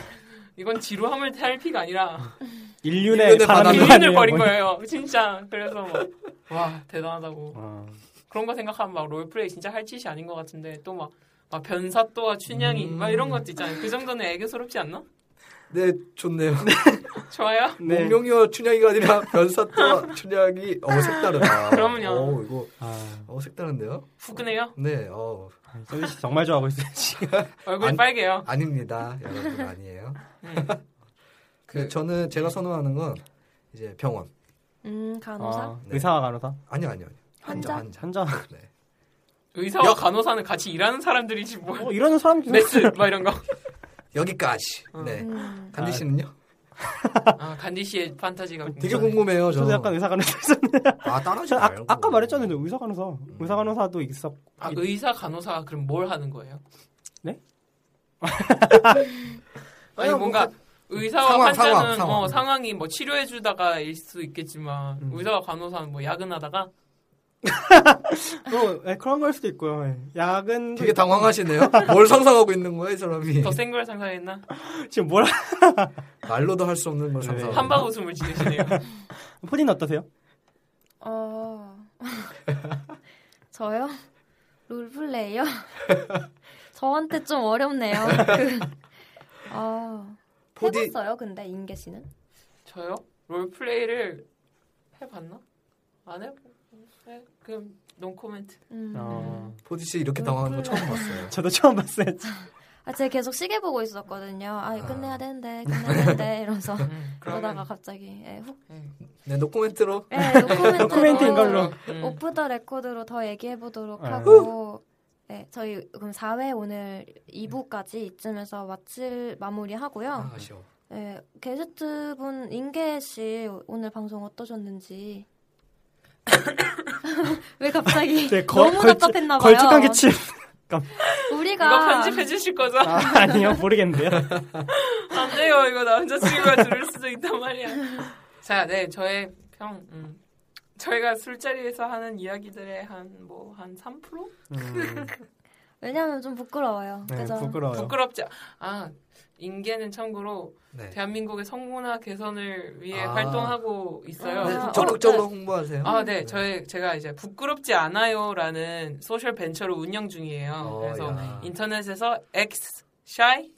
[SPEAKER 5] 이건 지루함을 탈피가 아니라
[SPEAKER 6] 인륜의
[SPEAKER 4] 인륜의
[SPEAKER 6] 바람이
[SPEAKER 4] 바람이
[SPEAKER 5] 비린을 버린
[SPEAKER 6] 뭐.
[SPEAKER 5] 거예요. 진짜. 그래서 막 와, 대단하다고.
[SPEAKER 6] 어.
[SPEAKER 5] 그런 거 생각하면 막 롤플레이 진짜 할 짓이 아닌 것 같은데 또 막 막 변사또와 춘향이
[SPEAKER 4] 음.
[SPEAKER 5] 막 이런 것도 있잖아요. 그 정도는 애교스럽지 않나?
[SPEAKER 4] 네, 좋네요.
[SPEAKER 5] 좋아요.
[SPEAKER 6] 네.
[SPEAKER 4] 공룡이와 춘향이가 아니라 변사또와 춘향이 어 색다르다.
[SPEAKER 5] 그럼요.
[SPEAKER 4] 어 이거
[SPEAKER 6] 아,
[SPEAKER 4] 어 색다른데요?
[SPEAKER 5] 후근해요.
[SPEAKER 4] 네, 어
[SPEAKER 6] 세빈 씨 정말 좋아하고 있어요 지금.
[SPEAKER 5] 얼굴 이
[SPEAKER 4] 안-
[SPEAKER 5] 빨개요.
[SPEAKER 4] 아닙니다, 여러분 아니에요.
[SPEAKER 5] 음.
[SPEAKER 4] 그 저는 제가 선호하는 건 이제 병원.
[SPEAKER 3] 음, 간호사?
[SPEAKER 6] 아,
[SPEAKER 4] 네.
[SPEAKER 6] 의사와 간호사.
[SPEAKER 4] 아니요, 아니요, 아니요.
[SPEAKER 3] 환자?
[SPEAKER 4] 환자.
[SPEAKER 6] 환자.
[SPEAKER 5] 어?
[SPEAKER 4] 네.
[SPEAKER 5] 의사와
[SPEAKER 4] 역-
[SPEAKER 5] 간호사는 같이 일하는 사람들이지 뭐.
[SPEAKER 6] 어, 이런 사람 좀
[SPEAKER 5] 매스 막 이런 거.
[SPEAKER 4] 여기까지.
[SPEAKER 5] 어.
[SPEAKER 4] 네.
[SPEAKER 3] 음.
[SPEAKER 4] 간디 씨는요?
[SPEAKER 5] 아, 간디 씨의 판타지가
[SPEAKER 4] 되게
[SPEAKER 5] 궁금하네.
[SPEAKER 4] 궁금해요.
[SPEAKER 6] 저도
[SPEAKER 4] 저는.
[SPEAKER 6] 약간 의사 간호사 있었는데
[SPEAKER 4] 아 음. 따라하지
[SPEAKER 6] 아,
[SPEAKER 4] 말고.
[SPEAKER 6] 아까 말했잖아요 의사 간호사 의사 간호사도 있었
[SPEAKER 5] 아, 의사 간호사가 그럼 뭘 하는 거예요?
[SPEAKER 6] 네?
[SPEAKER 5] 아니
[SPEAKER 4] 아니요,
[SPEAKER 5] 뭔가
[SPEAKER 4] 뭐
[SPEAKER 5] 의사와
[SPEAKER 4] 상황,
[SPEAKER 5] 환자는
[SPEAKER 4] 상황, 상황.
[SPEAKER 5] 어, 상황이 뭐 치료해 주다가일 수도 있겠지만
[SPEAKER 6] 음.
[SPEAKER 5] 의사와 간호사는 뭐 야근하다가
[SPEAKER 6] 뭐 예, 그런 걸 수도 있고요 예. 약은
[SPEAKER 4] 되게 당황하시네요. 뭘 상상하고 있는 거예요, 이 사람이?
[SPEAKER 5] 더 센 걸 상상했나?
[SPEAKER 6] 그 지금 뭐라
[SPEAKER 4] 말로도 할 수 없는 걸
[SPEAKER 6] 네.
[SPEAKER 4] 상상.
[SPEAKER 5] 한방 웃음을 지내시네요.
[SPEAKER 6] 푸딘 어떠세요?
[SPEAKER 3] 어. 저요? 롤플레이요? 저한테 좀 어렵네요. 그, 어,
[SPEAKER 4] 포디
[SPEAKER 3] 해봤어요, 근데 인계 씨는?
[SPEAKER 5] 저요? 롤플레이를 해봤나? 안 해보. 네, 그럼 논 코멘트.
[SPEAKER 3] 음.
[SPEAKER 6] 어,
[SPEAKER 4] 포디 씨 이렇게 당황한 거 처음 봤어요.
[SPEAKER 6] 저도 처음 봤어요
[SPEAKER 3] 아, 제가 계속 시계 보고 있었거든요. 아, 끝내야 되는데, 끝내야 되는데, 이러면서.
[SPEAKER 5] 음,
[SPEAKER 3] 그러다가
[SPEAKER 5] 그러면
[SPEAKER 3] 갑자기, 예, 훅.
[SPEAKER 4] 네, 노코멘트로.
[SPEAKER 3] 예,
[SPEAKER 6] 노코멘트인
[SPEAKER 3] 노코멘트인
[SPEAKER 6] 걸로.
[SPEAKER 5] 음.
[SPEAKER 3] 어, 오프 더 레코드로 더 얘기해보도록
[SPEAKER 6] 아.
[SPEAKER 3] 하고 네, 저희 그럼 4회 오늘 2부까지 이쯤에서 마칠 마무리하고요.
[SPEAKER 4] 아, 아쉬워.
[SPEAKER 3] 네, 게스트분 인계 씨 오늘 방송 어떠셨는지 왜 갑자기
[SPEAKER 6] 네, 거-
[SPEAKER 3] 너무
[SPEAKER 6] 걸쭉-
[SPEAKER 3] 답답했나 봐요.
[SPEAKER 6] 걸쭉한 기침
[SPEAKER 5] 이거
[SPEAKER 3] 우리가
[SPEAKER 5] 편집해 주실 거죠?
[SPEAKER 6] 아, 아니요 모르겠는데요
[SPEAKER 5] 안 돼요. 이거 남자친구가 들을 수도 있단 말이야. 자, 네, 저의 평. 음. 저희가 술자리에서 하는 이야기들의 한 뭐 한 3%?
[SPEAKER 6] 음,
[SPEAKER 3] 왜냐하면 좀 부끄러워요.
[SPEAKER 6] 네,
[SPEAKER 3] 그죠?
[SPEAKER 6] 부끄러워요.
[SPEAKER 5] 부끄럽지 않- 아 인계는 참고로
[SPEAKER 4] 네.
[SPEAKER 5] 대한민국의 성문화 개선을 위해
[SPEAKER 4] 아.
[SPEAKER 5] 활동하고 있어요.
[SPEAKER 4] 네,
[SPEAKER 3] 아,
[SPEAKER 4] 적극적으로 홍보하세요.
[SPEAKER 5] 아, 네. 저희 제가 이제 부끄럽지 않아요라는 소셜 벤처를 운영 중이에요.
[SPEAKER 4] 어,
[SPEAKER 5] 그래서
[SPEAKER 4] 야.
[SPEAKER 5] 인터넷에서 x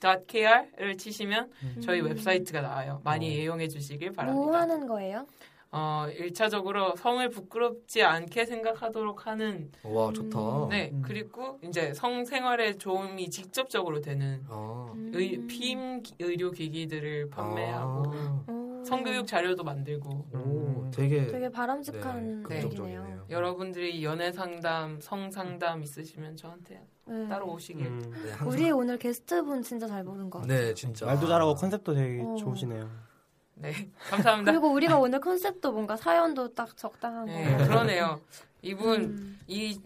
[SPEAKER 5] shy.kr을 치시면 저희
[SPEAKER 3] 음.
[SPEAKER 5] 웹사이트가 나와요. 많이
[SPEAKER 4] 어.
[SPEAKER 5] 이용해 주시길
[SPEAKER 3] 뭐
[SPEAKER 5] 바랍니다.
[SPEAKER 3] 하는 거예요?
[SPEAKER 5] 어, 1차적으로 성을 부끄럽지 않게 생각하도록 하는
[SPEAKER 4] 와 좋다.
[SPEAKER 5] 네.
[SPEAKER 6] 음.
[SPEAKER 5] 그리고 이제 성 생활에 도움이 직접적으로 되는
[SPEAKER 4] 어.
[SPEAKER 3] 음.
[SPEAKER 5] 의, 피임 기- 의료 기기들을 판매하고
[SPEAKER 4] 아.
[SPEAKER 3] 오.
[SPEAKER 5] 성교육 자료도 만들고
[SPEAKER 6] 음.
[SPEAKER 4] 오, 되게,
[SPEAKER 3] 되게 바람직한
[SPEAKER 5] 네,
[SPEAKER 3] 얘기네요.
[SPEAKER 4] 긍정적이네요.
[SPEAKER 5] 여러분들이 연애 상담, 성 상담 있으시면 저한테
[SPEAKER 3] 네.
[SPEAKER 5] 따로 오시길.
[SPEAKER 6] 음.
[SPEAKER 4] 네, 항상-
[SPEAKER 3] 우리 오늘 게스트분 진짜 잘 보는 것 같아요.
[SPEAKER 4] 네 진짜
[SPEAKER 6] 말도 잘하고 컨셉도 되게
[SPEAKER 3] 어.
[SPEAKER 6] 좋으시네요.
[SPEAKER 5] 네, 감사합니다. 아.
[SPEAKER 3] 그리고 우리가 오늘 컨셉도 뭔가 사연도 딱 적당한 거.
[SPEAKER 5] 네, 그러네요. 이분
[SPEAKER 3] 뭐. 음.
[SPEAKER 5] 이.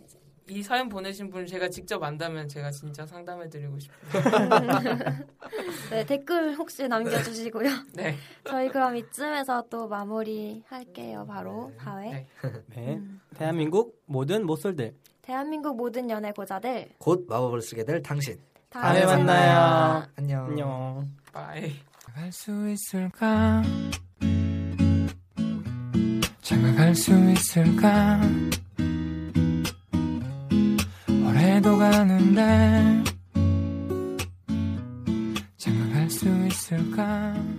[SPEAKER 5] 이 사연 보내신 분 제가 직접 안다면 제가 진짜 상담해드리고 싶어요.
[SPEAKER 3] 네, 댓글 혹시 남겨주시고요.
[SPEAKER 5] 네,
[SPEAKER 3] 저희 그럼 이쯤에서 또 마무리 할게요. 바로
[SPEAKER 4] 네.
[SPEAKER 3] 4회.
[SPEAKER 5] 네.
[SPEAKER 6] 네.
[SPEAKER 3] 음.
[SPEAKER 6] 대한민국 모든 모쏠들
[SPEAKER 3] 대한민국 모든 연애 고자들
[SPEAKER 4] 곧 마법을 쓰게 될 당신.
[SPEAKER 6] 다음에 만나요.
[SPEAKER 4] 안녕.
[SPEAKER 6] 안녕.
[SPEAKER 5] 바이.
[SPEAKER 8] 장가갈 수 있을까? 장가갈 수 있을까? 올해도 가는데 장가갈 수 있을까?